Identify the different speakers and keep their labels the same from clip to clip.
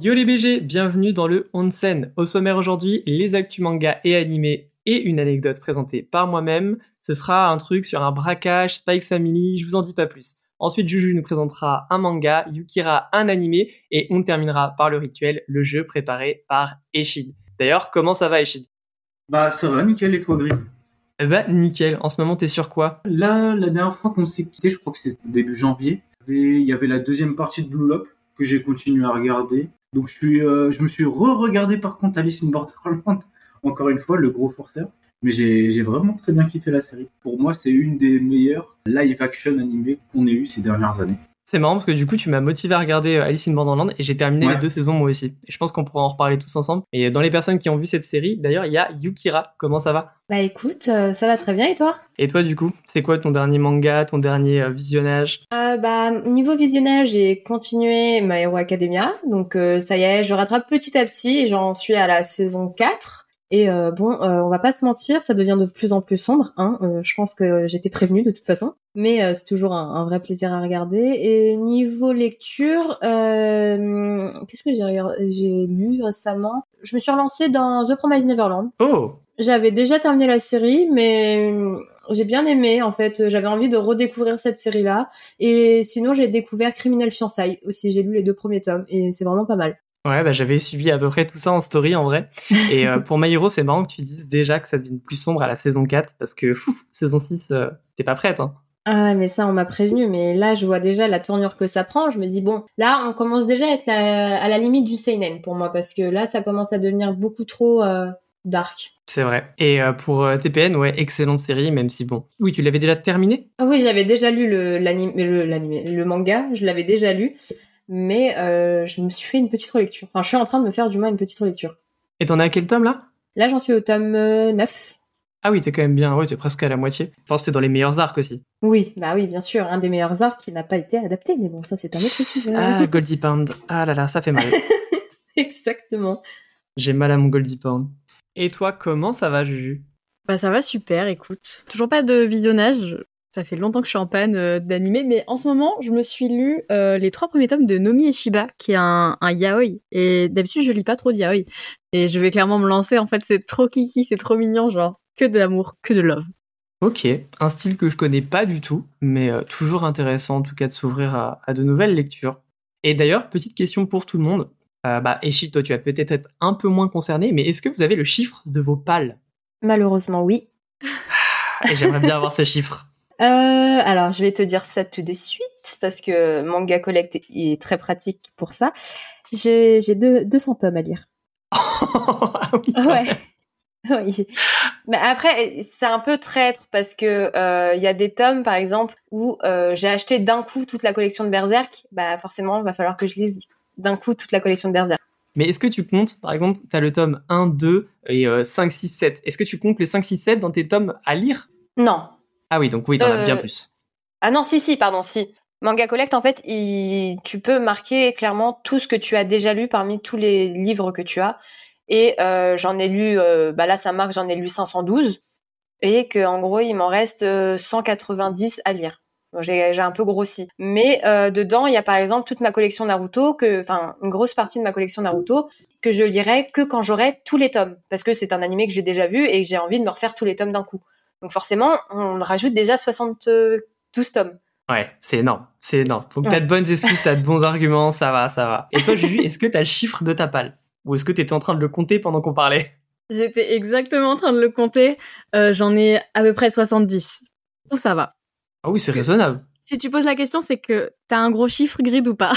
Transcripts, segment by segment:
Speaker 1: Yo les BG, bienvenue dans le Onsen. Au sommaire aujourd'hui, les actus manga et animés et une anecdote présentée par moi-même. Ce sera un truc sur un braquage, Spikes Family, je vous en dis pas plus. Ensuite, Juju nous présentera un manga, Yukira un animé et on terminera par le rituel, le jeu préparé par Eshid. D'ailleurs, comment ça va Eshid
Speaker 2: Bah ça va, nickel et toi Gris
Speaker 1: Eh bah nickel, en ce moment t'es sur quoi
Speaker 2: Là, la dernière fois qu'on s'est quitté, je crois que c'était début janvier, il y avait la deuxième partie de Blue Lock que j'ai continué à regarder. Donc je, suis, euh, je me suis re-regardé par contre Alice in Borderland, encore une fois, le gros forceur. Mais j'ai vraiment très bien kiffé la série. Pour moi, c'est une des meilleures live-action animées qu'on ait eues ces dernières années.
Speaker 1: C'est marrant parce que du coup, tu m'as motivé à regarder euh, Alice in Borderland et j'ai terminé ouais. les deux saisons moi aussi. Et je pense qu'on pourra en reparler tous ensemble. Et euh, dans les personnes qui ont vu cette série, d'ailleurs, il y a Yukira. Comment ça va
Speaker 3: Bah écoute, euh, ça va très bien et toi
Speaker 1: Et toi du coup, c'est quoi ton dernier manga, ton dernier euh, visionnage
Speaker 3: euh, Bah niveau visionnage, j'ai continué My Hero Academia. Donc euh, ça y est, je rattrape petit à petit et j'en suis à la saison 4. Et euh, bon, euh, on va pas se mentir, ça devient de plus en plus sombre. Hein. Euh, je pense que j'étais prévenue de toute façon, mais euh, c'est toujours un, un, vrai plaisir à regarder. Et niveau lecture, euh, qu'est-ce que j'ai lu récemment Je me suis relancée dans The Promised Neverland.
Speaker 1: Oh
Speaker 3: J'avais déjà terminé la série, mais euh, j'ai bien aimé en fait. J'avais envie de redécouvrir cette série-là. Et sinon, j'ai découvert Criminel Fiançailles aussi. J'ai lu les deux premiers tomes et c'est vraiment pas mal.
Speaker 1: Ouais, bah, j'avais suivi à peu près tout ça en story en vrai. Et euh, pour My Hero, c'est marrant que tu dises déjà que ça devient plus sombre à la saison 4 parce que pff, saison 6, euh, t'es pas prête. Hein.
Speaker 3: Ah ouais, mais ça, on m'a prévenu. Mais là, je vois déjà la tournure que ça prend. Je me dis, bon, là, on commence déjà à être la, à la limite du Seinen pour moi parce que là, ça commence à devenir beaucoup trop euh, dark.
Speaker 1: C'est vrai. Et euh, pour TPN, ouais, excellente série, même si bon. Oui, tu l'avais déjà terminé
Speaker 3: ah Oui, j'avais déjà lu le, le, le manga, je l'avais déjà lu mais euh, je me suis fait une petite relecture. Enfin, je suis en train de me faire du moins une petite relecture.
Speaker 1: Et t'en as à quel tome là
Speaker 3: Là, j'en suis au tome euh, 9.
Speaker 1: Ah oui, t'es quand même bien, oui, t'es presque à la moitié. Je pense que t'es dans les meilleurs arcs aussi.
Speaker 3: Oui, bah oui, bien sûr, un des meilleurs arcs qui n'a pas été adapté, mais bon, ça c'est un autre sujet.
Speaker 1: Ah, Goldie Pound, ah là là, ça fait mal.
Speaker 3: Exactement.
Speaker 1: J'ai mal à mon Goldie Pound. Et toi, comment ça va, Juju
Speaker 4: Bah ça va super, écoute. Toujours pas de visionnage, ça fait longtemps que je suis en panne euh, d'animé, mais en ce moment, je me suis lu euh, les trois premiers tomes de Nomi Eshiba, qui est un, un yaoi. Et d'habitude, je lis pas trop de yaoi. Et je vais clairement me lancer. En fait, c'est trop kiki, c'est trop mignon, genre que de l'amour, que de love.
Speaker 1: Ok, un style que je connais pas du tout, mais euh, toujours intéressant en tout cas de s'ouvrir à, à, de nouvelles lectures. Et d'ailleurs, petite question pour tout le monde. bah, Eshi, toi, tu vas peut-être être un peu moins concerné, mais est-ce que vous avez le chiffre de vos pales
Speaker 3: Malheureusement, oui.
Speaker 1: Et j'aimerais bien avoir ce chiffre.
Speaker 3: Euh, alors, je vais te dire ça tout de suite parce que Manga Collect est très pratique pour ça. J'ai 200 tomes à lire.
Speaker 1: ah oui,
Speaker 3: ouais. oui. Mais après, c'est un peu traître parce que il euh, y a des tomes, par exemple, où euh, j'ai acheté d'un coup toute la collection de Berserk. Bah forcément, il va falloir que je lise d'un coup toute la collection de Berserk.
Speaker 1: Mais est-ce que tu comptes, par exemple, tu as le tome 1, 2 et euh, 5, 6, 7. Est-ce que tu comptes les 5, 6, 7 dans tes tomes à lire
Speaker 3: Non,
Speaker 1: ah oui, donc oui, t'en as euh... bien plus.
Speaker 3: Ah non, si, si, pardon, si. Manga Collect, en fait, il... tu peux marquer clairement tout ce que tu as déjà lu parmi tous les livres que tu as. Et euh, j'en ai lu, euh, bah là, ça marque, j'en ai lu 512. Et que en gros, il m'en reste 190 à lire. Bon, j'ai un peu grossi. Mais euh, dedans, il y a par exemple toute ma collection Naruto, que, enfin, une grosse partie de ma collection Naruto, que je lirai que quand j'aurai tous les tomes. Parce que c'est un animé que j'ai déjà vu et que j'ai envie de me refaire tous les tomes d'un coup. Donc forcément, on rajoute déjà euh, 72 tomes.
Speaker 1: Ouais, c'est énorme, c'est énorme. Donc t'as ouais. de bonnes excuses, t'as de bons arguments, ça va, ça va. Et toi, Juju, est-ce que t'as le chiffre de ta palle Ou est-ce que t'étais en train de le compter pendant qu'on parlait
Speaker 4: J'étais exactement en train de le compter. Euh, J'en ai à peu près 70. Ou ça va.
Speaker 1: Ah oui, c'est raisonnable.
Speaker 4: Si tu poses la question, c'est que t'as un gros chiffre grid ou pas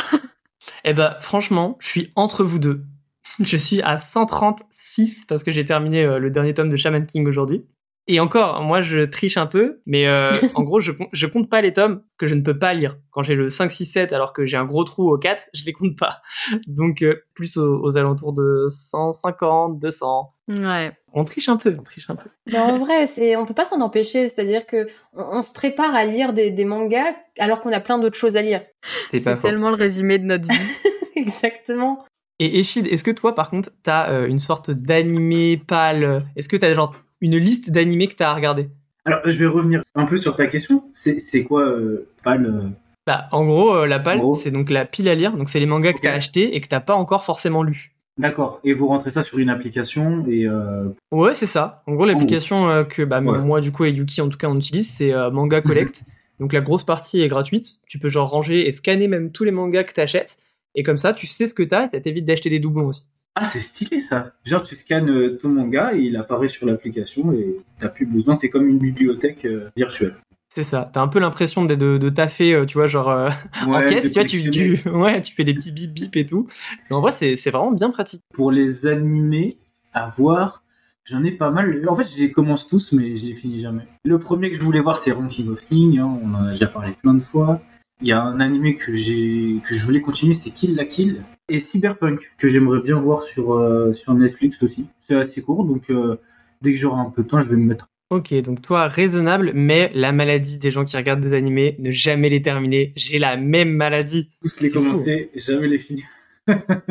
Speaker 1: Eh ben, franchement, je suis entre vous deux. euh, je suis à 136 parce que j'ai terminé le dernier tome de Shaman King aujourd'hui. Et encore, moi, je triche un peu, mais euh, en gros, je, com- je compte pas les tomes que je ne peux pas lire. Quand j'ai le 5, 6, 7, alors que j'ai un gros trou au 4, je les compte pas. Donc, euh, plus aux, aux alentours de 150, 200.
Speaker 4: Ouais.
Speaker 1: On triche un peu, on triche un peu.
Speaker 3: Mais en vrai, c'est on peut pas s'en empêcher. C'est-à-dire que on, on se prépare à lire des, des mangas alors qu'on a plein d'autres choses à lire.
Speaker 1: T'es pas
Speaker 4: C'est
Speaker 1: faux.
Speaker 4: tellement le résumé de notre vie.
Speaker 3: Exactement.
Speaker 1: Et Echid, est-ce que toi, par contre, t'as euh, une sorte d'animé pâle euh, Est-ce que t'as genre une liste d'animés que t'as à regarder
Speaker 2: Alors, je vais revenir un peu sur ta question. C'est c'est quoi, euh, pas le...
Speaker 1: Bah, en gros, euh, la pâle,
Speaker 2: En gros.
Speaker 1: c'est donc la pile à lire. Donc, c'est les mangas que
Speaker 2: Ok.
Speaker 1: t'as achetés et que t'as pas encore forcément lu.
Speaker 2: D'accord. Et vous rentrez ça sur une application et euh,
Speaker 1: Ouais, c'est ça. En gros, l'application euh, que bah,
Speaker 2: Ouais. Mhm.
Speaker 1: moi, du coup, et Yuki, en tout cas, on utilise, c'est euh, Manga Collect. Donc, la grosse partie est gratuite. Tu peux genre ranger et scanner même tous les mangas que t'achètes. Et comme ça, tu sais ce que t'as et ça t'évite d'acheter des doublons aussi.
Speaker 2: Ah, c'est stylé ça. Genre, tu scannes euh, ton manga et il apparaît sur l'application et t'as plus besoin. C'est comme une bibliothèque euh, virtuelle.
Speaker 1: C'est ça. T'as un peu l'impression de, de, de taffer, euh, tu vois, genre euh, en caisse,
Speaker 2: de
Speaker 1: tu vois, tu,
Speaker 2: collectionner.
Speaker 1: tu- ouais, tu fais des petits bip bip et tout. Mais en vrai, c'est c'est vraiment bien pratique.
Speaker 2: Pour les animés à voir, j'en ai pas mal. En fait, je les commence tous, mais je les finis jamais. Le premier que je voulais voir, c'est Ranking of King. hein. On en a déjà parlé plein de fois. Il y a un animé que j'ai que je voulais continuer, c'est Kill la Kill et Cyberpunk que j'aimerais bien voir sur euh, sur Netflix aussi. C'est assez court, donc euh, dès que j'aurai un peu de temps, je vais me mettre.
Speaker 1: Ok, donc toi, raisonnable, mais la maladie des gens qui regardent des animés, ne jamais les terminer. J'ai la même maladie.
Speaker 2: Tous les
Speaker 1: C'est fou.
Speaker 2: commencer, jamais les finir.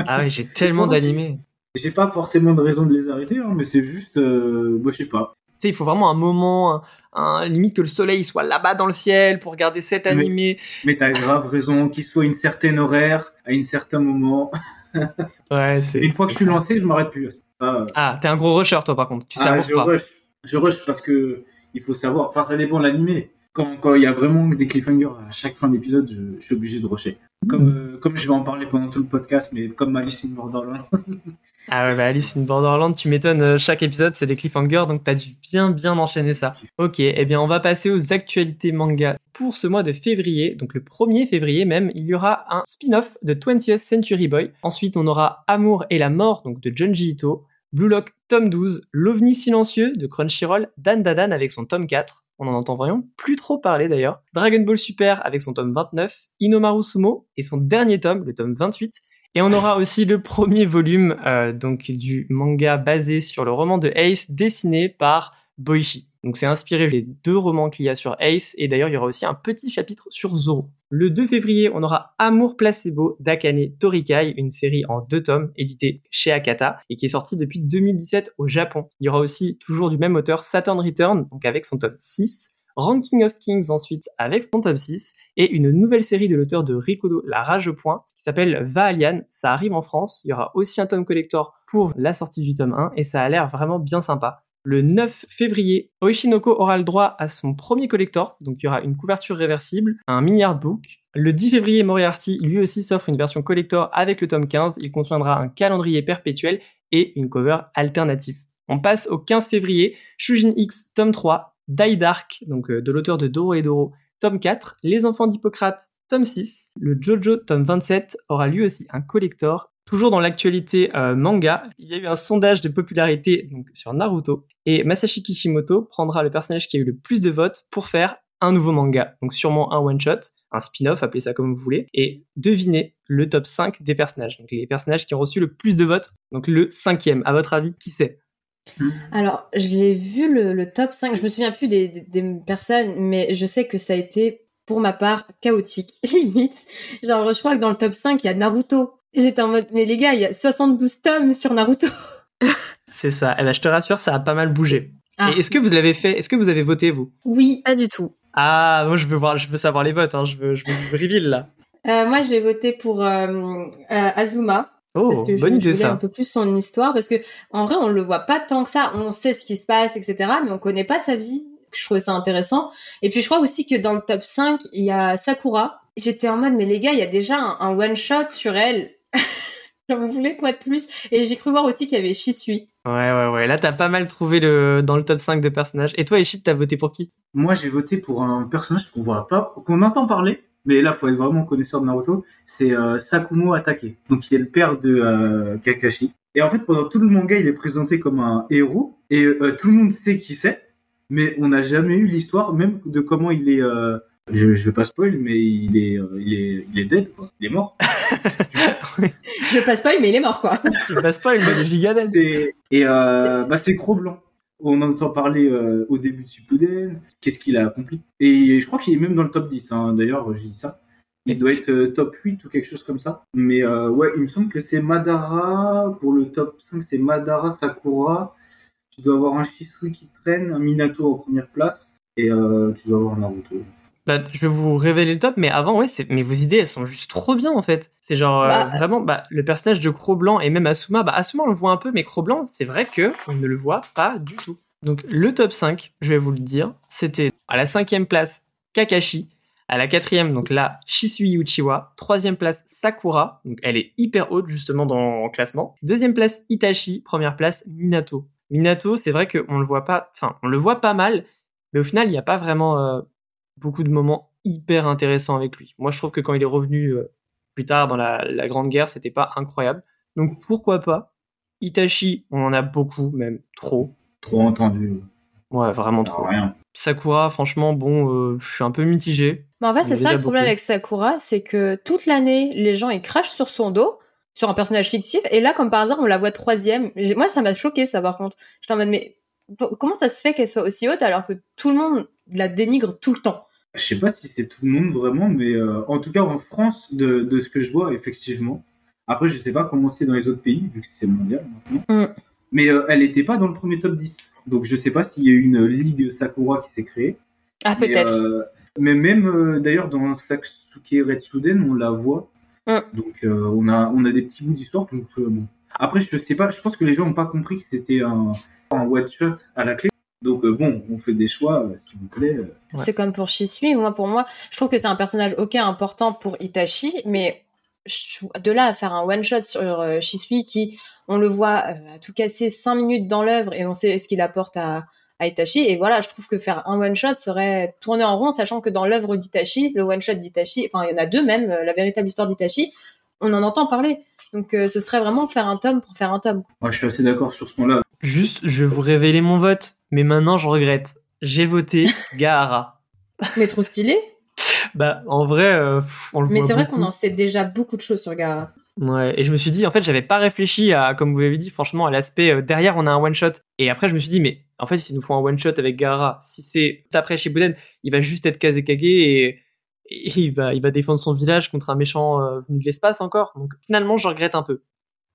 Speaker 1: Ah ouais, j'ai tellement
Speaker 2: pour ça.
Speaker 1: d'animés.
Speaker 2: J'ai pas forcément de raison de les arrêter, hein, mais c'est juste, euh, moi je sais pas.
Speaker 1: Tu sais, il faut vraiment un moment, un, un- limite que le soleil soit là-bas dans le ciel pour regarder cet
Speaker 2: Oui.
Speaker 1: animé.
Speaker 2: Mais t'as grave raison, qu'il soit une certaine horaire, à un certain moment.
Speaker 1: Ouais, c'est.
Speaker 2: Et une fois que
Speaker 1: c'est
Speaker 2: je suis
Speaker 1: ça.
Speaker 2: lancé, je m'arrête plus. Ça, euh,
Speaker 1: Ah, t'es un gros rusher, toi, par contre. Tu
Speaker 2: ah,
Speaker 1: savoures
Speaker 2: je
Speaker 1: pas.
Speaker 2: rush. Je rush parce que il faut savoir. Enfin, ça dépend de l'animé. Quand quand il y a vraiment des cliffhangers à chaque fin d'épisode, je, je suis obligé de rusher. Comme,
Speaker 1: Mm.
Speaker 2: euh, comme je vais en parler pendant tout le podcast, mais comme Alice in Borderland.
Speaker 1: Ah ouais, bah Alice in Borderland, tu m'étonnes, euh, chaque épisode c'est des cliffhangers, donc t'as dû bien bien enchaîner ça. Ok, eh bien on va passer aux actualités manga pour ce mois de février, donc le 1er février même, il y aura un spin-off de 20th Century Boy. Ensuite on aura Amour et la mort, donc de Junji Ito, Blue Lock tome 12, L'OVNI silencieux de Crunchyroll, Dan Dadan avec son tome 4, on en entend vraiment plus trop parler d'ailleurs, Dragon Ball Super avec son tome 29, Inomaru Sumo et son dernier tome, le tome 28, et on aura aussi le premier volume euh, donc du manga basé sur le roman de Ace dessiné par Boichi. Donc c'est inspiré des deux romans qu'il y a sur Ace et d'ailleurs il y aura aussi un petit chapitre sur Zoro. Le 2 février, on aura Amour placebo d'Akane Torikai, une série en deux tomes éditée chez Akata et qui est sortie depuis 2017 au Japon. Il y aura aussi toujours du même auteur Saturn Return donc avec son tome 6, Ranking of Kings ensuite avec son tome 6 et une nouvelle série de l'auteur de Rikudo, La Rage au Point, qui s'appelle Vaalian. Ça arrive en France. Il y aura aussi un tome collector pour la sortie du tome 1 et ça a l'air vraiment bien sympa. Le 9 février, Oishinoko aura le droit à son premier collector, donc il y aura une couverture réversible, un mini artbook. Le 10 février, Moriarty lui aussi s'offre une version collector avec le tome 15. Il contiendra un calendrier perpétuel et une cover alternative. On passe au 15 février, Shujin X, tome 3, Die Dark, donc euh, de l'auteur de Doro et Doro, tome 4, Les Enfants d'Hippocrate, tome 6, le Jojo, tome 27, aura lui aussi un collector. Toujours dans l'actualité euh, manga, il y a eu un sondage de popularité donc, sur Naruto, et Masashi Kishimoto prendra le personnage qui a eu le plus de votes pour faire un nouveau manga, donc sûrement un one-shot, un spin-off, appelez ça comme vous voulez, et devinez le top 5 des personnages, donc les personnages qui ont reçu le plus de votes, donc le cinquième, à votre avis, qui c'est
Speaker 3: Alors, je l'ai vu le, le top 5. Je me souviens plus des, des- des personnes, mais je sais que ça a été, pour ma part, chaotique, limite. Genre, je crois que dans le top 5, il y a Naruto. J'étais en mode, mais les gars, il y a 72 tomes sur Naruto.
Speaker 1: C'est ça, eh ben, je te rassure, ça a pas mal bougé.
Speaker 3: Ah.
Speaker 1: Et est-ce que vous l'avez fait Est-ce que vous avez voté, vous
Speaker 3: Oui.
Speaker 4: Pas du tout.
Speaker 1: Ah, moi je veux voir, je veux savoir les votes, hein, je veux, je veux vous reveal là.
Speaker 3: Euh, moi, j'ai voté pour euh, euh, Azuma.
Speaker 1: Oh,
Speaker 3: parce que je,
Speaker 1: bonne
Speaker 3: je
Speaker 1: idée
Speaker 3: voulais un
Speaker 1: ça.
Speaker 3: peu plus son histoire parce que en vrai on le voit pas tant que ça on sait ce qui se passe etc mais on connaît pas sa vie je trouvais ça intéressant et puis je crois aussi que dans le top 5 il y a Sakura j'étais en mode mais les gars il y a déjà un, un one shot sur elle Genre, vous voulez quoi de plus et j'ai cru voir aussi qu'il y avait Shisui
Speaker 1: Ouais, ouais, ouais. Là, t'as pas mal trouvé le, dans le top 5 de personnages. Et toi, Ishit, t'as voté pour qui
Speaker 2: Moi, j'ai voté pour un personnage qu'on voit pas, qu'on entend parler, mais là, faut être vraiment connaisseur de Naruto. C'est euh, Sakumo Atake, donc il est le père de euh, Kakashi. Et en fait, pendant tout le manga, il est présenté comme un héros, et euh, tout le monde sait qui c'est. mais on n'a jamais eu l'histoire même de comment il est. euh, je, je vais pas spoil, mais il est, euh, il est, il est dead, quoi. il est mort.
Speaker 5: Je passe pas, mais il est mort, quoi.
Speaker 1: Il passe pas une bonne gigadette.
Speaker 2: Et, et, euh, bah, c'est Cro Blanc. On en entend parler euh, au début de Shippuden. Qu'est-ce qu'il a accompli Et je crois qu'il est même dans le top 10. hein. D'ailleurs, je dis ça. Il doit être euh, top 8 ou quelque chose comme ça. Mais euh, ouais, il me semble que c'est Madara. Pour le top 5, c'est Madara, Sakura. Tu dois avoir un Shisui qui traîne, un Minato en première place. Et euh, tu dois avoir Naruto.
Speaker 1: Bah, je vais vous révéler le top, mais avant, ouais, c'est- mais vos idées, elles sont juste trop bien en fait. C'est genre euh,
Speaker 3: Bah,
Speaker 1: vraiment, bah, le personnage de Cro-Blanc et même Asuma, bah, Asuma on le voit un peu, mais Cro-Blanc, c'est vrai que on ne le voit pas du tout. Donc le top 5, je vais vous le dire, c'était à la cinquième place Kakashi, à la quatrième, donc là, Shisui Uchiwa. Troisième place, Sakura. Donc elle est hyper haute, justement, dans le classement. Deuxième place, Itachi. Première place, Minato. Minato, c'est vrai qu'on le voit pas, enfin, on le voit pas mal, mais au final, il n'y a pas vraiment euh, beaucoup de moments hyper intéressants avec lui. Moi, je trouve que quand il est revenu euh, plus tard dans la, la Grande Guerre, c'était pas incroyable. Donc pourquoi pas Itachi, on en a beaucoup, même trop.
Speaker 2: Trop entendu.
Speaker 1: Ouais, vraiment
Speaker 2: Ça
Speaker 1: trop.
Speaker 2: sert à rien.
Speaker 1: Sakura, franchement, bon, euh, je suis un peu mitigé.
Speaker 3: Mais en fait,
Speaker 1: On
Speaker 3: c'est
Speaker 1: est
Speaker 3: ça
Speaker 1: déjà
Speaker 3: le problème
Speaker 1: beaucoup.
Speaker 3: avec Sakura, c'est que toute l'année, les gens ils crachent sur son dos, sur un personnage fictif, et là, comme par hasard, on la voit troisième. J'ai- Moi, ça m'a choqué ça par contre. J'étais en mode, mais po- comment ça se fait qu'elle soit aussi haute alors que tout le monde la dénigre tout le temps
Speaker 2: Je sais pas si c'est tout le monde vraiment, mais euh, en tout cas en France, de, de ce que je vois, effectivement. Après, je sais pas comment c'est dans les autres pays, vu que c'est mondial maintenant.
Speaker 3: Mm.
Speaker 2: Mais euh, elle n'était pas dans le premier top 10. Donc je sais pas s'il y a eu une ligue Sakura qui s'est créée.
Speaker 3: Ah,
Speaker 2: Mais,
Speaker 3: peut-être.
Speaker 2: euh, Mais, même euh, d'ailleurs dans Satsuki Retsuden, on la voit.
Speaker 3: Mm.
Speaker 2: Donc euh, on, a, on a des petits bouts d'histoire. Donc, euh, bon. Après, je sais pas, je pense que les gens n'ont pas compris que c'était un, un one-shot à la clé. Donc euh, bon, on fait des choix, euh, s'il vous plaît. euh,
Speaker 1: Ouais.
Speaker 3: C'est comme pour Shisui. Moi, pour moi, je trouve que c'est un personnage ok important pour Itachi, mais je- de là à faire un one shot sur euh, Shisui qui, on le voit euh, à tout casser cinq minutes dans l'œuvre et on sait ce qu'il apporte à, à Itachi. Et voilà, je trouve que faire un one shot serait tourner en rond, sachant que dans l'œuvre d'Itachi, le one shot d'Itachi, enfin il y en a deux même, euh, la véritable histoire d'Itachi, on en entend parler. Donc euh, ce serait vraiment faire un tome pour faire un tome.
Speaker 2: Moi, je suis assez d'accord sur ce point-là.
Speaker 1: Juste, je vais vous révéler mon vote, mais maintenant je regrette. J'ai voté Gaara.
Speaker 3: Mais trop stylé.
Speaker 1: Bah, en vrai, euh, pff, on le
Speaker 3: Mais
Speaker 1: voit
Speaker 3: c'est vrai
Speaker 1: beaucoup.
Speaker 3: qu'on en sait déjà beaucoup de choses sur Gaara.
Speaker 1: Ouais, et je me suis dit, en fait, j'avais pas réfléchi à, comme vous l'avez dit, franchement, à l'aspect euh, derrière, on a un one shot. Et après, je me suis dit, mais en fait, s'ils nous font un one shot avec Gara, si c'est tout après Shippuden, il va juste être Kazekage et, et il va, il va défendre son village contre un méchant euh, venu de l'espace encore. Donc finalement, je regrette un peu.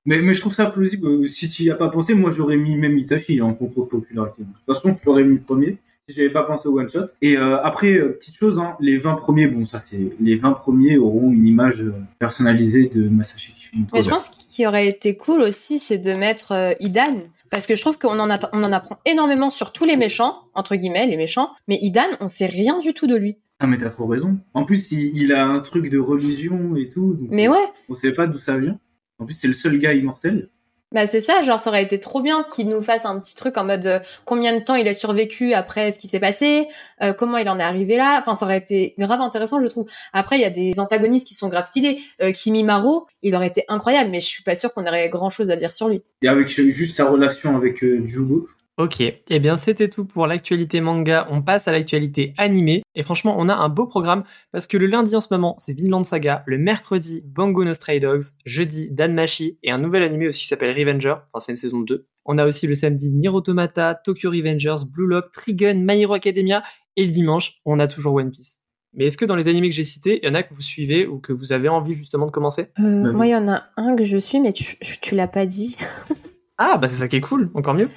Speaker 2: Mais, mais je trouve ça plausible. Euh, Si tu n'y as pas pensé, moi j'aurais mis même Itachi en concours de popularité. De toute façon, je l'aurais mis premier si j'avais pas pensé au one shot. Et euh, après, euh, petite chose, hein, les 20 premiers, bon, ça c'est. Les 20 premiers auront une image euh, personnalisée de Masashi Kishimoto.
Speaker 3: Mais je pense qu'il qui aurait été cool aussi, c'est de mettre euh, Idan. Parce que je trouve qu'on en, atta- on en apprend énormément sur tous les méchants, entre guillemets, les méchants. Mais Idan, on sait rien du tout de lui.
Speaker 2: Ah, mais t'as trop raison. En plus, il, il a un truc de religion et tout. donc,
Speaker 3: Mais
Speaker 2: euh,
Speaker 3: ouais,
Speaker 2: On sait pas d'où ça vient. En plus, c'est le seul gars immortel.
Speaker 3: bah c'est ça, genre ça aurait été trop bien qu'il nous fasse un petit truc en mode euh, combien de temps il a survécu après ce qui s'est passé, euh, comment il en est arrivé là. Enfin, ça aurait été grave intéressant, je trouve. Après, il y a des antagonistes qui sont grave stylés. Euh, Kimimaro, il aurait été incroyable, mais je suis pas sûre qu'on aurait grand chose à dire sur lui.
Speaker 2: Et avec euh, juste sa relation avec euh, Jugo.
Speaker 1: Ok, eh bien c'était tout pour l'actualité manga, on passe à l'actualité animée, et franchement on a un beau programme, parce que le lundi en ce moment c'est Vinland Saga, le mercredi Bango no Stray Dogs, jeudi Danmachi, et un nouvel animé aussi qui s'appelle Revenger, enfin c'est une saison 2. On a aussi le samedi Nier Automata, Tokyo Revengers, Blue Lock, Trigun, My Hero Academia, et le dimanche on a toujours One Piece. Mais est-ce que dans les animés que j'ai cités, il y en a que vous suivez ou que vous avez envie justement de commencer
Speaker 2: Bah
Speaker 3: Euh, moi, il y en a un que je suis, mais tu, tu l'as pas dit.
Speaker 1: Ah bah c'est ça qui est cool, encore mieux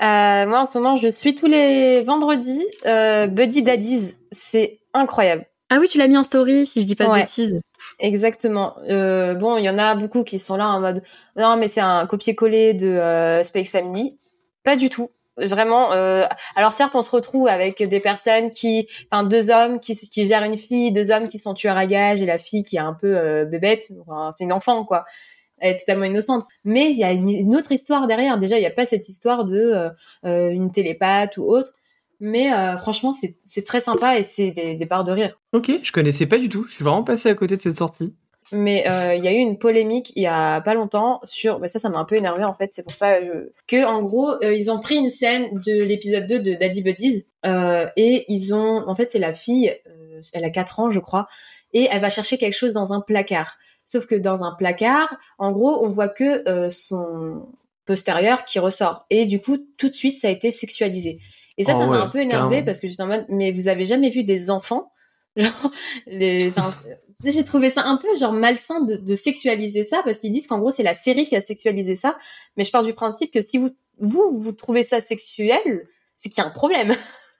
Speaker 3: Euh, moi, en ce moment, je suis tous les vendredis euh, Buddy Daddies. C'est incroyable.
Speaker 4: Ah oui, tu l'as mis en story, si je dis pas
Speaker 3: Ouais.
Speaker 4: de bêtises.
Speaker 3: Exactement. Euh, bon, il y en a beaucoup qui sont là en mode non, mais c'est un copier-coller de euh, Space Family. Pas du tout. Vraiment. euh, Alors certes, on se retrouve avec des personnes qui, enfin, deux hommes qui, qui gèrent une fille, deux hommes qui sont tueurs à gages et la fille qui est un peu euh, bébête. Enfin, c'est une enfant, quoi. Elle est totalement innocente. Mais il y a une, une autre histoire derrière. Déjà, il n'y a pas cette histoire de euh, euh, une télépathe ou autre. Mais euh, franchement, c'est c'est très sympa et c'est des, des barres de rire.
Speaker 1: Ok, je connaissais pas du tout, je suis vraiment passé à côté de cette sortie.
Speaker 3: mais euh, il y a eu une polémique il y a pas longtemps sur bah ça ça m'a un peu énervé en fait c'est pour ça je... que en gros euh, ils ont pris une scène de l'épisode 2 de Daddy Buddies euh, et ils ont en fait c'est la fille euh, elle a 4 ans je crois et elle va chercher quelque chose dans un placard sauf que dans un placard en gros on voit que euh, son postérieur qui ressort et du coup tout de suite ça a été sexualisé et ça
Speaker 1: Oh
Speaker 3: ça m'a
Speaker 1: ouais,
Speaker 3: un peu énervé
Speaker 1: carrément.
Speaker 3: parce que j'étais en mode mais vous avez jamais vu des enfants genre les enfin, Tu sais, J'ai trouvé ça un peu genre malsain de, de sexualiser ça parce qu'ils disent qu'en gros c'est la série qui a sexualisé ça. Mais je pars du principe que si vous vous vous trouvez ça sexuel, c'est qu'il y a un problème.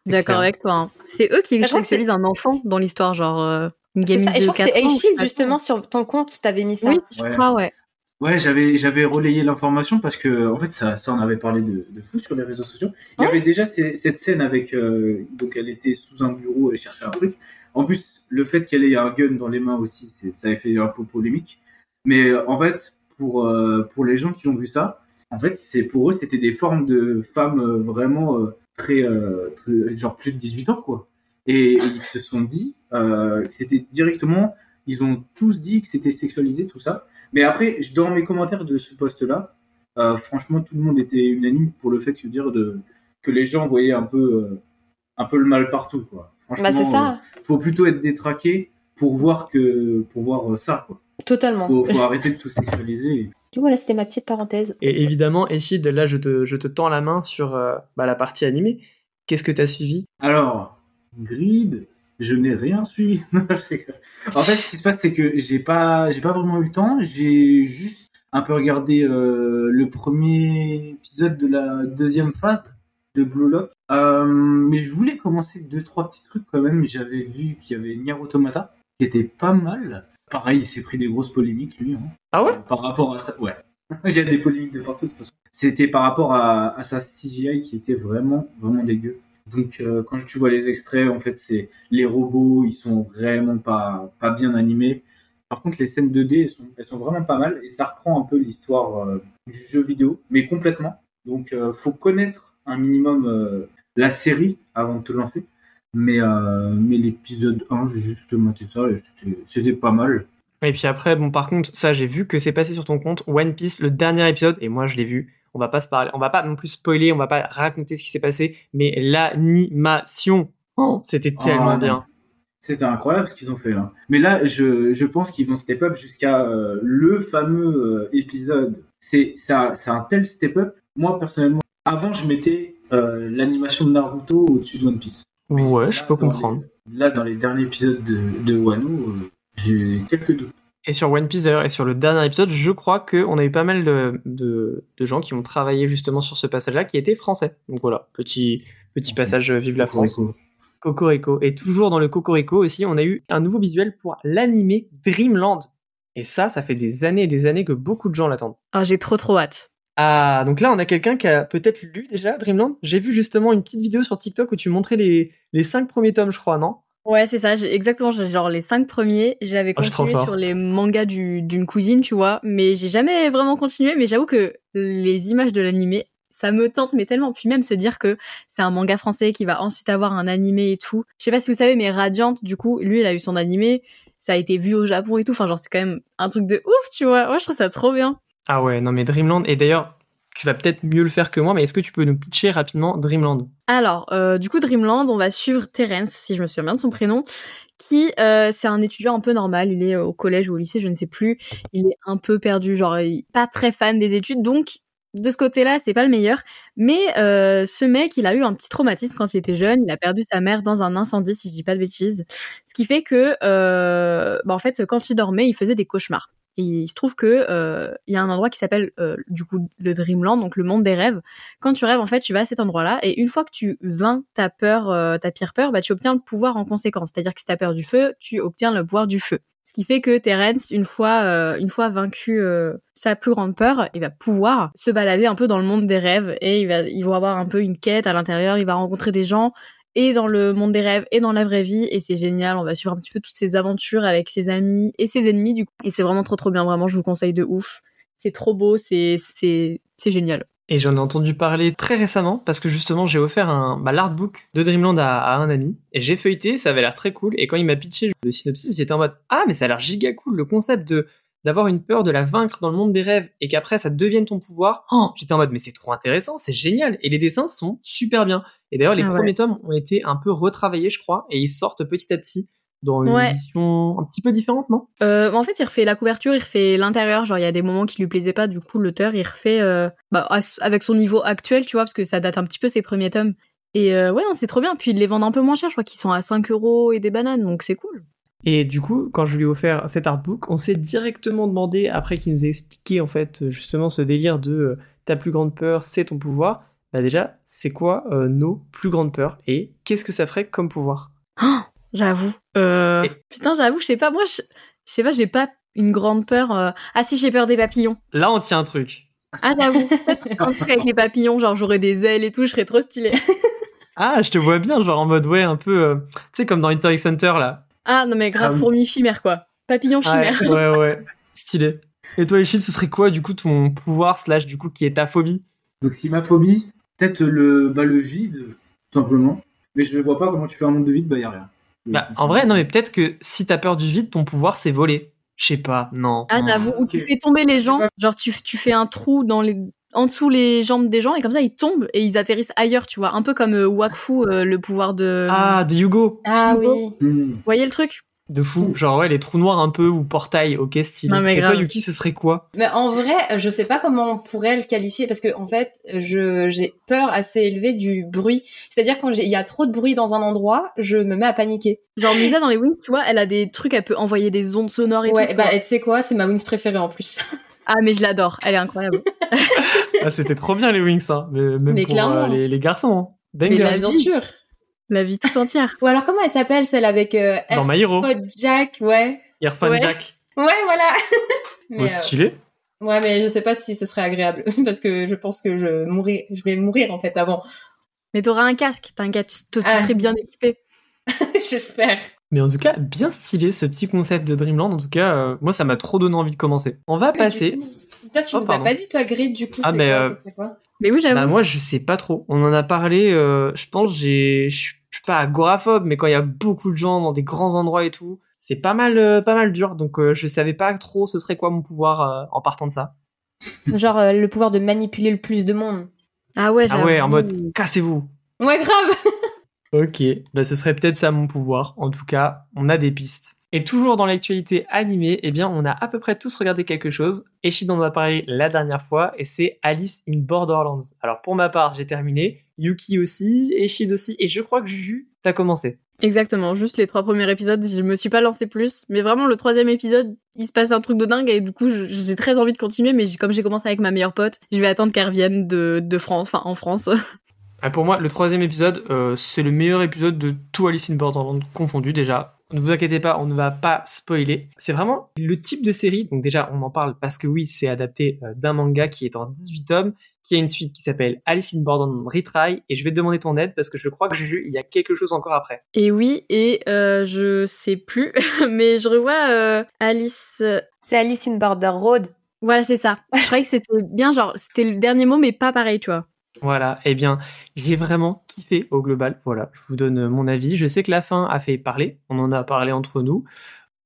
Speaker 4: D'accord
Speaker 1: clair.
Speaker 4: avec toi. hein. C'est eux qui
Speaker 3: Je crois que
Speaker 4: sexualisent un enfant dans l'histoire, genre euh, une
Speaker 3: C'est
Speaker 4: gamine
Speaker 3: ça. Et
Speaker 4: de
Speaker 3: je crois que c'est
Speaker 4: 4 ans,
Speaker 3: Aishield
Speaker 4: je sais pas
Speaker 3: justement
Speaker 4: quoi.
Speaker 3: sur ton compte t'avais mis ça.
Speaker 4: Oui, je
Speaker 2: Ouais.
Speaker 4: crois, ouais.
Speaker 2: Ouais, j'avais j'avais relayé l'information parce que en fait ça ça on avait parlé de, de fou sur les réseaux sociaux. Il y
Speaker 3: Ouais.
Speaker 2: avait déjà ces- cette scène avec euh, donc elle était sous un bureau elle cherchait un truc. En plus le fait qu'elle ait un gun dans les mains aussi c'est- ça avait fait un peu polémique. Mais euh, en fait pour euh, pour les gens qui ont vu ça en fait c'est pour eux c'était des formes de femmes euh, vraiment euh, très, euh, très- genre plus de 18 ans quoi. Et, ils se sont dit euh, que c'était directement ils ont tous dit que c'était sexualisé tout ça. Mais après, je- dans mes commentaires de ce post-là, euh, franchement, tout le monde était unanime pour le fait de dire de, que les gens voyaient un peu, euh, un peu le mal partout. Quoi. Franchement,
Speaker 3: Bah c'est ça,
Speaker 2: euh, faut plutôt être détraqué pour voir que pour voir euh, ça. Quoi.
Speaker 3: totalement.
Speaker 2: Faut, faut arrêter de tout sexualiser.
Speaker 3: Du coup voilà c'était ma petite parenthèse.
Speaker 1: Et évidemment, Eshid, là, je te, je te tends la main sur euh, bah, la partie animée. Qu'est-ce que t'as suivi
Speaker 2: Alors, Grid, je n'ai rien suivi. Non, je rigole. en fait, ce qui se passe, c'est que j'ai pas, j'ai pas vraiment eu le temps. J'ai juste un peu regardé euh, le premier épisode de la deuxième phase de Blue Lock. Euh, mais je voulais commencer deux, trois petits trucs quand même. J'avais vu qu'il y avait Nier Automata, qui était pas mal. Pareil, il s'est pris des grosses polémiques, lui. hein.
Speaker 1: Ah ouais
Speaker 2: Euh, Par rapport à ça, ouais. Il y a des polémiques de partout, de toute façon. C'était par rapport à, à sa CGI qui était vraiment, vraiment dégueu. Donc euh, quand tu vois les extraits, en fait, c'est les robots, ils sont vraiment pas pas bien animés. Par contre, les scènes 2D, elles sont, elles sont vraiment pas mal et ça reprend un peu l'histoire euh, du jeu vidéo, mais complètement. Donc euh, faut connaître un minimum euh, la série avant de te lancer. Mais euh, mais l'épisode 1, j'ai juste maté ça et c'était- c'était pas mal.
Speaker 1: Et puis après, bon, par contre, ça, j'ai vu que c'est passé sur ton compte One Piece, le dernier épisode, et moi, je l'ai vu. On va pas se parler, on va pas non plus spoiler, on va pas raconter ce qui s'est passé, mais l'animation, oh, c'était
Speaker 2: Oh,
Speaker 1: tellement
Speaker 2: non.
Speaker 1: bien.
Speaker 2: C'était incroyable ce qu'ils ont fait là. Mais là, je, je pense qu'ils vont step up jusqu'à euh, le fameux euh, épisode. C'est ça, c'est un tel step up. Moi personnellement, avant je mettais euh, l'animation de Naruto au-dessus de One Piece.
Speaker 1: Ouais, je
Speaker 2: Là,
Speaker 1: peux
Speaker 2: dans les-
Speaker 1: comprendre.
Speaker 2: là, dans les derniers épisodes de, de Wano, euh, j'ai quelques doutes.
Speaker 1: Et sur One Piece d'ailleurs, et sur le dernier épisode, je crois qu'on a eu pas mal de, de, de gens qui ont travaillé justement sur ce passage-là, qui étaient français. Donc voilà, petit, petit
Speaker 2: Ok.
Speaker 1: passage, euh, vive la France.
Speaker 2: Pour-
Speaker 1: Cocorico. Et toujours dans le Cocorico aussi, on a eu un nouveau visuel pour l'animé Dreamland. Et ça, ça fait des années et des années que beaucoup de gens l'attendent.
Speaker 4: Ah, j'ai trop trop hâte.
Speaker 1: Ah, donc là, on a quelqu'un qui a peut-être lu déjà Dreamland. J'ai vu justement une petite vidéo sur TikTok où tu montrais les, les cinq premiers tomes, je crois, non
Speaker 4: Ouais, c'est ça, j'ai- exactement. j'ai Genre les cinq premiers, j'avais
Speaker 1: Oh, je suis trop
Speaker 4: continué
Speaker 1: fort.
Speaker 4: sur les mangas du- d'une cousine, tu vois, mais j'ai jamais vraiment continué. Mais j'avoue que les images de l'animé, ça me tente, mais tellement. Puis même se dire que c'est un manga français qui va ensuite avoir un animé et tout. Je sais pas si vous savez, mais Radiant, du coup, lui, il a eu son animé, ça a été vu au Japon et tout. Enfin, genre, c'est quand même un truc de ouf, tu vois. Ouais, je trouve ça trop bien.
Speaker 1: Ah ouais, non mais Dreamland, et d'ailleurs, tu vas peut-être mieux le faire que moi, mais est-ce que tu peux nous pitcher rapidement Dreamland
Speaker 4: Alors, euh, du coup, Dreamland, on va suivre Terence, si je me souviens bien de son prénom, qui euh, c'est un étudiant un peu normal. Il est euh, au collège ou au lycée, je ne sais plus. Il est un peu perdu, genre il est pas très fan des études, donc de ce côté-là, c'est pas le meilleur. Mais euh, ce mec, il a eu un petit traumatisme quand il était jeune. Il a perdu sa mère dans un incendie, si je dis pas de bêtises. Ce qui fait que, euh, bah, en fait, quand il dormait, il faisait des cauchemars. Et il se trouve que euh, il y a un endroit qui s'appelle euh, du coup le Dreamland, donc le monde des rêves. Quand tu rêves, en fait, tu vas à cet endroit-là et une fois que tu vains ta peur, euh, ta pire peur, bah tu obtiens le pouvoir en conséquence. C'est-à-dire que si t'as peur du feu, tu obtiens le pouvoir du feu. Ce qui fait que Terence, une fois, euh, une fois vaincu euh, sa plus grande peur, il va pouvoir se balader un peu dans le monde des rêves et il va, ils vont avoir un peu une quête à l'intérieur. Il va rencontrer des gens et dans le monde des rêves et dans la vraie vie et c'est génial. On va suivre un petit peu toutes ses aventures avec ses amis et ses ennemis du coup. Et c'est vraiment trop trop bien. Vraiment, je vous conseille de ouf. C'est trop beau. C'est c'est c'est génial.
Speaker 1: Et j'en ai entendu parler très récemment parce que justement j'ai offert un bah, l'artbook de Dreamland à, à un ami et j'ai feuilleté, ça avait l'air très cool. Et quand il m'a pitché le synopsis, j'étais en mode ah mais ça a l'air giga cool le concept de d'avoir une peur, de la vaincre dans le monde des rêves et qu'après ça devienne ton pouvoir. Oh, j'étais en mode mais c'est trop intéressant, c'est génial et les dessins sont super bien. Et d'ailleurs les
Speaker 4: Ah ouais.
Speaker 1: premiers tomes ont été un peu retravaillés je crois et ils sortent petit à petit dans une
Speaker 4: Ouais.
Speaker 1: édition un petit peu différente non
Speaker 4: Euh, en fait, il refait la couverture, il refait l'intérieur. Genre, il y a des moments qui lui plaisaient pas. Du coup, l'auteur, il refait euh, bah, à- avec son niveau actuel, tu vois, parce que ça date un petit peu ses premiers tomes. Et euh, ouais, non, c'est trop bien. Puis ils les vendent un peu moins cher. Je crois qu'ils sont à 5 euros et des bananes, donc c'est cool.
Speaker 1: Et du coup, quand je lui ai offert cet artbook, on s'est directement demandé, après qu'il nous ait expliqué en fait euh, justement ce délire de euh, ta plus grande peur, c'est ton pouvoir, bah déjà, c'est quoi euh, nos plus grandes peurs et qu'est-ce que ça ferait comme pouvoir
Speaker 4: J'avoue. Euh,
Speaker 1: Et-
Speaker 4: Putain, j'avoue, je sais pas. Moi, je je sais pas, j'ai pas une grande peur. euh, Ah si, j'ai peur des papillons.
Speaker 1: Là, on tient un truc.
Speaker 4: Ah, j'avoue. un truc avec les papillons, genre j'aurais des ailes et tout, je serais trop stylée.
Speaker 1: Ah, je te vois bien, genre en mode ouais, un peu, euh, tu sais, comme dans Interix Hunter là.
Speaker 4: Ah non, mais grave,
Speaker 2: Ah oui.
Speaker 4: fourmi chimère quoi. Papillon
Speaker 1: Ouais,
Speaker 4: chimère.
Speaker 1: ouais, ouais, stylé. Et toi, Ishid, ce serait quoi du coup ton pouvoir slash du coup qui est ta phobie
Speaker 2: Donc si ma phobie, peut-être le, bah, le vide, tout simplement. Mais je ne vois pas comment tu fais un monde de vide, bah y a rien.
Speaker 1: Bah, en vrai, non, mais peut-être que si t'as peur du vide, ton pouvoir c'est voler. Je sais pas, non.
Speaker 4: Ah,
Speaker 1: non.
Speaker 4: j'avoue, où tu
Speaker 2: ok.
Speaker 4: fais tomber les gens,
Speaker 2: pas-
Speaker 4: genre tu, tu fais un trou dans les, en dessous les jambes des gens et comme ça ils tombent et ils atterrissent ailleurs, tu vois. Un peu comme euh, Wakfu, euh, le pouvoir de.
Speaker 1: Ah, de Hugo
Speaker 3: Ah oui.
Speaker 4: Hugo.
Speaker 2: Hmm.
Speaker 4: Vous voyez le truc
Speaker 1: De fou. Genre, ouais, les trous noirs un peu ou portail, ok, style.
Speaker 4: Non, mais
Speaker 1: Et toi,
Speaker 4: grave.
Speaker 1: Yuki, ce serait quoi
Speaker 5: Mais en vrai, je sais pas comment on pourrait le qualifier parce que en fait, je j'ai peur assez élevée du bruit. C'est-à-dire quand j'ai- il y a trop de bruit dans un endroit, je me mets à paniquer.
Speaker 4: Genre Musa dans les wings, tu vois, elle a des trucs, elle peut envoyer des ondes sonores et
Speaker 5: ouais,
Speaker 4: tout. tu
Speaker 5: bah
Speaker 4: vois.
Speaker 5: et tu sais quoi, c'est ma Wings préférée en plus.
Speaker 4: Ah, mais je l'adore, elle est incroyable.
Speaker 1: ah, C'était trop bien les Wings, hein. Mais, même
Speaker 5: Mais
Speaker 1: pour
Speaker 5: clairement.
Speaker 1: euh, les, les garçons. Hein. Banger.
Speaker 4: la
Speaker 5: bien
Speaker 4: vie.
Speaker 5: sûr.
Speaker 4: La vie tout entière.
Speaker 5: Ou alors comment elle s'appelle celle avec euh,
Speaker 1: Dans My Hero,
Speaker 5: AirPod Jack, ouais.
Speaker 1: Irfan
Speaker 5: Ouais.
Speaker 1: Jack.
Speaker 5: Ouais, voilà. Mais,
Speaker 1: Oh,
Speaker 5: euh,
Speaker 1: stylé.
Speaker 5: ouais, mais je sais pas si ce serait agréable parce que je pense que je mourir, je vais mourir en fait avant.
Speaker 4: Mais t'auras un casque, t'inquiète, tu, tu
Speaker 5: Ah.
Speaker 4: serais bien équipé.
Speaker 5: J'espère.
Speaker 1: Mais en tout cas, bien stylé ce petit concept de Dreamland. En tout cas, euh, moi, ça m'a trop donné envie de commencer. On va passer.
Speaker 5: Toi, tu
Speaker 1: Oh,
Speaker 5: nous
Speaker 1: pardon.
Speaker 5: as pas dit toi Grid du coup.
Speaker 1: Ah,
Speaker 5: c'est
Speaker 1: mais,
Speaker 5: quoi,
Speaker 1: euh,
Speaker 5: ce serait quoi
Speaker 4: Mais oui,
Speaker 1: Bah
Speaker 4: j'avoue.
Speaker 1: moi je sais pas trop. On en a parlé. euh, je pense j'ai, je suis je suis pas agoraphobe, mais quand il y a beaucoup de gens dans des grands endroits et tout, c'est pas mal, euh, pas mal dur. Donc euh, je savais pas trop ce serait quoi mon pouvoir euh, en partant de ça.
Speaker 5: Genre euh, le pouvoir de manipuler le plus de monde.
Speaker 4: Ah ouais,
Speaker 1: Ah ouais, en
Speaker 4: j'avoue.
Speaker 1: mode cassez-vous.
Speaker 5: Ouais, grave.
Speaker 1: Ok, bah ce serait peut-être ça mon pouvoir. En tout cas, on a des pistes. Et toujours dans l'actualité animée, eh bien, on a à peu près tous regardé quelque chose. Echid en a parlé la dernière fois, et c'est Alice in Borderlands. Alors pour ma part, j'ai terminé. Yuki aussi, Echid aussi, et je crois que Juju, t'as commencé.
Speaker 4: Exactement, juste les trois premiers épisodes, je me suis pas lancée plus, mais vraiment le troisième épisode, il se passe un truc de dingue et du coup je- j'ai très envie de continuer, mais j'ai- comme j'ai commencé avec ma meilleure pote, je vais attendre qu'elle revienne de, de France, enfin en France.
Speaker 1: Ah, pour moi, le troisième épisode, euh, c'est le meilleur épisode de tout Alice in Borderland confondu déjà. Ne vous inquiétez pas, on ne va pas spoiler. C'est vraiment le type de série. Donc déjà, on en parle parce que oui, c'est adapté euh, d'un manga qui est en 18 tomes, qui a une suite qui s'appelle Alice in Borderland Retry. Et je vais te demander ton aide parce que je crois que Juju, il y a quelque chose encore après.
Speaker 4: Et oui, et euh, je sais plus, mais je revois euh, Alice. euh,
Speaker 3: C'est Alice in Border Road.
Speaker 4: Voilà, c'est ça. Je croyais que c'était bien, genre c'était le dernier mot, mais pas pareil, tu vois.
Speaker 1: Voilà, eh bien, j'ai vraiment kiffé au global. Voilà, je vous donne euh, mon avis. Je sais que la fin a fait parler, on en a parlé entre nous.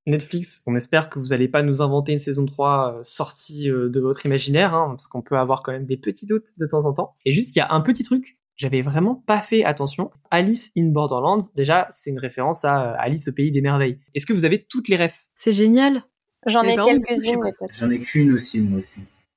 Speaker 1: Netflix, on espère que vous n'allez pas nous inventer une saison 3 euh, sortie euh, de votre imaginaire, hein, parce qu'on peut avoir quand même des petits doutes de temps en temps. Et juste, il y a un petit truc, j'avais vraiment pas fait attention. Alice in Borderlands, déjà, c'est une référence à euh, Alice au pays des merveilles. Est-ce que vous avez toutes les refs
Speaker 4: C'est génial.
Speaker 3: J'en
Speaker 4: Mais
Speaker 3: ai
Speaker 4: par contre, je sais
Speaker 3: quelques-unes,
Speaker 4: pas.
Speaker 3: mais peut-être.
Speaker 2: J'en ai qu'une aussi, moi aussi.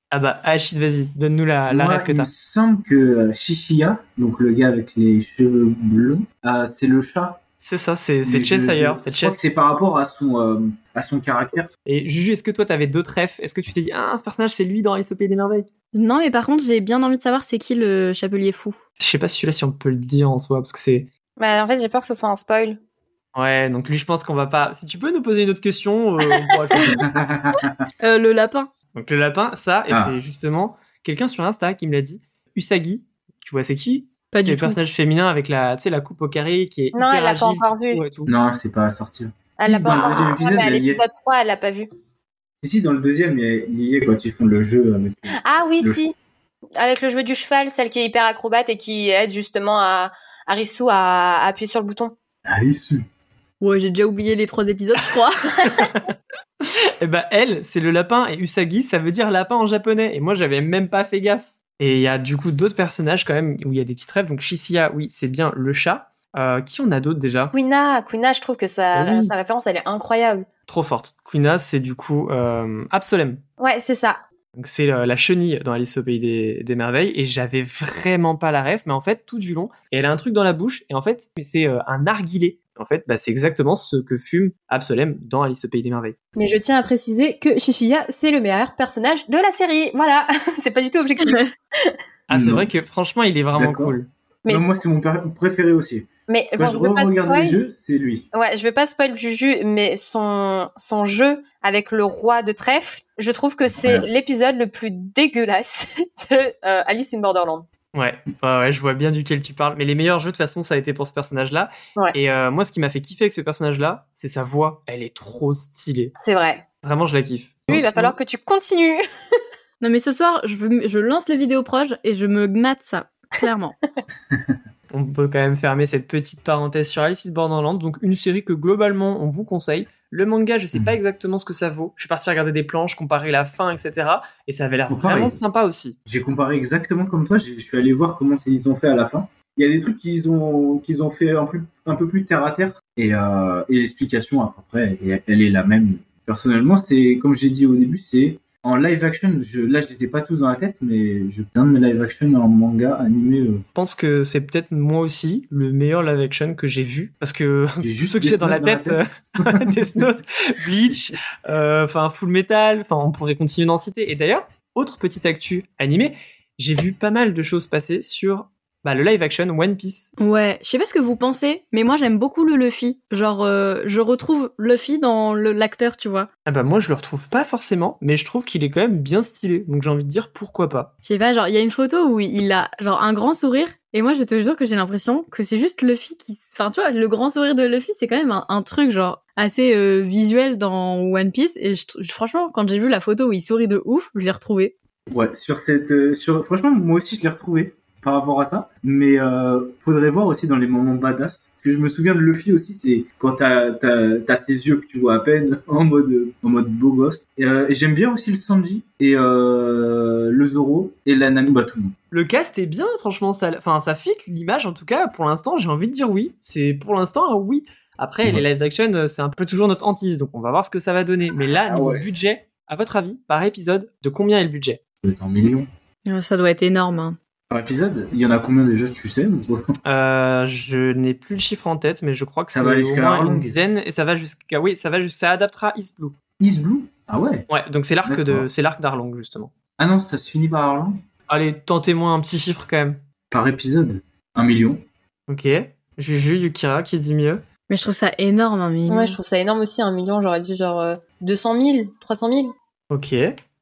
Speaker 1: Ah bah, Achid, vas-y, donne-nous la, la
Speaker 2: Moi,
Speaker 1: ref que
Speaker 2: Il me
Speaker 1: t'as.
Speaker 2: semble que euh, Chichia, donc le gars avec les cheveux bleus, euh, c'est le chat.
Speaker 1: C'est ça, c'est
Speaker 2: Mais
Speaker 1: c'est
Speaker 2: je-
Speaker 1: Chess
Speaker 2: je-
Speaker 1: ailleurs,
Speaker 2: je
Speaker 1: c'est
Speaker 2: crois
Speaker 1: Chess.
Speaker 2: que C'est par rapport à son, euh, à son caractère.
Speaker 1: Et Juju, est-ce que toi, t'avais d'autres refs Est-ce que tu t'es dit, ah, ce personnage, c'est lui dans Alice au Pays des Merveilles
Speaker 4: Non, mais par contre, j'ai bien envie de savoir c'est qui le chapelier fou.
Speaker 1: Je sais pas si celui-là, si on peut le dire en soi, parce que c'est.
Speaker 3: Bah, en fait, j'ai peur que ce soit un spoil.
Speaker 1: Ouais, donc lui, je pense qu'on va pas. Si tu peux nous poser une autre question, euh, on pourra choisir.
Speaker 4: Euh, le lapin.
Speaker 1: Donc le lapin, ça, et
Speaker 2: Ah.
Speaker 1: c'est justement quelqu'un sur Insta qui me l'a dit. Usagi, tu vois, c'est qui
Speaker 4: Pas
Speaker 1: C'est
Speaker 4: du
Speaker 1: le
Speaker 4: tout.
Speaker 1: personnage féminin avec la, tu sais, la coupe au carré qui est
Speaker 3: Non,
Speaker 1: hyper
Speaker 3: elle l'a pas
Speaker 1: agile,
Speaker 3: encore
Speaker 1: qui
Speaker 3: vu.
Speaker 1: court et tout.
Speaker 2: non, c'est pas sorti.
Speaker 3: Elle l'a
Speaker 2: Si,
Speaker 3: pas
Speaker 2: dans le
Speaker 3: encore
Speaker 2: deuxième
Speaker 3: vu. Ah,
Speaker 2: épisode,
Speaker 3: mais à
Speaker 2: il y a-
Speaker 3: l'épisode 3, elle l'a pas vu.
Speaker 2: Si, si, dans le deuxième, il y a- il y est quand ils font le jeu. euh, avec-
Speaker 3: Ah oui,
Speaker 2: Le-
Speaker 3: si. avec le jeu du cheval, celle qui est hyper acrobate et qui aide justement à Arisu à, à appuyer sur le bouton.
Speaker 2: Arisu.
Speaker 4: Ouais, j'ai déjà oublié les trois épisodes, je crois.
Speaker 1: Et bah elle, c'est le lapin et Usagi, ça veut dire lapin en japonais. Et moi, j'avais même pas fait gaffe. Et il y a du coup d'autres personnages quand même où il y a des petites rêves. Donc Shicia, oui, c'est bien le chat. Euh, qui on a d'autres déjà
Speaker 3: Quina, Quina, je trouve que sa,
Speaker 1: Oui.
Speaker 3: sa référence, elle est incroyable.
Speaker 1: Trop forte. Quina, c'est du coup euh, Absolem.
Speaker 3: Ouais, c'est ça.
Speaker 1: Donc c'est euh, la chenille dans Alice au pays des, des merveilles et j'avais vraiment pas la ref mais en fait tout du long et elle a un truc dans la bouche et en fait mais c'est euh, un narguilé. En fait, bah, c'est exactement ce que fume Absolem dans Alice au pays des merveilles.
Speaker 5: Mais je tiens à préciser que Shishiya, c'est le meilleur personnage de la série.
Speaker 3: Voilà, c'est pas du tout objectif.
Speaker 1: Ah, c'est
Speaker 2: Non.
Speaker 1: vrai que franchement, il est vraiment
Speaker 2: D'accord.
Speaker 1: cool.
Speaker 3: Mais,
Speaker 2: Non, Bah, moi, c'est mon pr- préféré aussi.
Speaker 3: mais
Speaker 2: Quand
Speaker 3: bon,
Speaker 2: je
Speaker 3: je veux pas
Speaker 2: regarde les
Speaker 3: spoil.
Speaker 2: jeux, c'est lui.
Speaker 3: Ouais, je vais pas spoil Juju, mais son, son jeu avec le roi de trèfle, je trouve que c'est
Speaker 2: Ouais.
Speaker 3: l'épisode le plus dégueulasse de euh, Alice in Borderland.
Speaker 1: Ouais, ouais, ouais, je vois bien duquel tu parles. Mais les meilleurs jeux, de toute façon, ça a été pour ce personnage-là.
Speaker 3: Ouais.
Speaker 1: Et euh, moi, ce qui m'a fait kiffer avec ce personnage-là, c'est sa voix. Elle est trop stylée.
Speaker 3: C'est vrai.
Speaker 1: Vraiment, je la kiffe.
Speaker 3: Lui, il va falloir que tu continues.
Speaker 4: non, mais ce soir, je, veux- je lance le vidéo proche et je me mate ça, clairement.
Speaker 1: On peut quand même fermer cette petite parenthèse sur Alice in Borderland. Donc, une série que globalement, on vous conseille. Le manga, je sais
Speaker 2: Mhm.
Speaker 1: pas exactement ce que ça vaut. Je suis parti regarder des planches, comparer la fin, etc. Et ça avait l'air
Speaker 2: Oh,
Speaker 1: vraiment
Speaker 2: pareil.
Speaker 1: sympa aussi.
Speaker 2: J'ai comparé exactement comme toi. j'ai- Je suis allé voir comment c'est- ils ont fait à la fin. Il y a des trucs qu'ils ont, qu'ils ont fait un, plus, un peu plus terre à terre. Et, euh, et l'explication, à peu près, elle, elle est la même. Personnellement, c'est, comme j'ai dit au début, c'est en live action. Je, là, je les ai pas tous dans la tête, mais je un de mes live action en manga animé. euh,
Speaker 1: Je pense que c'est peut-être moi aussi le meilleur live action que j'ai vu. Parce que
Speaker 2: j'ai
Speaker 1: juste
Speaker 2: juste
Speaker 1: ceux que j'ai dans la tête, euh, Death Note, Bleach, euh, enfin Full Metal, enfin on pourrait continuer d'en citer. Et d'ailleurs, autre petite actu animée, j'ai vu pas mal de choses passer sur bah, le live action One Piece.
Speaker 4: Ouais, je sais pas ce que vous pensez, mais moi j'aime beaucoup le Luffy. Genre, euh, je retrouve Luffy dans le- l'acteur, tu vois.
Speaker 1: Ah bah moi je le retrouve pas forcément, mais je trouve qu'il est quand même bien stylé, donc j'ai envie de dire pourquoi pas.
Speaker 4: Je sais pas, genre, il y a une photo où il a genre un grand sourire, et moi je te jure que j'ai l'impression que c'est juste Luffy qui. Enfin, tu vois, le grand sourire de Luffy, c'est quand même un, un truc genre assez euh, visuel dans One Piece, et je tr- je- franchement, quand j'ai vu la photo où il sourit de ouf, je l'ai retrouvé.
Speaker 2: Ouais, sur cette, euh, sur, franchement, moi aussi, je l'ai retrouvé par rapport à ça. Mais euh, faudrait voir aussi dans les moments badass. Parce que je me souviens de Luffy aussi, c'est quand t'as t'as t'as ses yeux que tu vois à peine en mode en mode beau gosse. Et, euh, et j'aime bien aussi le Sanji et euh, le Zoro et la Nami, bah tout le monde.
Speaker 1: Le cast est bien, franchement, ça, enfin, ça fit l'image en tout cas, pour l'instant j'ai envie de dire oui. C'est pour l'instant un oui. Après, les
Speaker 2: Ouais.
Speaker 1: live action, euh, c'est un peu toujours notre hantise, donc on va voir ce que ça va donner. Mais là,
Speaker 2: Ah
Speaker 1: niveau
Speaker 2: ouais.
Speaker 1: budget, à votre avis, par épisode, de combien est le budget
Speaker 2: Vous êtes en million.
Speaker 4: Euh, Ça doit être énorme. hein.
Speaker 2: Par épisode, il y en a combien déjà, tu sais ou pas
Speaker 1: Euh, je n'ai plus le chiffre en tête, mais je crois que c'est
Speaker 2: Ça va
Speaker 1: au
Speaker 2: jusqu'à
Speaker 1: moins une
Speaker 2: Arlong.
Speaker 1: dizaine et ça va jusqu'à oui, ça va jusqu'à ça adaptera East Blue.
Speaker 2: East Blue Ah ouais
Speaker 1: Ouais, donc c'est l'arc de
Speaker 2: D'accord.
Speaker 1: c'est l'arc d'Arlong justement.
Speaker 2: Ah non, ça se finit par Arlong
Speaker 1: Allez, tentez-moi un petit chiffre quand même.
Speaker 2: Par épisode, un million.
Speaker 1: Ok. Juju, Yukira, qui dit mieux
Speaker 4: Mais je trouve ça énorme, hein, mais.
Speaker 3: Ouais, je trouve ça énorme aussi, un million, j'aurais dit genre euh, 200 000, 300 000.
Speaker 1: Ok.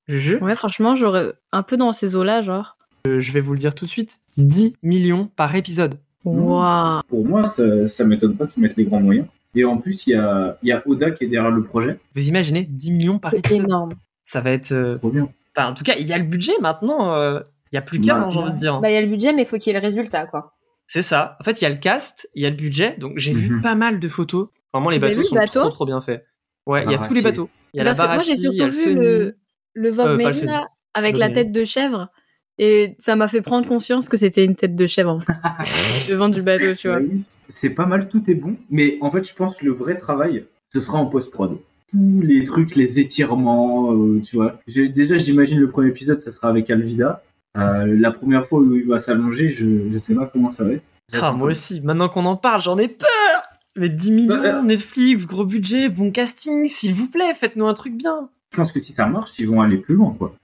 Speaker 1: Juju,
Speaker 4: Ouais, franchement, j'aurais un peu dans ces eaux-là, genre.
Speaker 1: euh, je vais vous le dire tout de suite. 10 millions par épisode.
Speaker 4: Waouh!
Speaker 2: Pour moi, ça, ça m'étonne pas qu'ils mettent les grands moyens. Et en plus, il y a, il y a Oda qui est derrière le projet.
Speaker 1: Vous imaginez 10 millions
Speaker 2: Ah,
Speaker 1: par
Speaker 3: C'est
Speaker 1: épisode
Speaker 3: énorme.
Speaker 1: Ça va être. euh,
Speaker 2: Trop bien.
Speaker 1: Enfin, en tout cas, il y a le budget maintenant. euh, Il y a plus qu'à, hein, j'ai envie de dire.
Speaker 3: Bah, il y a le budget, mais il faut qu'il y ait le résultat, quoi.
Speaker 1: C'est ça. En fait, il y a le cast, il y a le budget. Donc, j'ai vu
Speaker 2: Mhm.
Speaker 1: pas mal de photos. Vraiment, les
Speaker 4: Vous avez
Speaker 1: bateaux
Speaker 4: vu
Speaker 1: sont
Speaker 4: le bateau
Speaker 1: trop, trop bien faits. Ouais, il y a
Speaker 2: Barati.
Speaker 1: tous les bateaux. Il y a la
Speaker 4: Parce que moi
Speaker 1: Barati,
Speaker 4: j'ai
Speaker 1: il y a le
Speaker 4: surtout vu
Speaker 1: Sunny.
Speaker 4: le, le Vogue
Speaker 1: Euh, pas le
Speaker 4: Marina
Speaker 1: Sunny.
Speaker 4: avec
Speaker 1: Vogue
Speaker 4: la
Speaker 1: Marina.
Speaker 4: tête de chèvre et ça m'a fait prendre conscience que c'était une tête de chèvre en fait, devant du bateau, tu vois.
Speaker 2: Bah Oui, C'est pas mal, tout est bon. Mais en fait, je pense que le vrai travail, ce sera en post-prod. Tous les trucs, les étirements, euh, tu vois. J'ai- Déjà, j'imagine le premier épisode, ça sera avec Alvida. Euh, la première fois où il va s'allonger, je, je sais pas comment ça va être.
Speaker 1: Ah, moi aussi, maintenant qu'on en parle, j'en ai peur Mais 10 millions,
Speaker 2: Bah, euh.
Speaker 1: Netflix, gros budget, bon casting, s'il vous plaît, faites-nous un truc bien
Speaker 2: Je pense que si ça marche, ils vont aller plus loin, quoi.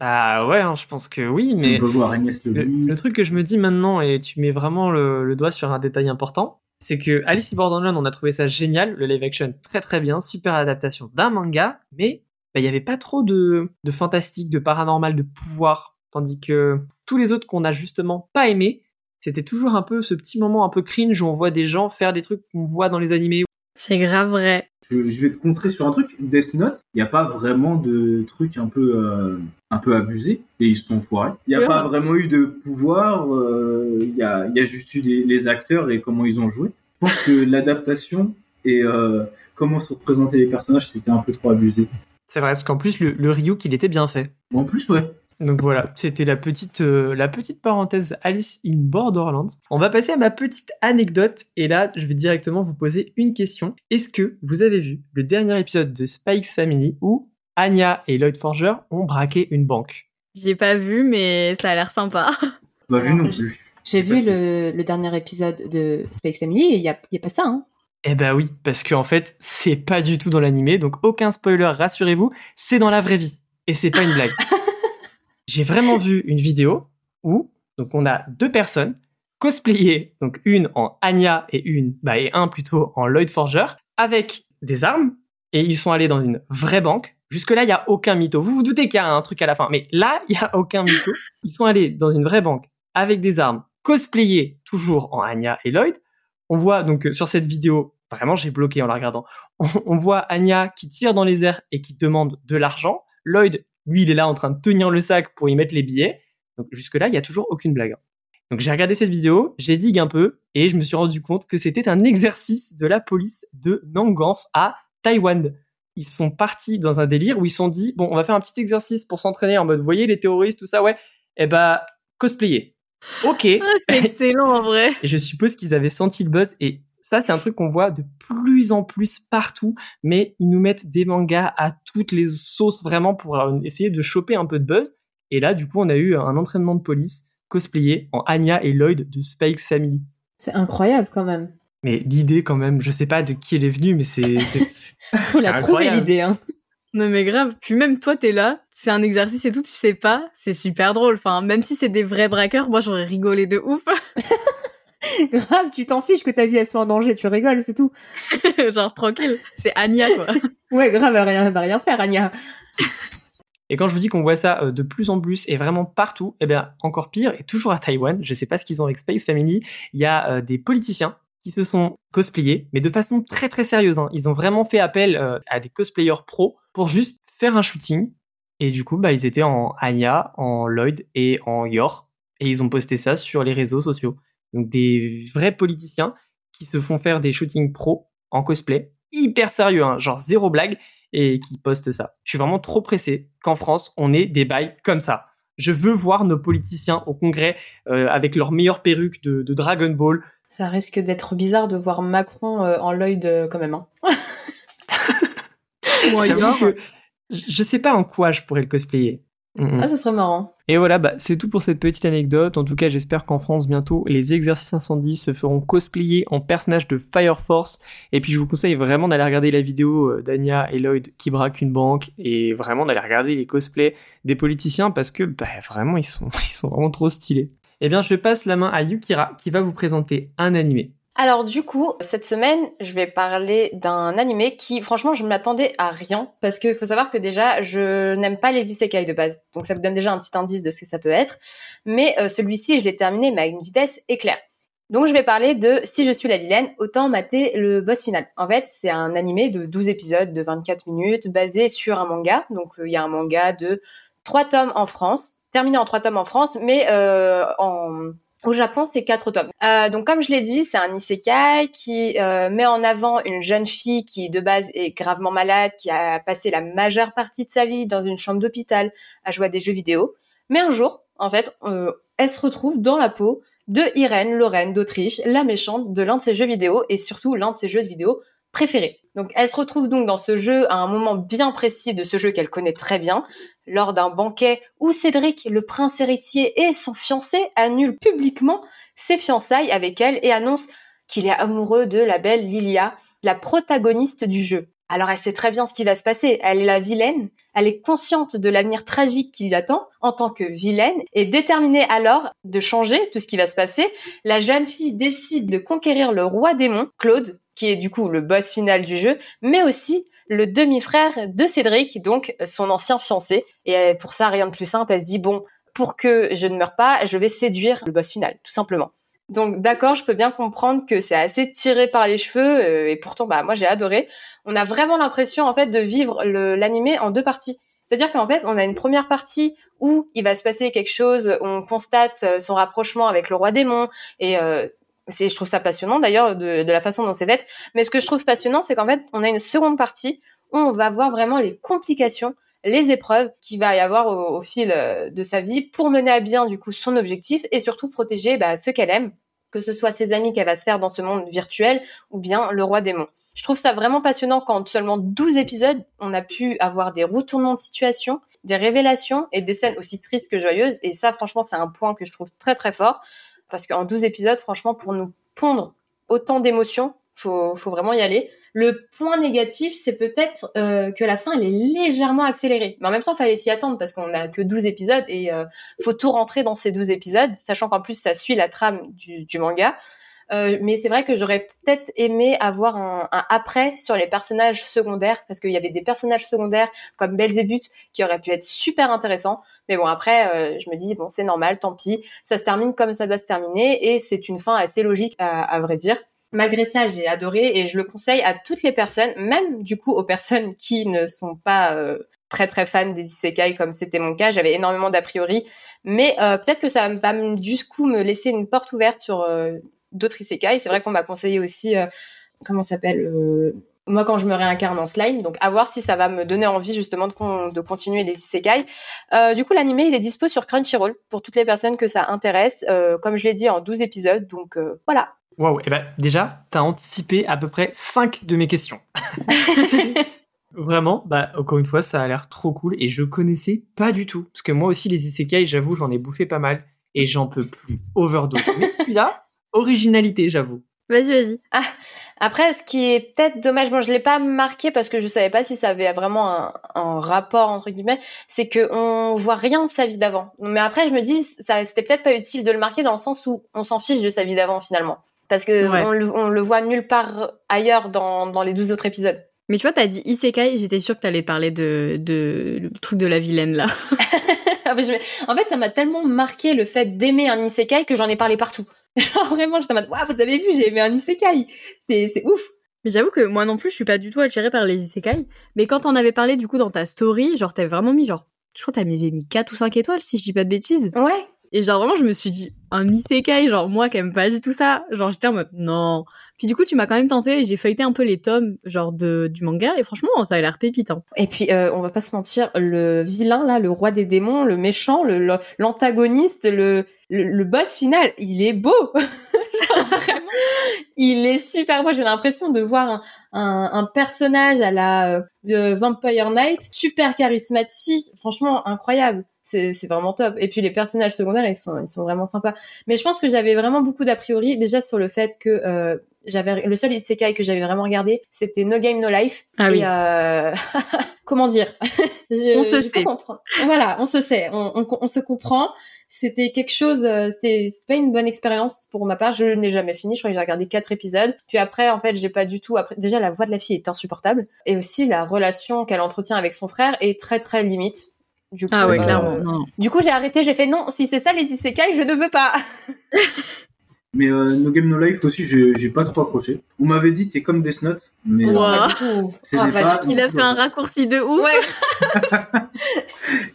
Speaker 1: Bah ouais, hein, je pense que oui, mais
Speaker 2: On peut voir Agnès
Speaker 1: le,
Speaker 2: Lely.
Speaker 1: le truc que je me dis maintenant, et tu mets vraiment le, le doigt sur un détail important, c'est que Alice in Borderland, on a trouvé ça génial, le live action très très bien, super adaptation d'un manga, mais bah, il n'y avait pas trop de, de fantastique, de paranormal, de pouvoir, tandis que tous les autres qu'on a justement pas aimé, c'était toujours un peu ce petit moment un peu cringe où on voit des gens faire des trucs qu'on voit dans les animés
Speaker 4: C'est grave vrai.
Speaker 2: Je je, je vais te contrer sur un truc. Death Note, il n'y a pas vraiment de truc un peu, euh, un peu abusé et ils se sont foirés. Il n'y a
Speaker 4: Ouais.
Speaker 2: pas vraiment eu de pouvoir. euh, Il y, a, il y a juste eu des- les acteurs et comment ils ont joué. Je pense que l'adaptation et euh, comment sont représentés les personnages, c'était un peu trop abusé.
Speaker 1: C'est vrai, parce qu'en plus, le, le Ryuk, il était bien fait.
Speaker 2: En plus, ouais.
Speaker 1: Donc voilà, c'était la petite, euh, la petite parenthèse Alice in Borderlands. On va passer à ma petite anecdote et là, je vais directement vous poser une question. Est-ce que vous avez vu le dernier épisode de Spike's Family où Anya et Lloyd Forger ont braqué une banque
Speaker 4: Je l'ai pas vu, mais ça a l'air sympa.
Speaker 2: Bah, vu
Speaker 3: Alors,
Speaker 2: non
Speaker 3: je-
Speaker 2: plus.
Speaker 5: J'ai vu le, le dernier épisode de Space Family et il n'y a, y a pas ça. Hein.
Speaker 1: Eh ben oui, parce qu'en fait, c'est pas du tout dans l'animé, donc aucun spoiler, rassurez-vous, c'est dans la vraie vie. Et c'est pas une blague. J'ai vraiment vu une vidéo où, donc on a deux personnes cosplayées, donc une en Anya et une, bah et un plutôt en Lloyd Forger, avec des armes, et ils sont allés dans une vraie banque. Jusque-là, il y a aucun mytho. Vous vous doutez qu'il y a un truc à la fin, mais là, il y a aucun mytho. Ils sont allés dans une vraie banque avec des armes, cosplayées toujours en Anya et Lloyd. On voit donc euh, sur cette vidéo, vraiment j'ai bloqué en la regardant, on, on voit Anya qui tire dans les airs et qui demande de l'argent. Lloyd, lui, il est là en train de tenir le sac pour y mettre les billets. Donc jusque-là, il n'y a toujours aucune blague. hein. Donc j'ai regardé cette vidéo, j'ai digue un peu et je me suis rendu compte que c'était un exercice de la police de Nanganf à Taïwan. Ils sont partis dans un délire où ils se sont dit bon, on va faire un petit exercice pour s'entraîner en mode vous voyez les terroristes tout ça ouais. Eh bah cosplayer. OK.
Speaker 4: Ah, c'est excellent en vrai.
Speaker 1: Et je suppose qu'ils avaient senti le buzz. Et ça, c'est un truc qu'on voit de plus en plus partout. Mais ils nous mettent des mangas à toutes les sauces vraiment pour euh, essayer de choper un peu de buzz. Et là, du coup, on a eu un entraînement de police cosplayé en Anya et Lloyd de Spike's Family.
Speaker 5: C'est incroyable quand même.
Speaker 1: Mais l'idée, quand même, je sais pas de qui elle est venue, mais c'est. c'est- c'est-
Speaker 5: Faut la
Speaker 1: C'est
Speaker 5: trouver
Speaker 1: incroyable.
Speaker 5: l'idée. Hein.
Speaker 4: Non mais grave. Puis même toi, t'es là, c'est un exercice et tout, tu sais pas, c'est super drôle. Enfin, même si c'est des vrais braqueurs, moi j'aurais rigolé de ouf.
Speaker 5: Grave, tu t'en fiches que ta vie elle soit en danger, tu rigoles, c'est tout.
Speaker 4: Genre tranquille, c'est Anya quoi.
Speaker 5: Ouais, grave, elle va rien, elle va rien faire, Anya.
Speaker 1: Et quand je vous dis qu'on voit ça euh, de plus en plus et vraiment partout, eh bien, encore pire, et toujours à Taïwan, je sais pas ce qu'ils ont avec Space Family, il y a euh, des politiciens qui se sont cosplayés, mais de façon très très sérieuse. hein. Ils ont vraiment fait appel euh, à des cosplayers pros pour juste faire un shooting. Et du coup, bah, ils étaient en Anya, en Lloyd et en Yor. Et ils ont posté ça sur les réseaux sociaux. Donc des vrais politiciens qui se font faire des shootings pros en cosplay, hyper sérieux, hein, genre zéro blague et qui poste ça. Je suis vraiment trop pressé qu'en France, on ait des bails comme ça. Je veux voir nos politiciens au Congrès euh, avec leur meilleure perruque de, de Dragon Ball.
Speaker 5: Ça risque d'être bizarre de voir Macron euh, en l'œil de quand même. Hein.
Speaker 4: Moi,
Speaker 1: J'avoue
Speaker 4: Yor.
Speaker 1: que je je sais pas en quoi je pourrais le cosplayer. Mm, mm.
Speaker 5: Ah, ça serait marrant.
Speaker 1: Et voilà, bah, c'est tout pour cette petite anecdote. En tout cas, j'espère qu'en France, bientôt, les exercices incendies se feront cosplayer en personnages de Fire Force. Et puis, je vous conseille vraiment d'aller regarder la vidéo euh, d'Anya et Lloyd qui braquent une banque et vraiment d'aller regarder les cosplays des politiciens parce que, bah, vraiment, ils sont, ils sont vraiment trop stylés. Eh bien, je passe la main à Yukira qui va vous présenter un animé.
Speaker 3: Alors du coup, cette semaine, je vais parler d'un animé qui, franchement, je ne m'attendais à rien parce qu'il faut savoir que déjà, je n'aime pas les isekai de base, donc ça vous donne déjà un petit indice de ce que ça peut être. Mais euh, celui-ci, je l'ai terminé mais à une vitesse éclair. Donc je vais parler de Si je suis la vilaine, autant mater le boss final. En fait, c'est un animé de 12 épisodes de 24 minutes basé sur un manga. Donc euh, il y a un manga de 3 tomes en France, terminé en 3 tomes en France, mais euh, en au Japon, c'est quatre tomes. Euh, donc, comme je l'ai dit, c'est un isekai qui euh, met en avant une jeune fille qui, de base, est gravement malade, qui a passé la majeure partie de sa vie dans une chambre d'hôpital à jouer à des jeux vidéo. Mais un jour, en fait, euh, elle se retrouve dans la peau de Irène, Lorraine d'Autriche, la méchante de l'un de ses jeux vidéo et surtout l'un de ses jeux vidéo préférés. Donc, elle se retrouve donc dans ce jeu à un moment bien précis de ce jeu qu'elle connaît très bien, lors d'un banquet où Cédric, le prince héritier et son fiancé annulent publiquement ses fiançailles avec elle et annoncent qu'il est amoureux de la belle Lilia, la protagoniste du jeu. Alors elle sait très bien ce qui va se passer, elle est la vilaine, elle est consciente de l'avenir tragique qui l'attend en tant que vilaine et déterminée alors de changer tout ce qui va se passer, la jeune fille décide de conquérir le roi démon, Claude, qui est du coup le boss final du jeu, mais aussi le demi-frère de Cédric, donc euh, son ancien fiancé. Et euh, pour ça, rien de plus simple, elle se dit, bon, pour que je ne meure pas, je vais séduire le boss final, tout simplement. Donc d'accord, je peux bien comprendre que c'est assez tiré par les cheveux euh, et pourtant bah moi j'ai adoré. On a vraiment l'impression en fait de vivre le- l'animé en deux parties. C'est-à-dire qu'en fait, on a une première partie où il va se passer quelque chose, on constate euh, son rapprochement avec le roi démon et euh, c'est je trouve ça passionnant d'ailleurs de, de la façon dont c'est fait. Mais ce que je trouve passionnant, c'est qu'en fait, on a une seconde partie où on va voir vraiment les complications, les épreuves qu'il va y avoir au, au fil euh, de sa vie pour mener à bien du coup son objectif et surtout protéger bah, ceux qu'elle aime que ce soit ses amis qu'elle va se faire dans ce monde virtuel ou bien le roi démon. Je trouve ça vraiment passionnant quand seulement 12 épisodes, on a pu avoir des retournements de situation, des révélations et des scènes aussi tristes que joyeuses. Et ça, franchement, c'est un point que je trouve très très fort parce qu'en 12 épisodes, franchement, pour nous pondre autant d'émotions, faut, faut vraiment y aller. Le point négatif, c'est peut-être euh, que la fin, elle est légèrement accélérée. Mais en même temps, fallait s'y attendre parce qu'on n'a que 12 épisodes et euh, faut tout rentrer dans ces 12 épisodes, sachant qu'en plus ça suit la trame du, du manga. Euh, mais c'est vrai que j'aurais peut-être aimé avoir un, un après sur les personnages secondaires parce qu'il y avait des personnages secondaires comme Belzébuth qui auraient pu être super intéressants. Mais bon après, euh, je me dis bon c'est normal, tant pis, ça se termine comme ça doit se terminer et c'est une fin assez logique à, à vrai dire. Malgré ça, j'ai adoré et je le conseille à toutes les personnes, même du coup aux personnes qui ne sont pas euh, très très fans des isekai comme c'était mon cas. J'avais énormément d'a priori mais euh, peut-être que ça va me- du coup me laisser une porte ouverte sur euh, d'autres isekai. C'est vrai qu'on m'a conseillé aussi, euh, comment ça s'appelle euh, Moi, quand je me réincarne en slime, donc à voir si ça va me donner envie justement de, con- de continuer les isekai. Euh, du coup, l'animé, il est dispo sur Crunchyroll pour toutes les personnes que ça intéresse, euh, comme je l'ai dit, en 12 épisodes. Donc euh, voilà.
Speaker 1: Waouh, et ben déjà, t'as anticipé à peu près 5 de mes questions. Vraiment, bah encore une fois, ça a l'air trop cool et je connaissais pas du tout. Parce que moi aussi, les isekai, j'avoue, j'en ai bouffé pas mal et j'en peux plus. Overdose. Mais celui-là, originalité, j'avoue.
Speaker 4: Vas-y, vas-y.
Speaker 3: Après, ce qui est peut-être dommage, bon, je l'ai pas marqué parce que je savais pas si ça avait vraiment un, un rapport entre guillemets, c'est que on voit rien de sa vie d'avant. Mais après, je me dis, ça c'était peut-être pas utile de le marquer dans le sens où on s'en fiche de sa vie d'avant finalement, parce que
Speaker 4: Ouais.
Speaker 3: on, le, on le voit nulle part ailleurs dans, dans les 12 autres épisodes.
Speaker 4: Mais tu vois, t'as dit Isekai, j'étais sûre que t'allais parler de, de le truc de la vilaine là.
Speaker 3: Ah, mais je me- en fait, ça m'a tellement marqué le fait d'aimer un isekai que j'en ai parlé partout. Genre, Vraiment, j'étais en mode, waouh, vous avez vu, j'ai aimé un isekai. C'est c'est ouf.
Speaker 4: Mais j'avoue que moi non plus, je suis pas du tout attirée par les Isekai. Mais quand t'en avais parlé du coup dans ta story, genre t'avais vraiment mis genre. Je crois que t'avais mis 4 ou 5 étoiles si je dis pas de bêtises.
Speaker 3: Ouais.
Speaker 4: Et genre vraiment, je me suis dit, un isekai, genre moi qui aime pas du tout ça. Genre j'étais en mode, non. Puis du coup, tu m'as quand même tenté, et j'ai feuilleté un peu les tomes, genre de, du manga, et franchement, ça a l'air pépite. Hein.
Speaker 3: Et puis, euh, on va pas se mentir, le vilain, là, le roi des démons, le méchant, le- le- l'antagoniste, le, le, le boss final, il est beau Genre, Vraiment, il est super beau. J'ai l'impression de voir un, un- un personnage à la euh, euh, Vampire Knight, super charismatique, franchement incroyable. C'est c'est vraiment top. Et puis les personnages secondaires, ils sont, ils sont vraiment sympas. Mais je pense que j'avais vraiment beaucoup d'a priori déjà sur le fait que euh, j'avais le seul isekai que j'avais vraiment regardé, c'était No Game No Life.
Speaker 4: Ah
Speaker 3: Et, euh, comment dire Je-
Speaker 4: On se
Speaker 3: je peux
Speaker 4: sait.
Speaker 3: comprendre. Voilà, on se sait, on, on, on se comprend. C'était quelque chose, euh, c'était c'était pas une bonne expérience pour ma part. Je n'ai jamais fini. Je crois que j'ai regardé quatre épisodes. Puis après, en fait, j'ai pas du tout. Après, déjà, la voix de la fille est insupportable, et aussi la relation qu'elle entretient avec son frère est très très limite. Du coup,
Speaker 4: Ah ouais,
Speaker 3: euh,
Speaker 4: clairement. Non.
Speaker 3: Du coup, j'ai arrêté. J'ai fait non. Si c'est ça les isekai, je ne veux pas.
Speaker 2: Mais euh, No Game No Life aussi, j'ai j'ai pas trop accroché. On m'avait dit c'est comme Death Note, mais
Speaker 4: Ouais.
Speaker 2: euh,
Speaker 3: Pas du tout.
Speaker 2: C'est
Speaker 3: Ah,
Speaker 2: des
Speaker 3: pas
Speaker 2: pas-
Speaker 3: du tout.
Speaker 4: Il a fait un raccourci de ouf.
Speaker 3: Ouais.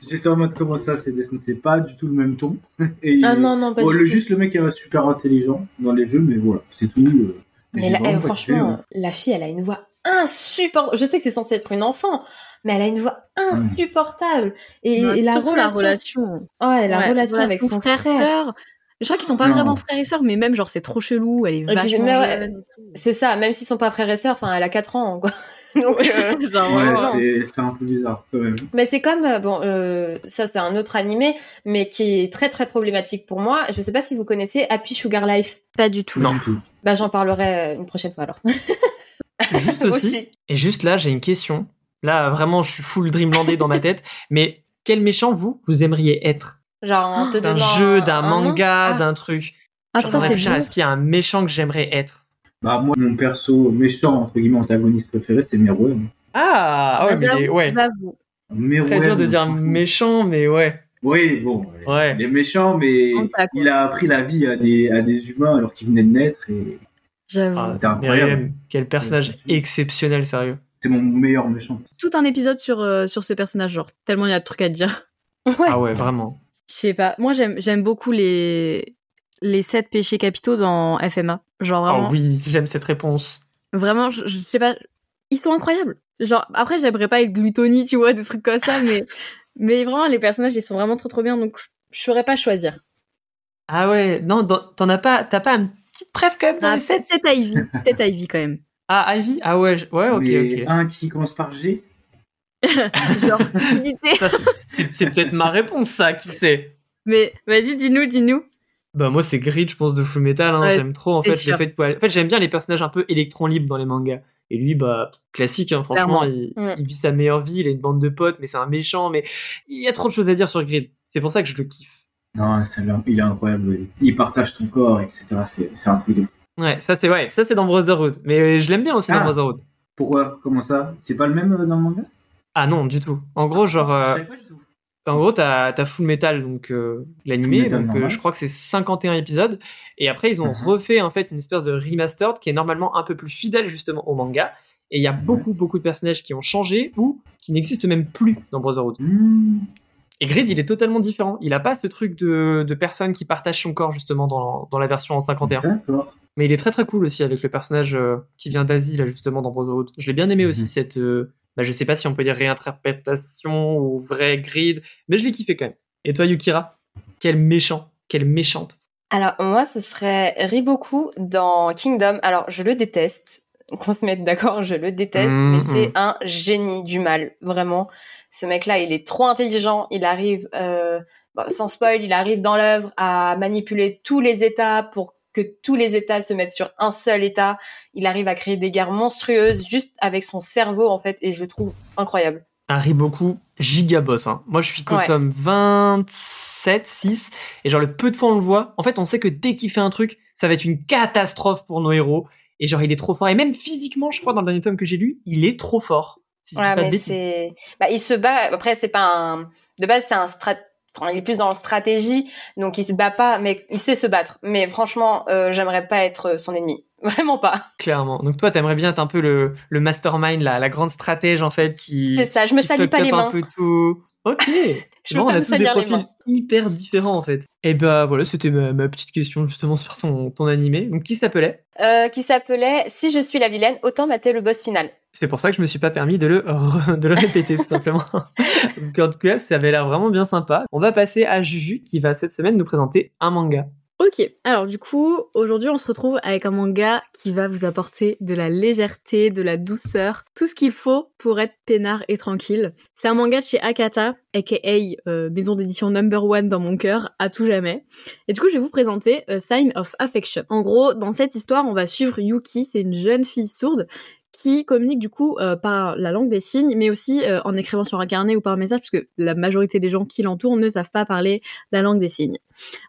Speaker 2: j'étais en mode comment ça, c'est Death Note, c'est pas du tout le même ton. Et,
Speaker 3: Ah non non pas
Speaker 2: bon,
Speaker 3: du
Speaker 2: le,
Speaker 3: tout.
Speaker 2: juste le mec est super intelligent dans les jeux, mais voilà, c'est tout. euh,
Speaker 3: Mais
Speaker 2: j'ai vraiment
Speaker 3: là, eh,
Speaker 2: pas kiffé,
Speaker 3: franchement,
Speaker 2: ouais.
Speaker 3: la fille, elle a une voix insupportable. Je sais que c'est censé être une enfant, mais elle a une voix
Speaker 1: Ah
Speaker 3: insupportable. Et,
Speaker 4: Non,
Speaker 3: et la,
Speaker 4: Bah, surtout
Speaker 3: relation...
Speaker 4: la relation.
Speaker 3: Ouais, la
Speaker 4: Ouais,
Speaker 3: relation avec son frère.
Speaker 4: sœur. Je crois qu'ils sont pas
Speaker 2: Non.
Speaker 4: vraiment frères et sœurs, mais même genre c'est trop chelou, elle est
Speaker 3: puis,
Speaker 4: vachement
Speaker 3: mais ouais,
Speaker 4: jeune.
Speaker 3: C'est ça, même s'ils sont pas frères et sœurs, enfin, elle a 4 ans, quoi. Donc, euh,
Speaker 4: Genre,
Speaker 2: Ouais,
Speaker 4: vraiment.
Speaker 2: c'est- c'est un peu bizarre quand même.
Speaker 3: Mais c'est comme euh, bon, euh, ça c'est un autre animé, mais qui est très très problématique pour moi. Je sais pas si vous connaissez Happy Sugar Life.
Speaker 4: Pas du tout.
Speaker 1: Non.
Speaker 3: Bah j'en parlerai euh, une prochaine fois alors.
Speaker 1: Juste aussi, Et juste là, j'ai une question. Là, vraiment, je suis full dreamlandais dans ma tête. Mais quel méchant, vous, vous aimeriez être
Speaker 3: Genre en te
Speaker 1: D'un
Speaker 3: donnant
Speaker 1: jeu,
Speaker 3: un-
Speaker 1: d'un
Speaker 3: un nom.
Speaker 1: manga,
Speaker 3: Ah,
Speaker 1: d'un truc.
Speaker 4: Ah
Speaker 1: Genre,
Speaker 4: putain,
Speaker 1: ouais,
Speaker 4: c'est
Speaker 1: putain,
Speaker 4: dur.
Speaker 1: Est-ce qu'il y a un méchant que j'aimerais être
Speaker 2: Bah moi, mon perso méchant entre guillemets antagoniste préféré, c'est Meruem.
Speaker 1: Ah, ah ouais, mais il est- ouais.
Speaker 4: J'avoue.
Speaker 2: Meruem,
Speaker 1: Très dur de dire
Speaker 2: franchement.
Speaker 1: méchant, mais ouais.
Speaker 2: Oui, bon,
Speaker 1: Ouais.
Speaker 2: il est méchant, mais
Speaker 4: Contact,
Speaker 2: il a appris la vie à des, à des humains alors qu'ils venaient de naître. Et
Speaker 4: J'avoue.
Speaker 1: Ah,
Speaker 2: C'était incroyable.
Speaker 1: Myriam, quel personnage
Speaker 2: Ouais.
Speaker 1: exceptionnel, sérieux.
Speaker 2: c'est mon meilleur méchant.
Speaker 4: Tout un épisode sur, euh, sur ce personnage, genre, tellement il y a de trucs à dire.
Speaker 3: Ouais.
Speaker 1: Ah ouais, vraiment.
Speaker 4: Je sais pas. Moi, j'aime j'aime beaucoup les les sept péchés capitaux dans FMA. Genre
Speaker 1: Ah
Speaker 4: vraiment,
Speaker 1: oui, j'aime cette réponse.
Speaker 4: vraiment, je, je sais pas. Ils sont incroyables. Genre après, j'aimerais pas être glutonie, tu vois, des trucs comme ça, mais mais vraiment, les personnages, ils sont vraiment trop trop bien. Donc, je- je saurais pas choisir.
Speaker 1: Ah ouais, non, dans- t'en as pas, t'as pas une petite préf quand même dans
Speaker 4: Ah,
Speaker 1: les sept
Speaker 4: peut-être Ivy, peut-être Ivy quand même.
Speaker 1: Ah, Ivy Ah ouais, je- ouais, ok, ok.
Speaker 2: mais un qui commence par G.
Speaker 4: Genre fluidité.
Speaker 1: Ça, c'est- c'est c'est peut-être ma réponse, ça, qui sait
Speaker 4: Mais vas-y, dis-nous, dis-nous.
Speaker 1: Bah moi c'est Grid, je pense de Full Metal, hein.
Speaker 4: Ouais,
Speaker 1: j'aime trop en
Speaker 4: c'est
Speaker 1: fait
Speaker 4: sûr.
Speaker 1: le fait que- En fait j'aime bien les personnages un peu électron libres dans les mangas. Et lui bah classique hein, franchement,
Speaker 4: Clairement. Mm.
Speaker 1: il,
Speaker 3: Ouais.
Speaker 1: il vit sa meilleure vie, il a une bande de potes, mais c'est un méchant, mais il y a trop de choses à dire sur Grid. C'est pour ça que je le kiffe.
Speaker 2: Non, c'est là- il est incroyable. oui. Il partage ton corps, etc. C'est c'est un truc de fou.
Speaker 1: Ouais, ça c'est ouais, ça c'est dans Brotherhood. Mais euh, je l'aime bien aussi
Speaker 2: Ah.
Speaker 1: dans Brotherhood.
Speaker 2: Pourquoi Comment ça C'est pas le même euh, dans le manga
Speaker 1: Ah non, du tout. En gros, genre
Speaker 2: Je
Speaker 1: euh,
Speaker 2: savais pas du tout.
Speaker 1: En gros, t'as as Full Metal, donc euh,
Speaker 2: Full
Speaker 1: l'animé,
Speaker 2: Metal
Speaker 1: donc euh,
Speaker 2: normal.
Speaker 1: je crois que c'est 51 épisodes, et après ils ont
Speaker 2: Mhm.
Speaker 1: refait en fait une espèce de remastered qui est normalement un peu plus fidèle justement au manga, et il y a
Speaker 2: Mhm.
Speaker 1: beaucoup beaucoup de personnages qui ont changé ou qui n'existent même plus dans Brotherhood.
Speaker 2: Hmm.
Speaker 1: Et Grid, il est totalement différent, il a pas ce truc de, de personne qui partage son corps justement dans, dans la version en 51,
Speaker 2: D'accord.
Speaker 1: mais il est très très cool aussi avec le personnage euh, qui vient d'Asie là justement dans Brotherhood. Je l'ai bien aimé aussi
Speaker 2: Mhm.
Speaker 1: cette, euh, bah, je sais pas si on peut dire réinterprétation ou vrai grid, mais je l'ai kiffé quand même. Et toi Yukira, quel méchant, quelle méchante.
Speaker 3: Alors moi, ce serait Riboku dans Kingdom. Alors je le déteste. Qu'on se mette d'accord, je le déteste,
Speaker 1: Mhm.
Speaker 3: mais c'est un génie du mal, vraiment. Ce mec-là, il est trop intelligent. Il arrive, euh, bon, sans spoil, il arrive dans l'œuvre à manipuler tous les États pour que tous les États se mettent sur un seul État. Il arrive à créer des guerres monstrueuses juste avec son cerveau, en fait, et je le trouve incroyable.
Speaker 1: Un Riboku gigaboss. Hein. Moi je suis qu'au
Speaker 3: Ouais.
Speaker 1: tome 27, 6, et genre le peu de fois on le voit, en fait on sait que dès qu'il fait un truc, ça va être une catastrophe pour nos héros, et genre il est trop fort, et même physiquement je crois dans le dernier tome que j'ai lu, il est trop fort. Si je dis
Speaker 3: Ouais,
Speaker 1: pas de
Speaker 3: mais
Speaker 1: bêtises.
Speaker 3: c'est. Bah, il se bat. Après, c'est pas un. De base, c'est un strat. Enfin, il est plus dans le stratégie, donc il se bat pas, mais il sait se battre. Mais franchement, euh, j'aimerais pas être son ennemi. Vraiment pas.
Speaker 1: Clairement. Donc toi, t'aimerais bien être un peu le, le mastermind, la, la grande stratège en fait qui.
Speaker 3: C'est ça. Je me
Speaker 1: qui
Speaker 3: salis
Speaker 1: fuck
Speaker 3: pas
Speaker 1: up
Speaker 3: les
Speaker 1: Un
Speaker 3: mains.
Speaker 1: peu tout. Ok.
Speaker 3: Je
Speaker 1: Bon,
Speaker 3: veux
Speaker 1: on
Speaker 3: pas
Speaker 1: a
Speaker 3: me
Speaker 1: tous des
Speaker 3: salir les mains.
Speaker 1: profils hyper différents en fait. Et bah voilà, c'était ma, ma petite question justement sur ton, ton animé. Donc qui s'appelait
Speaker 3: Euh, qui s'appelait Si je suis la vilaine, autant mater le boss final.
Speaker 1: C'est pour ça que je me suis pas permis de le, re- de le répéter tout simplement. Donc en tout cas, ça avait l'air vraiment bien sympa. On va passer à Juju qui va cette semaine nous présenter un manga.
Speaker 4: Ok, alors du coup, aujourd'hui on se retrouve avec un manga qui va vous apporter de la légèreté, de la douceur, tout ce qu'il faut pour être peinard et tranquille. C'est un manga de chez Akata, aka euh, maison d'édition number one dans mon cœur, à tout jamais. Et du coup, je vais vous présenter A Sign of Affection. En gros, dans cette histoire, on va suivre Yuki, c'est une jeune fille sourde qui communique du coup euh, par la langue des signes, mais aussi euh, en écrivant sur un carnet ou par message, parce que la majorité des gens qui l'entourent ne savent pas parler la langue des signes.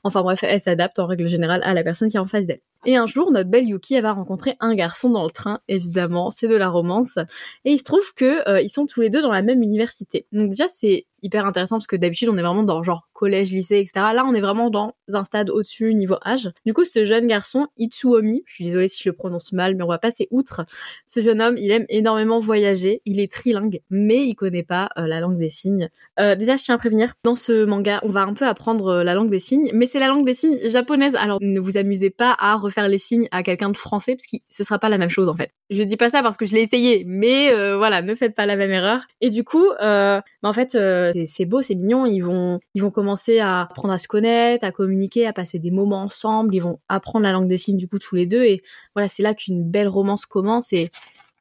Speaker 4: Enfin bref, elle s'adapte en règle générale à la personne qui est en face d'elle. Et un jour, notre belle Yuki, elle va rencontrer un garçon dans le train, évidemment, c'est de la romance. Et il se trouve que euh, ils sont tous les deux dans la même université. Donc déjà, c'est hyper intéressant parce que d'habitude, on est vraiment dans genre collège, lycée, etc. Là, on est vraiment dans un stade au-dessus, niveau âge. Du coup, ce jeune garçon, Itsuomi, je suis désolée si je le prononce mal, mais on va passer outre. Ce jeune homme, il aime énormément voyager, il est trilingue, mais il connaît pas euh, la langue des signes. Euh, déjà, je tiens à prévenir, dans ce manga, on va un peu apprendre euh, la langue des signes, mais c'est la langue des signes japonaise, alors ne vous amusez pas à refaire les signes à quelqu'un de français, parce que ce sera pas la même chose en fait. Je dis pas ça parce que je l'ai essayé, mais euh, voilà, ne faites pas la même erreur. Et du coup, euh, bah, en fait, euh, c'est- c'est beau, c'est mignon, ils vont, ils vont commencer à apprendre à se connaître, à communiquer, à passer des moments ensemble, ils vont apprendre la langue des signes du coup tous les deux, et voilà, c'est là qu'une belle romance commence, et,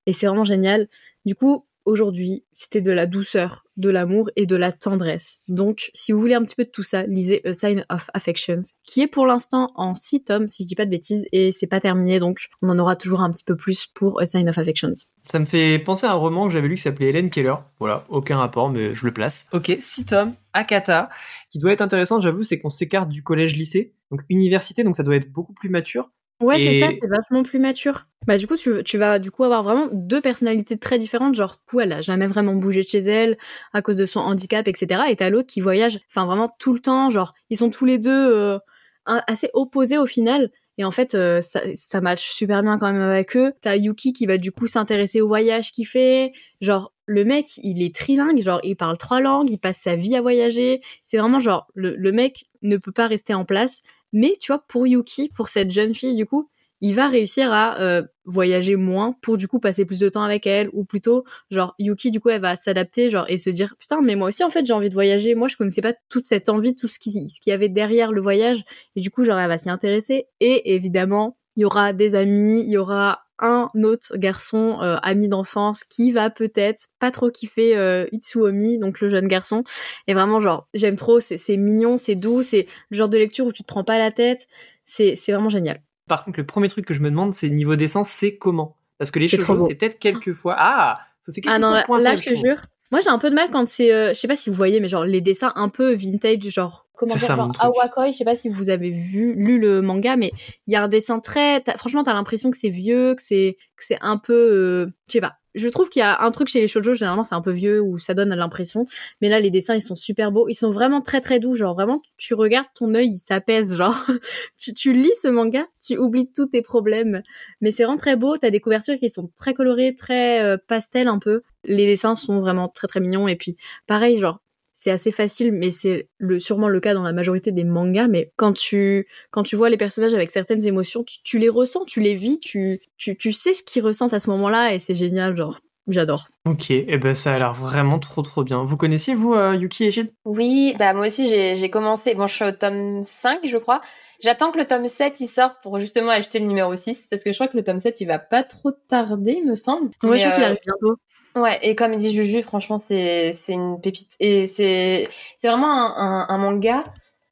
Speaker 4: et c'est vraiment génial. Du coup, aujourd'hui, c'était de la douceur, de l'amour et de la tendresse. Donc, si vous voulez un petit peu de tout ça, lisez A Sign of Affections, qui est pour l'instant en 6 tomes, si je dis pas de bêtises, et c'est pas terminé, donc on en aura toujours un petit peu plus pour A Sign of Affections.
Speaker 1: Ça me fait penser à un roman que j'avais lu qui s'appelait Hélène Keller. Voilà, aucun rapport, mais je le place. Ok, six tomes, Akata. Ce qui doit être intéressant, j'avoue, c'est qu'on s'écarte du collège-lycée, donc université, donc ça doit être beaucoup plus mature.
Speaker 4: Ouais, c'est
Speaker 1: Et-
Speaker 4: ça, c'est vachement plus mature. Bah, du coup, tu, tu vas du coup avoir vraiment deux personnalités très différentes. Genre, Pou, elle a jamais vraiment bougé de chez elle à cause de son handicap, etc. Et t'as l'autre qui voyage, enfin, vraiment tout le temps. Genre, ils sont tous les deux euh, un- assez opposés au final. Et en fait, euh, ça, ça match super bien quand même avec eux. T'as Yuki qui va du coup s'intéresser au voyage qu'il fait. Genre, le mec, il est trilingue. Genre, il parle trois langues, il passe sa vie à voyager. C'est vraiment genre, le, le mec ne peut pas rester en place. Mais tu vois, pour Yuki, pour cette jeune fille, du coup, il va réussir à euh, voyager moins pour du coup passer plus de temps avec elle ou plutôt genre Yuki du coup elle va s'adapter genre et se dire putain mais moi aussi en fait j'ai envie de voyager moi je connaissais pas toute cette envie tout ce qui ce qu'il y avait derrière le voyage et du coup genre elle va s'y intéresser et évidemment il y aura des amis il y aura un autre garçon euh, ami d'enfance qui va peut-être pas trop kiffer euh, Itsuomi donc le jeune garçon et vraiment genre j'aime trop c'est c'est mignon c'est doux c'est le genre de lecture où tu te prends pas la tête c'est c'est vraiment génial
Speaker 1: Par contre, le premier truc que je me demande, c'est niveau d'essence, c'est comment Parce que les
Speaker 4: C'est trop
Speaker 1: shoujo,
Speaker 4: beau.
Speaker 1: c'est peut-être quelquefois. Ah parce que C'est
Speaker 4: Ah
Speaker 1: quelquefois
Speaker 4: non, là,
Speaker 1: le point
Speaker 4: là,
Speaker 1: faible,
Speaker 4: je te
Speaker 1: trouve.
Speaker 4: jure. Moi, j'ai un peu de mal quand c'est, euh, je sais pas si vous voyez, mais genre les dessins un peu vintage, genre comment
Speaker 1: C'est
Speaker 4: dire,
Speaker 1: ça,
Speaker 4: genre
Speaker 1: mon truc.
Speaker 4: Awakoi. Je sais pas si vous avez vu, lu le manga, mais il y a un dessin très, t'as- franchement, t'as l'impression que c'est vieux, que c'est, que c'est un peu, euh, je sais pas. Je trouve qu'il y a un truc chez les shoujo, généralement, c'est un peu vieux ou ça donne l'impression. Mais là, les dessins, ils sont super beaux. Ils sont vraiment très très doux. Genre vraiment, tu regardes ton œil, il s'apaise. Genre, tu, tu lis ce manga, tu oublies tous tes problèmes. Mais c'est vraiment très beau. T'as des couvertures qui sont très colorées, très euh, pastel un peu. Les dessins sont vraiment très très mignons. Et puis, pareil, genre, c'est assez facile, mais c'est le, sûrement le cas dans la majorité des mangas. Mais quand tu, quand tu vois les personnages avec certaines émotions, tu, tu les ressens, tu les vis, tu, tu, tu sais ce qu'ils ressentent à ce moment-là et c'est génial. Genre, j'adore.
Speaker 1: Ok, et ben ça a l'air vraiment trop trop bien. Vous connaissiez, vous, euh, Yuki Eshid
Speaker 3: Oui, bah moi aussi j'ai j'ai commencé. Bon, je suis au tome 5, je crois. J'attends que le tome 7 il sorte pour justement acheter le numéro 6 parce que je crois que le tome 7 il va pas trop tarder, me semble.
Speaker 4: Moi,
Speaker 3: Mais,
Speaker 4: je crois qu'il
Speaker 3: euh,
Speaker 4: arrive bientôt.
Speaker 3: Ouais, et comme dit Juju, franchement, c'est c'est une pépite. Et c'est c'est vraiment un, un, un manga